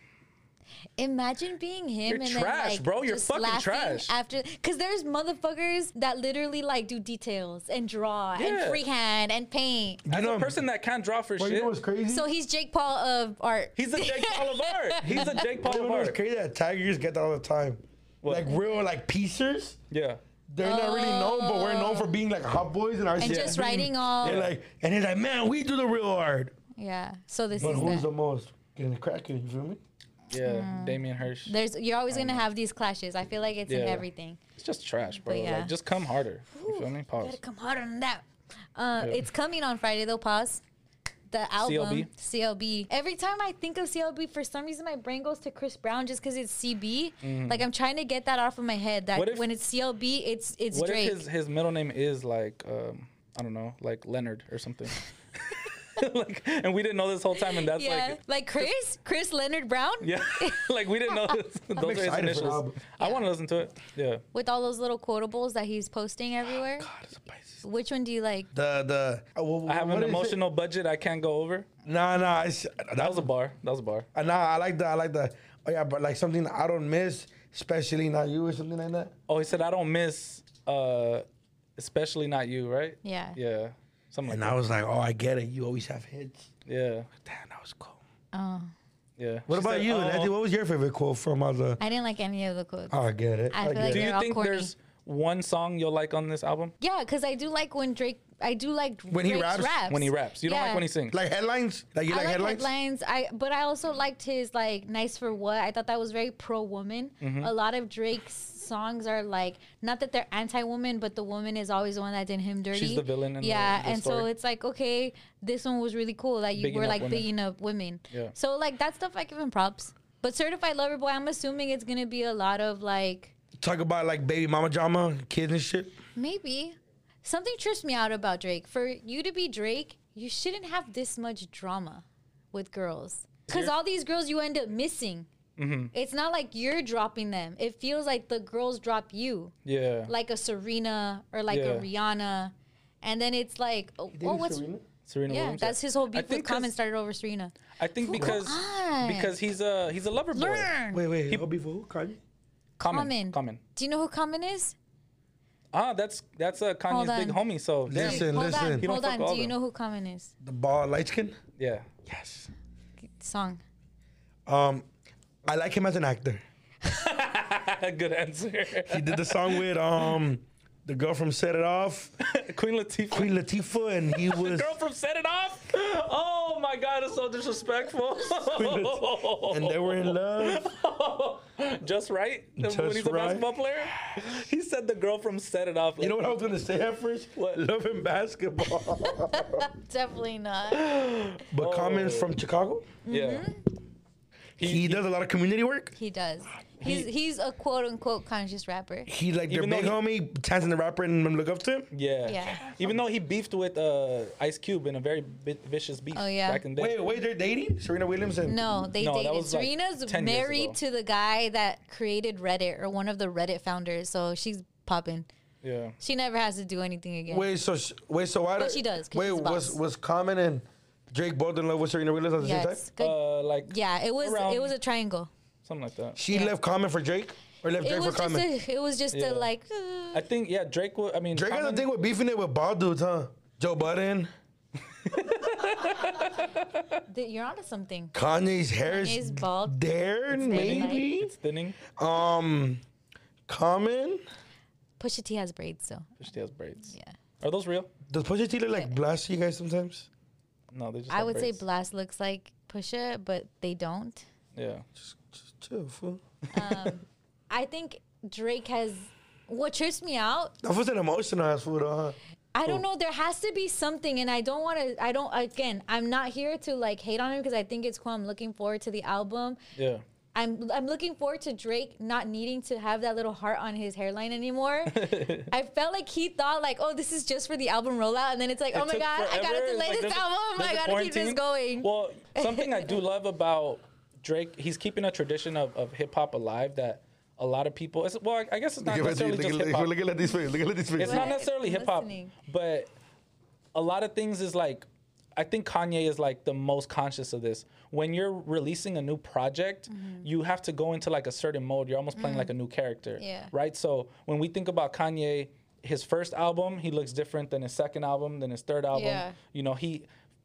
Imagine being him
You're
and
trash,
then, like,
bro. You're
just
fucking
laughing
trash.
After, because there's motherfuckers that literally like do details and draw
Yeah.
and freehand and paint.
as
know-
a person that can't draw for
Well,
shit.
you know what's crazy?
So he's Jake Paul of art.
He's a Jake Paul of art. He's a Jake Paul
you
of
know what's
art.
crazy? That tigers get that all the time.
What?
Like real like piecers.
Yeah.
They're not really known, but we're known for being like hot boys and our shit
just
being-
writing all-
They're like, and he's like, man, we do the real art.
yeah. So this
But
is
who's
that.
the most getting the cracking? You feel me?
Yeah.
Mm.
Damien Hirsch.
There's you're always gonna have these clashes. I feel like it's in
Yeah.
everything.
It's just trash, bro.
But yeah.
Like, just come harder. You feel me? Pause.
Gotta come harder than that. Uh,
Yeah.
It's coming on Friday though. Pause. The album CLB. Every time I think of CLB, for some reason my brain goes to Chris Brown just because it's CB. Like I'm trying to get that off of my head. That
Mm-hmm. What if-
when it's CLB, it's it's
What
Drake.
if his, his middle name is like um, I don't know, like Leonard or something? like, and we didn't know this whole time, and that's
yeah,
like,
like, Chris, Chris Leonard Brown,
yeah, like we didn't know this. those are his
excited for the
initials.
album.
I want to listen to it. Yeah.
with all those little quotables that he's posting everywhere.
Oh,
Which one do you like?
The the uh, wh-
I have
what
an
is it?
emotional budget I can't go over.
Nah, nah. It's,
That was a bar. That was a bar.
Uh, Nah, I like that. I like that. Oh yeah, but like something I don't miss, especially not you or something like that.
Oh, he said I don't miss, uh, especially not you, right?
Yeah.
Yeah. Something like
And I was like, oh, I get it. You always have hits.
that. Yeah.
Damn, that was cool.
Oh,
Yeah.
What
She
about
said,
you,
"Oh,
Nancy? What was your favorite quote from all the?
I didn't like any of the quotes.
Uh,
Oh, I get it.
I
I,
feel
get
like
it.
Do you
They're all
think
corny.
there's one song you'll like on this album?
Yeah, because I do like when Drake. I do like
he
Drake's
raps?
When he raps. You don't
Yeah.
like when he sings.
Like headlines? Like you
I
like,
like
headlines?
headlines. I but I also liked his like nice for what. I thought that was very pro woman.
Mm-hmm.
A lot of Drake's songs are like not that they're anti woman, but the woman is always the one that did him dirty.
the villain in the-
yeah,
the
and so
story.
it's like okay, this one was really cool that you
Bigging
were
up
like
women.
bigging up women.
Yeah.
So like that stuff, I give him props. But certified lover boy, I'm assuming it's gonna be a lot of like
Talk about like baby mama drama, kids and shit.
Maybe. Something trips me out about Drake. For you to be Drake, you shouldn't have this much drama with girls. Because
Here-
all these girls you end up missing.
Mm-hmm.
It's not like you're dropping them. It feels like the girls drop you,
Yeah.
like a Serena or like a Rihanna. And then it's like, oh, oh, what's.
Serena
Yeah,
Williams.
that's his whole
I
beef with
think 'cause-
Common started over Serena.
I think because
on.
because he's a he's a lover boy.
Learn!
Wait, wait. He, before who? Kanye?
Common.
Common.
Common.
Do you know who Common is?
Ah, that's that's uh, Kanye's big
on.
homie. So damn.
Listen,
Hold
listen.
on,
don't
hold
fuck
on.
all
Do you
them.
know who Common is?
The ball light skin.
Yeah.
Yes.
Song.
Um, I like him as an actor.
Good answer.
He did the song with um, the girl from Set It Off,
Queen Latifah.
Queen Latifah, and he
the
was.
girl from Set It Off. Oh my God, it's so disrespectful.
and they were in love.
just right
Just
when he's a
Right.
basketball player. He said the girl from Set It Off.
You know what I was gonna say at first?
What?
Loving basketball.
Definitely not.
but comments from Chicago?
Yeah.
He does a lot of community work.
He does. He's
He-
he's a quote unquote conscious rapper.
He like their
Even though
big
he-
homie, Tanzan the rapper, and them look up to him.
Yeah.
Yeah.
Even though he beefed with uh, Ice Cube in a very bi- vicious beef
Oh, yeah.
back in the day.
Wait, wait, they're dating? Serena Williams and
No, they
No, that
dated.
was, like, 10
Serena's
years ago.
married to the guy that created Reddit or one of the Reddit founders, so she's popping.
Yeah.
She never has to do anything again.
Wait, so sh- wait, so why?
But
do-
she does, 'cause
Wait,
she's a
was
boss.
was Common and Drake both in love with Serena Williams at the same time?
yes. Good.
Uh, like
yeah, it was
around-
it was a triangle.
something like that.
She left Common for Drake, or left
It
Drake for
was just
Common.
a, it was just
Yeah.
a like uh,
I think yeah, Drake. wa- I mean,
Drake has a
Common-
thing with beefing it with bald dudes, huh? Joe Budden,
th- you're onto something.
Kanye's hair's
Kanye's bald.
there,
very
maybe.
It's thinning.
Um, Common.
Pusha T has braids though.
She has braids.
Yeah.
Are those real?
Does Pusha T look like Blast to you guys sometimes?
No, they just.
I
have
would say
braids.
Blast looks like Pusha, but they don't. Um,
Yeah.
Just chill, fool.
I think Drake has. What trips me out?
That was an emotional ass fool, though, huh?
I don't know. There has to be something, and I don't want to. I don't. Again, I'm not here to like hate on him because I think it's cool. I'm looking forward to the album.
Yeah.
I'm I'm looking forward to Drake not needing to have that little heart on his hairline anymore. I felt like he thought like, oh, this is just for the album rollout, and then it's like,
It
oh my
took
god, I
forever.
gotta
It's
delay
like,
this
there's a-
album.
there's
I
a
gotta keep this
quarantine.
going.
Well, something I do love about Drake, he's keeping a tradition of, of hip hop alive that a lot of people. It's, well, I, I guess it's not
Look at,
necessarily
look, at,
just hip
look,
hop.
look at this face. Look at this face.
It's not
Right,
necessarily
I'm
hip hop,
listening.
but a lot of things is like I think Kanye is like the most conscious of this. When you're releasing a new project,
Mm-hmm.
you have to go into like a certain mode. You're almost playing like a new character.
Yeah.
Right? So when we think about Kanye, his first album, he looks different than his second album, than his third album.
Yeah.
You know, he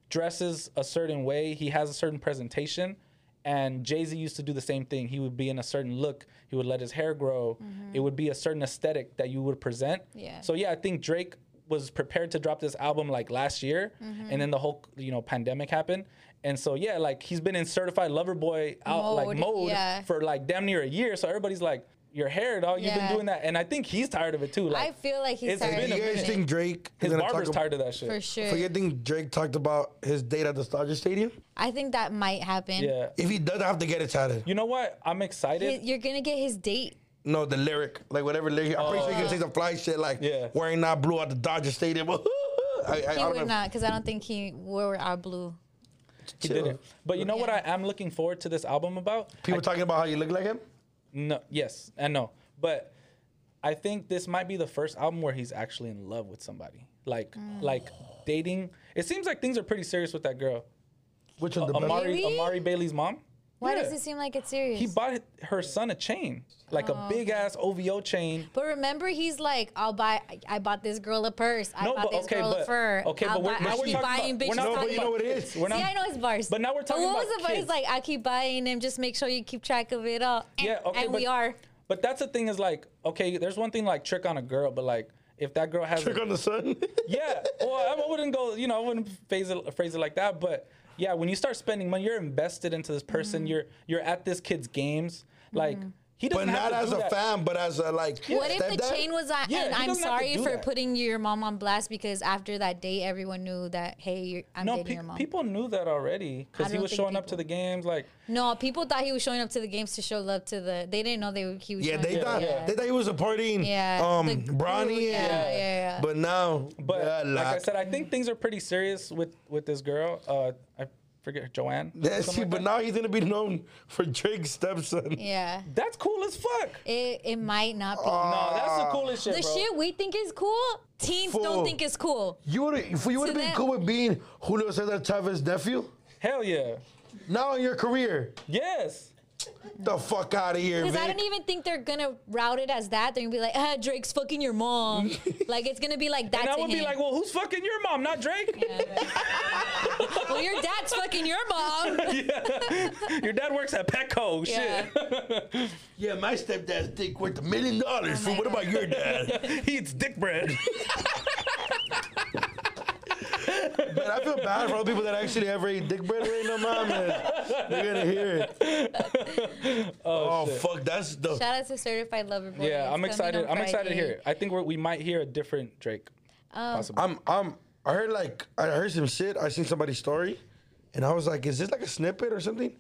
dresses a certain way, he has a certain presentation. And Jay Z used to do the same thing. He would be in a certain look. He would let his hair grow. It would be a certain aesthetic that you would present.
Mm-hmm. Yeah.
So yeah, I think Drake was prepared to drop this album like last year,
Mm-hmm.
and then the whole you know pandemic happened, and so yeah, like he's been in certified lover boy out like
Mode,
mode
yeah.
for like damn near a year. So everybody's like, your hair, dog, you've
Yeah.
been doing that, and I think he's tired of it too.
I
Like
feel like he's
It's
tired.
Do
been
of
a
you guys
it.
think Drake is
his
gonna talk
barber's
about?
tired of that shit.
for sure.
So you think Drake talked about his date at the Dodger Stadium?
I think that might happen.
Yeah.
If he does, I have to get it tatted.
You know what? I'm
He-
excited.
you're gonna get his date.
No, the lyric, like whatever lyric. I'm pretty sure he can say some fly shit like
Oh. Yeah.
wearing not blue at the Dodger Stadium. I, I, I
He
don't
would
know.
not, because I don't think he wore our blue.
he did
chill.
it. But you know what? I
Yeah.
am looking forward to this album about.
People talking about how you look like him.
No, yes and no, but I think this might be the first album where he's actually in love with somebody, like
Mm.
like dating. It seems like things are pretty serious with that girl,
Which one? The best?
Amari
Really?
Amari Bailey's mom.
Why
Yeah.
does it seem like it's serious?
He bought h- her son a chain, like
Oh,
a big ass OVO chain.
but remember, he's like, I'll buy. I- I bought this girl a purse. I
No,
bought
but
this
okay,
girl a
but-
fur.
okay,
I'll
but we're-
buy,
now
I
we're
keep
talking
buying
about- we're not
bitches.
No,
talking
but you know what it is.
We're not-
See, I know his bars.
But now we're talking
what
about
was the part? He's
kids.
like, I keep buying him. Just make sure you keep track of it all. And,
Yeah, okay,
and
but-
we are.
But that's the thing is like, okay, there's one thing like trick on a girl, but like if that girl has a-
Trick on the sun.
yeah, well, I- I wouldn't go, you know, I wouldn't phrase it, phrase it like that. But yeah, when you start spending money, you're invested into this
Mm-hmm.
person. You're you're at this kid's games. Like he
but
doesn't have
not
to
as
do
a
that.
fan, but as a like.
What if the
stepdad?
chain was on?
Yeah,
and
he
I'm
doesn't have to
sorry
do
for
that.
putting your mom on blast because after that day, everyone knew that hey, you're, I'm
No,
dating
pe-
your mom.
people knew that already
I
because he
don't
was
think
showing up to
people-
the games. Like
no, people thought he was showing up to the games to show love to the. They didn't know they he was.
Yeah,
showing
they
up.
thought
yeah.
they thought he was supporting
Yeah,
um
the crew,
Bronny.
yeah,
and-
yeah, yeah.
But now,
But
yeah,
like I
lock.
said, I think things are pretty serious with with this girl. Uh, I forget Joanne.
Yeah,
something
see,
like
but
that.
now he's gonna be known for Drake's stepson.
Yeah.
that's cool as fuck.
It, it might not be.
no, that's the coolest shit,
the
bro.
shit we think is cool, teens
Fool.
don't think is cool.
You would if you would have
So
been
that-
cool with being Julio Cesar Chavez nephew.
Hell yeah,
Now in your career,
yes.
the fuck out of here,
Because I
Vic.
don't even think they're gonna route it as that. They're gonna be like, ah, Drake's fucking your mom. like it's gonna be like that
And I
to
would
him.
be like, well, who's fucking your mom, not Drake?
well, your dad's fucking your mom.
Your dad works at Petco.
Yeah.
Yeah, my stepdad's dick worth a million dollars.
Oh my
fool. what
God.
about your dad?
Shit, he eats dick bread.
Man, I feel bad for all the people that actually ever ate dick bread. Wait, no mames. They're gonna hear it. Oh, fuck, that's the.
Shout out to Certified Lover Boy. It's
Yeah, I'm
coming
excited.
on
I'm excited to hear
Friday.
it. I think we're, we might hear a different Drake.
Um,
possibly.
I'm I'm um, I heard like I heard some shit. I seen somebody's story, and I was like, is this like a snippet or something?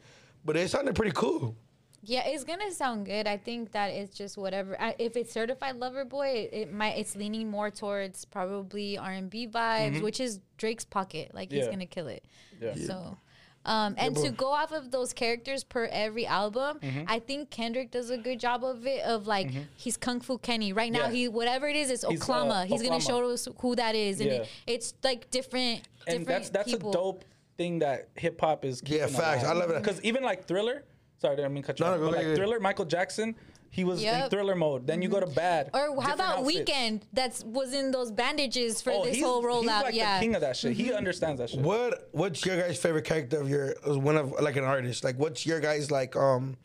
But it sounded pretty cool.
Yeah, it's gonna sound good. I think that it's just whatever. I, if it's certified lover boy, it, it might it's leaning more towards probably R and B vibes, which is Drake's pocket. Like he's
Mm-hmm. Yeah.
gonna kill it.
Yeah. Yeah.
So, um, and to
but-
go off of those characters per every album,
Mm-hmm.
I think Kendrick does a good job of it. Of like he's Kung Fu Kenny right now.
Yeah.
He whatever it is, it's
He's, uh,
Oklahoma. He's gonna
Oklahoma.
show us who that is, and
Yeah.
it, it's like different.
and
different
that's that's
people.
a dope thing that hip hop is.
Yeah, facts. I love it.
Because even like Thriller, sorry, I didn't mean to cut you
No,
off.
no, go
but like
ahead.
Thriller, Michael Jackson, he was in
Yep. Mm-hmm.
Thriller mode. Then you go to Bad.
Or how
different
about
outfits.
Weekend? That's was in those bandages for
Oh,
this
he's-
whole rollout.
He's like
yeah, Mm-hmm.
the king of that shit. He understands that shit.
What what's your guys' favorite character of your as one of like an artist? Like what's your guys like um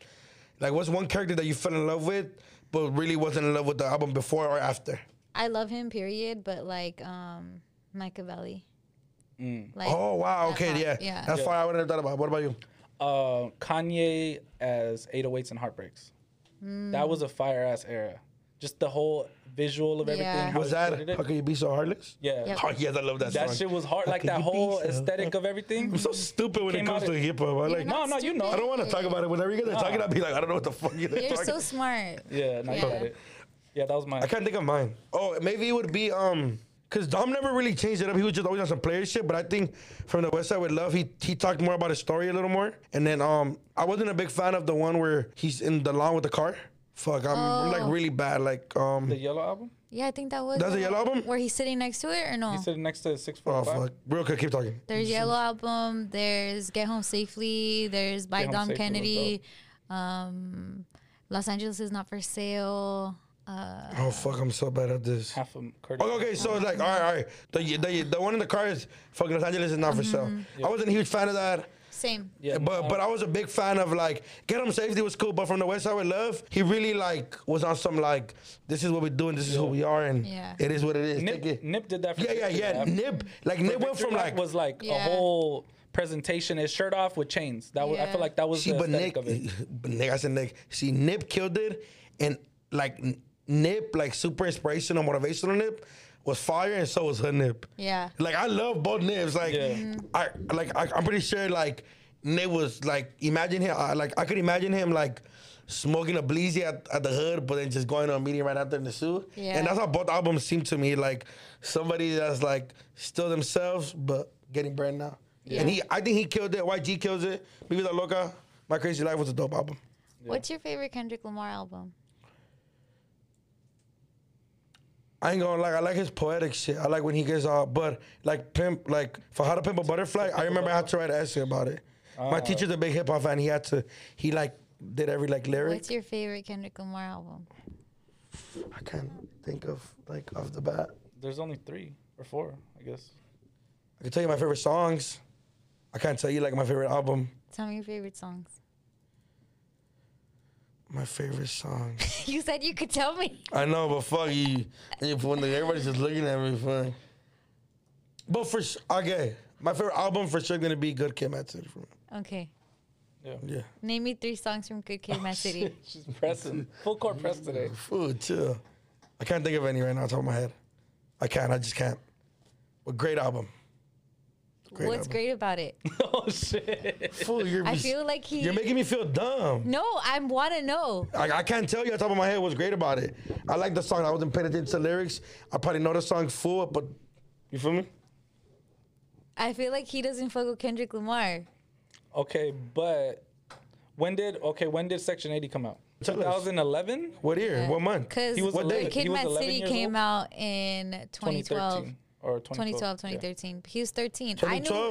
like what's one character that you fell in love with but really wasn't in love with the album before or after?
I love him. Period. But like, um, Machiavelli.
Mm.
Like,
Oh wow, okay,
far-
yeah.
Uh-huh. yeah.
That's far I wouldn't have thought about. What about you?
Uh, Kanye as 808s and Heartbreaks.
Hmm.
That was a fire ass era. Just the whole visual of everything.
Yeah.
how
Was
he
that
created it.
How Could You Be So Heartless?
Yeah.
Yep.
Oh yes, I love that,
That
song.
shit was hard. Like
could
that
you be
whole
so-
aesthetic of everything.
I'm so stupid when
Came
it comes
out
to
of-
hip hop. I like
No, no, you know.
I don't want to talk about it. Whenever you guys are talking, I'll be like, I don't know what the fuck you're
You're
talking.
so smart.
Yeah, no, you got
Yeah.
it. Yeah, that was my.
I can't think of mine. Oh, maybe it would be um, cause Dom never really changed it up. He was just always on some player shit. But I think from the West Side with Love, he he talked more about his story a little more. And then um, I wasn't a big fan of the one where he's in the lawn with the car. Fuck, I'm like
Oh.
really bad. Like um,
The Yellow album.
Yeah, I think that was.
That's a
uh,
yellow album?
Where he's sitting next to it or no?
He said next to six four
oh
five.
fuck, real quick, keep talking.
There's yellow album. There's Get Home Safely. There's by
Home
Dom
Safely was
Kennedy. Um, Los Angeles is not for sale. Uh,
Oh fuck, I'm so bad at this.
Half of Curtis.
Oh, Okay, okay, so it's like, all right, all right. The, the, the one in the car is fucking Los Angeles is not for sale.
Mm-hmm.
I wasn't a huge fan of that.
same.
Yeah,
But but I was a big fan of like get him safety was cool, but from the West Side with Love, he really like was on some like this is what we do and this is who we are and
Yeah.
it is what it is. Take
Nip,
it.
Nip did that. For
yeah yeah
Victory
yeah.
Lap.
Nip like Nip went
Victory
from
Lap
like
was like a
Yeah.
whole presentation. His shirt off with chains. That was, I
Yeah.
feel like that was
see
the
but
aesthetic
Nick,
of it.
but Nick I said Nick see Nip killed it and like N- Nip like super inspirational motivational Nip was fire and so was her Nip.
Yeah.
Like I love both Nibs. Like
Yeah.
Mm-hmm.
Mhm.
I like I, I'm pretty sure like Nib was like imagine him I, like I could imagine him like smoking a bleezy at, at the hood, but then just going to a meeting right after in the suit.
Yeah.
And that's how both albums seem to me like somebody that's like still themselves but getting brand now. And he I think he killed it. YG kills it. Maybe the Loca. My Crazy Life was a dope album.
What's your favorite Kendrick Lamar album?
I ain't gonna like I like his poetic shit. I like when he gets out, but like pimp, like for how to pimp a butterfly. I remember I had to write an essay about it. My teacher's a big hip hop fan. He had to, he like did every like lyric.
What's your favorite Kendrick Lamar album?
I can't think of like off the bat.
There's only three or four, I guess.
I can tell you my favorite songs. I can't tell you like my favorite album.
Tell me your favorite songs.
My favorite song.
you said you could tell me.
I know, but fuck you. And you when everybody's just looking at me, fuck. But for s- okay, my favorite album for sure gonna be Good Kid, Mad City for me.
Okay.
Yeah,
Name me three songs from Good Kid, Mad City.
She's pressing full court press today.
Food, chill. I can't think of any right now off the top of my head. I can't. I just can't. But great album. Great
What's
album.
great about it?
oh shit.
Fool, you're,
I feel like he.
you're making me feel dumb.
no, I want to know.
I, I can't tell you off the top of my head what's great about it. I like the song. I wasn't paying attention to lyrics. I probably know the song full, but you feel me?
I feel like he doesn't fuck with Kendrick Lamar.
Okay, but when did okay when did Section 80 come out?
Tell us.
2011.
What year? What month?
Because
He was
Good
11
Kid,
he was
Mad
11
City
years
came
old?
out in 2012.
2013 or 2012.
2012,
yeah.
2013. He was 13. I
2012,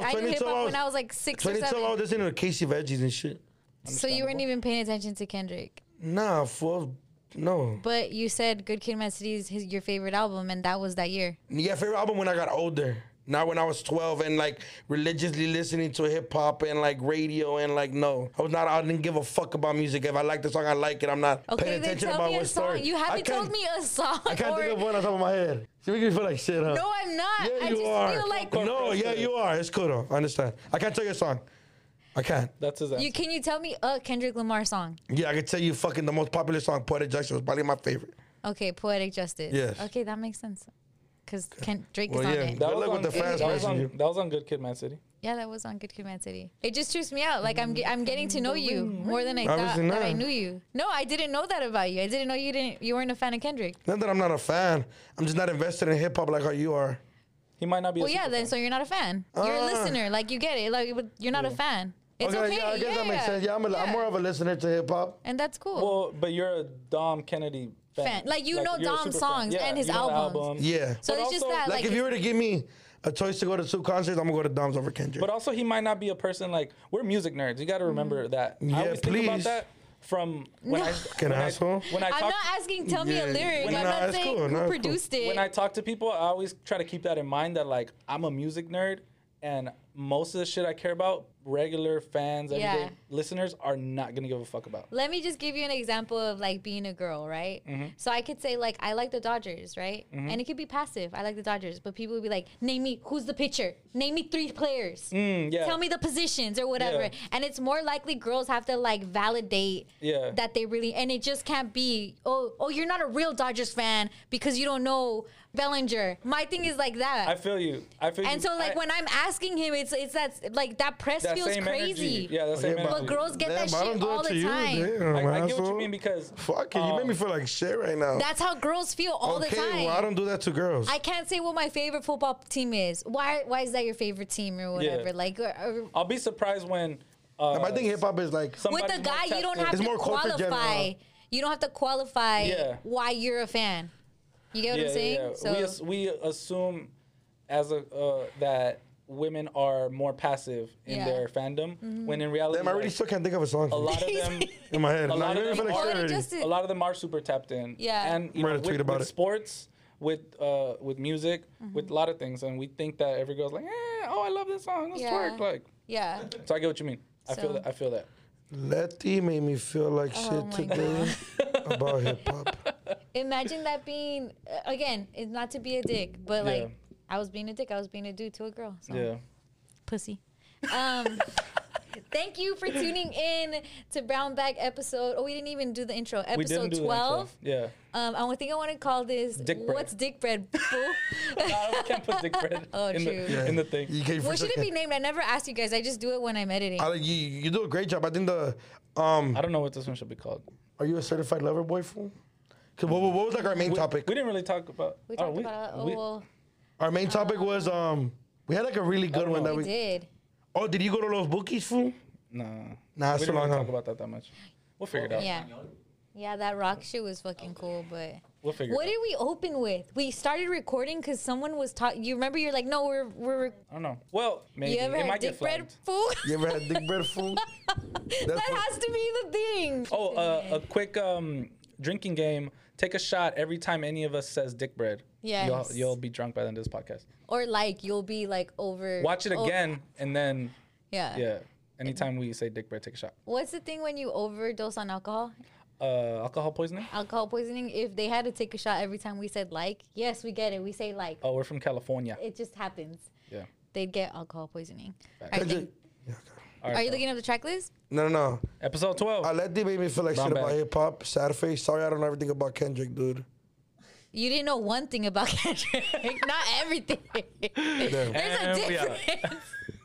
knew, I knew hip
2012,
hop when I was like six or
2012, I
seven.
was listening to Casey Veggies and shit.
So you weren't
Understandable.
even paying attention to Kendrick.
Nah, fool. No.
But you said Good Kid, Mad City is his, your favorite album, and that was that year.
Yeah, favorite album when I got older.
Not when I was 12 and like religiously listening to hip hop and like radio and like no, I was not. I didn't give a fuck about music. If I like the song, I like it. I'm not
Okay,
paying
then
attention
tell
about
me a
what
song.
story.
You
I
haven't told
can't-
me a song.
I can't
or-
think of one on top of my head. You make me feel like shit, huh?
No, I'm not.
Yeah,
I
you
just
are.
feel like
no, yeah, you are. It's cool though. I understand. I can't tell you a song. I can't.
That's his answer.
you can you tell me a Kendrick Lamar song?
Yeah, I can tell you fucking the most popular song, Poetic Justice, was probably my favorite.
Okay, Poetic Justice.
Yes.
Okay, that makes sense. Cause Ken, Drake
Well,
is on
yeah,
it.
that- Good luck with the
Good-
fast
that was
version,
on-
you.
that was on Good Kid, Man City.
yeah, that was on Good Kid, Mad City. It just trips me out. Like I'm, ge- I'm getting to know you more than I thought
Obviously
that I
not.
knew you. No, I didn't know that about you. I didn't know you didn't. You weren't a fan of Kendrick.
Not that I'm not a fan. I'm just not invested in hip hop like how you are.
He might not be.
Well,
a
yeah,
super
then
fan.
so you're not a fan. You're a
Ah.
listener. Like you get it. Like but you're not a fan. It's okay.
yeah, I guess that makes sense. Yeah, I'm, a, I'm more of a listener to hip hop.
And that's cool.
Well, but you're a Dom Kennedy fan.
Fan. Like, you know
you're a
Dom's
super fan.
songs and his
you know the
albums.
album.
Yeah.
so
but
it's just
also,
that.
like,
Like,
if you were to give me a choice to go to two concerts, I'm gonna go to Dom's over Kendrick.
But also, he might not be a person like we're music nerds. You got to remember that. I
Mm. Yeah,
always think about
please.
that from when I
Fucking
when I,
asshole.
when I
I'm
talk
not asking. Tell me a
Yeah.
lyric.
Nah,
I'm not
it's
saying
cool. Nah,
who
it's cool.
produced it.
when I talk to people, I always try to keep that in mind that like I'm a music nerd and most of the shit I care about, regular fans, everyday
Yeah.
listeners are not gonna give a fuck about.
Let me just give you an example of like being a girl, right?
Mm-hmm.
So I could say like I like the Dodgers, right? And it could be passive. I like the Dodgers, but people would be like, "Name me who's the pitcher? Name me three players.
Mm, yeah.
Tell me the positions or whatever."
Yeah.
And it's more likely girls have to like validate
Yeah.
that they really and it just can't be, "Oh, oh, you're not a real Dodgers fan because you don't know Bellinger." My thing is like that.
I feel you. I feel you.
and so like
I-
when I'm asking him, it's it's that like that press
that
feels
same
crazy.
energy. Yeah, that same
Yeah, but-
energy.
But girls get that
Damn, I don't
shit
do it
all
to
the
you,
time.
damn,
I, I get what
asshole.
you mean because
Fuck it, you
um,
make me feel like shit right now.
That's how girls feel all
okay,
the time.
well, I don't do that to girls.
I can't say what my favorite football team is. Why? Why is that your favorite team or whatever? Like, or, or-
I'll be surprised when. Uh,
Um, I think hip hop is like
Some-
with
somebody's
a guy,
more
you don't
tested.
have
It's
to
more corporate general.
qualify. You don't have to qualify
Yeah.
why you're a fan. You get what I'm saying? So
We, as, we assume as a uh, that women are more passive in
Yeah. Mm-hmm.
their fandom, when in reality,
damn. I really
like,
still can't think of a song
a lot of them.
in my head.
Oh, a
Nah,
lot
you
of
make me
them are-
feel like shit
Already
already.
just-
a lot of them are super tapped in.
Yeah.
and you
Write
know,
a tweet
with,
about
with
it.
sports, with uh, with music,
Mm-hmm.
with a lot of things, and we think that every girl's like, eh, oh, I love this song, let's
Yeah.
twerk. Like,
yeah.
so I get what you mean. I
So-
feel that. I feel that.
Letty made me feel like
Oh
shit
my
today about hip hop.
Imagine that being uh, again. It's not to be a dick, but like
Yeah.
I was being a dick. I was being a dude to a girl. So.
Yeah.
pussy. Um, thank you for tuning in to Brown Bag episode. Oh, we didn't even do the intro.
We didn't
Episode
do
twelve.
that. Yeah.
Um, I would- think I want to call this
Dick bread.
"What's Dick Bread?" Fool?
I can't put dick bread
Oh,
in, the,
true.
in the thing.
You can't
what should it be named? I never asked you guys. I just do it when I'm editing.
I, you, you do a great job. I think the um,
I don't know what this one should be called.
are you a certified lover boy fool? 'Cause what, what was like our main
We-
topic?
We didn't really talk about.
we
oh,
talked about oh,
we-
well,
Our main topic was um, we had like a really good one that
we
we.
did.
Oh, did you go to Los Bookies fool?
Nah.
Nah, it's
we
too
didn't really
long.
talk
huh?
about that that much. We'll figure it out.
Yeah, yeah. That rock shoe was fucking cool, but.
We'll figure
What
it out.
did we open with? We started recording because someone was talking. You remember? You're like, no, we're we're.
I don't know. Well, maybe
You ever
it
had
might
dick
get
bread
flagged.
fool?
You ever had dick bread fool?
that
what-
has to be the thing.
Oh, uh, a quick um, drinking game. Take a shot every time any of us says dick bread.
Yes.
You'll, you'll be drunk by the end of this podcast.
or like you'll be like over.
Watch it
o-
again and then,
yeah.
yeah. Anytime we say dick bread, take a shot.
What's the thing when you overdose on alcohol?
Uh, alcohol poisoning?
Alcohol poisoning. If they had to take a shot every time we said like, yes, we get it. We say like.
Oh, we're from California.
It just happens.
Yeah.
They'd get alcohol poisoning. Are,
Facts.
you think-
All
are
right.
you
so,
looking up the track list?
No, no.
Episode 12.
I let they made me feel like
Brown
shit about
bag.
hip hop. Sad face. Sorry, I don't know everything about Kendrick, dude.
You didn't know one thing about Kendrick. Not everything. There's a
And we out.
difference.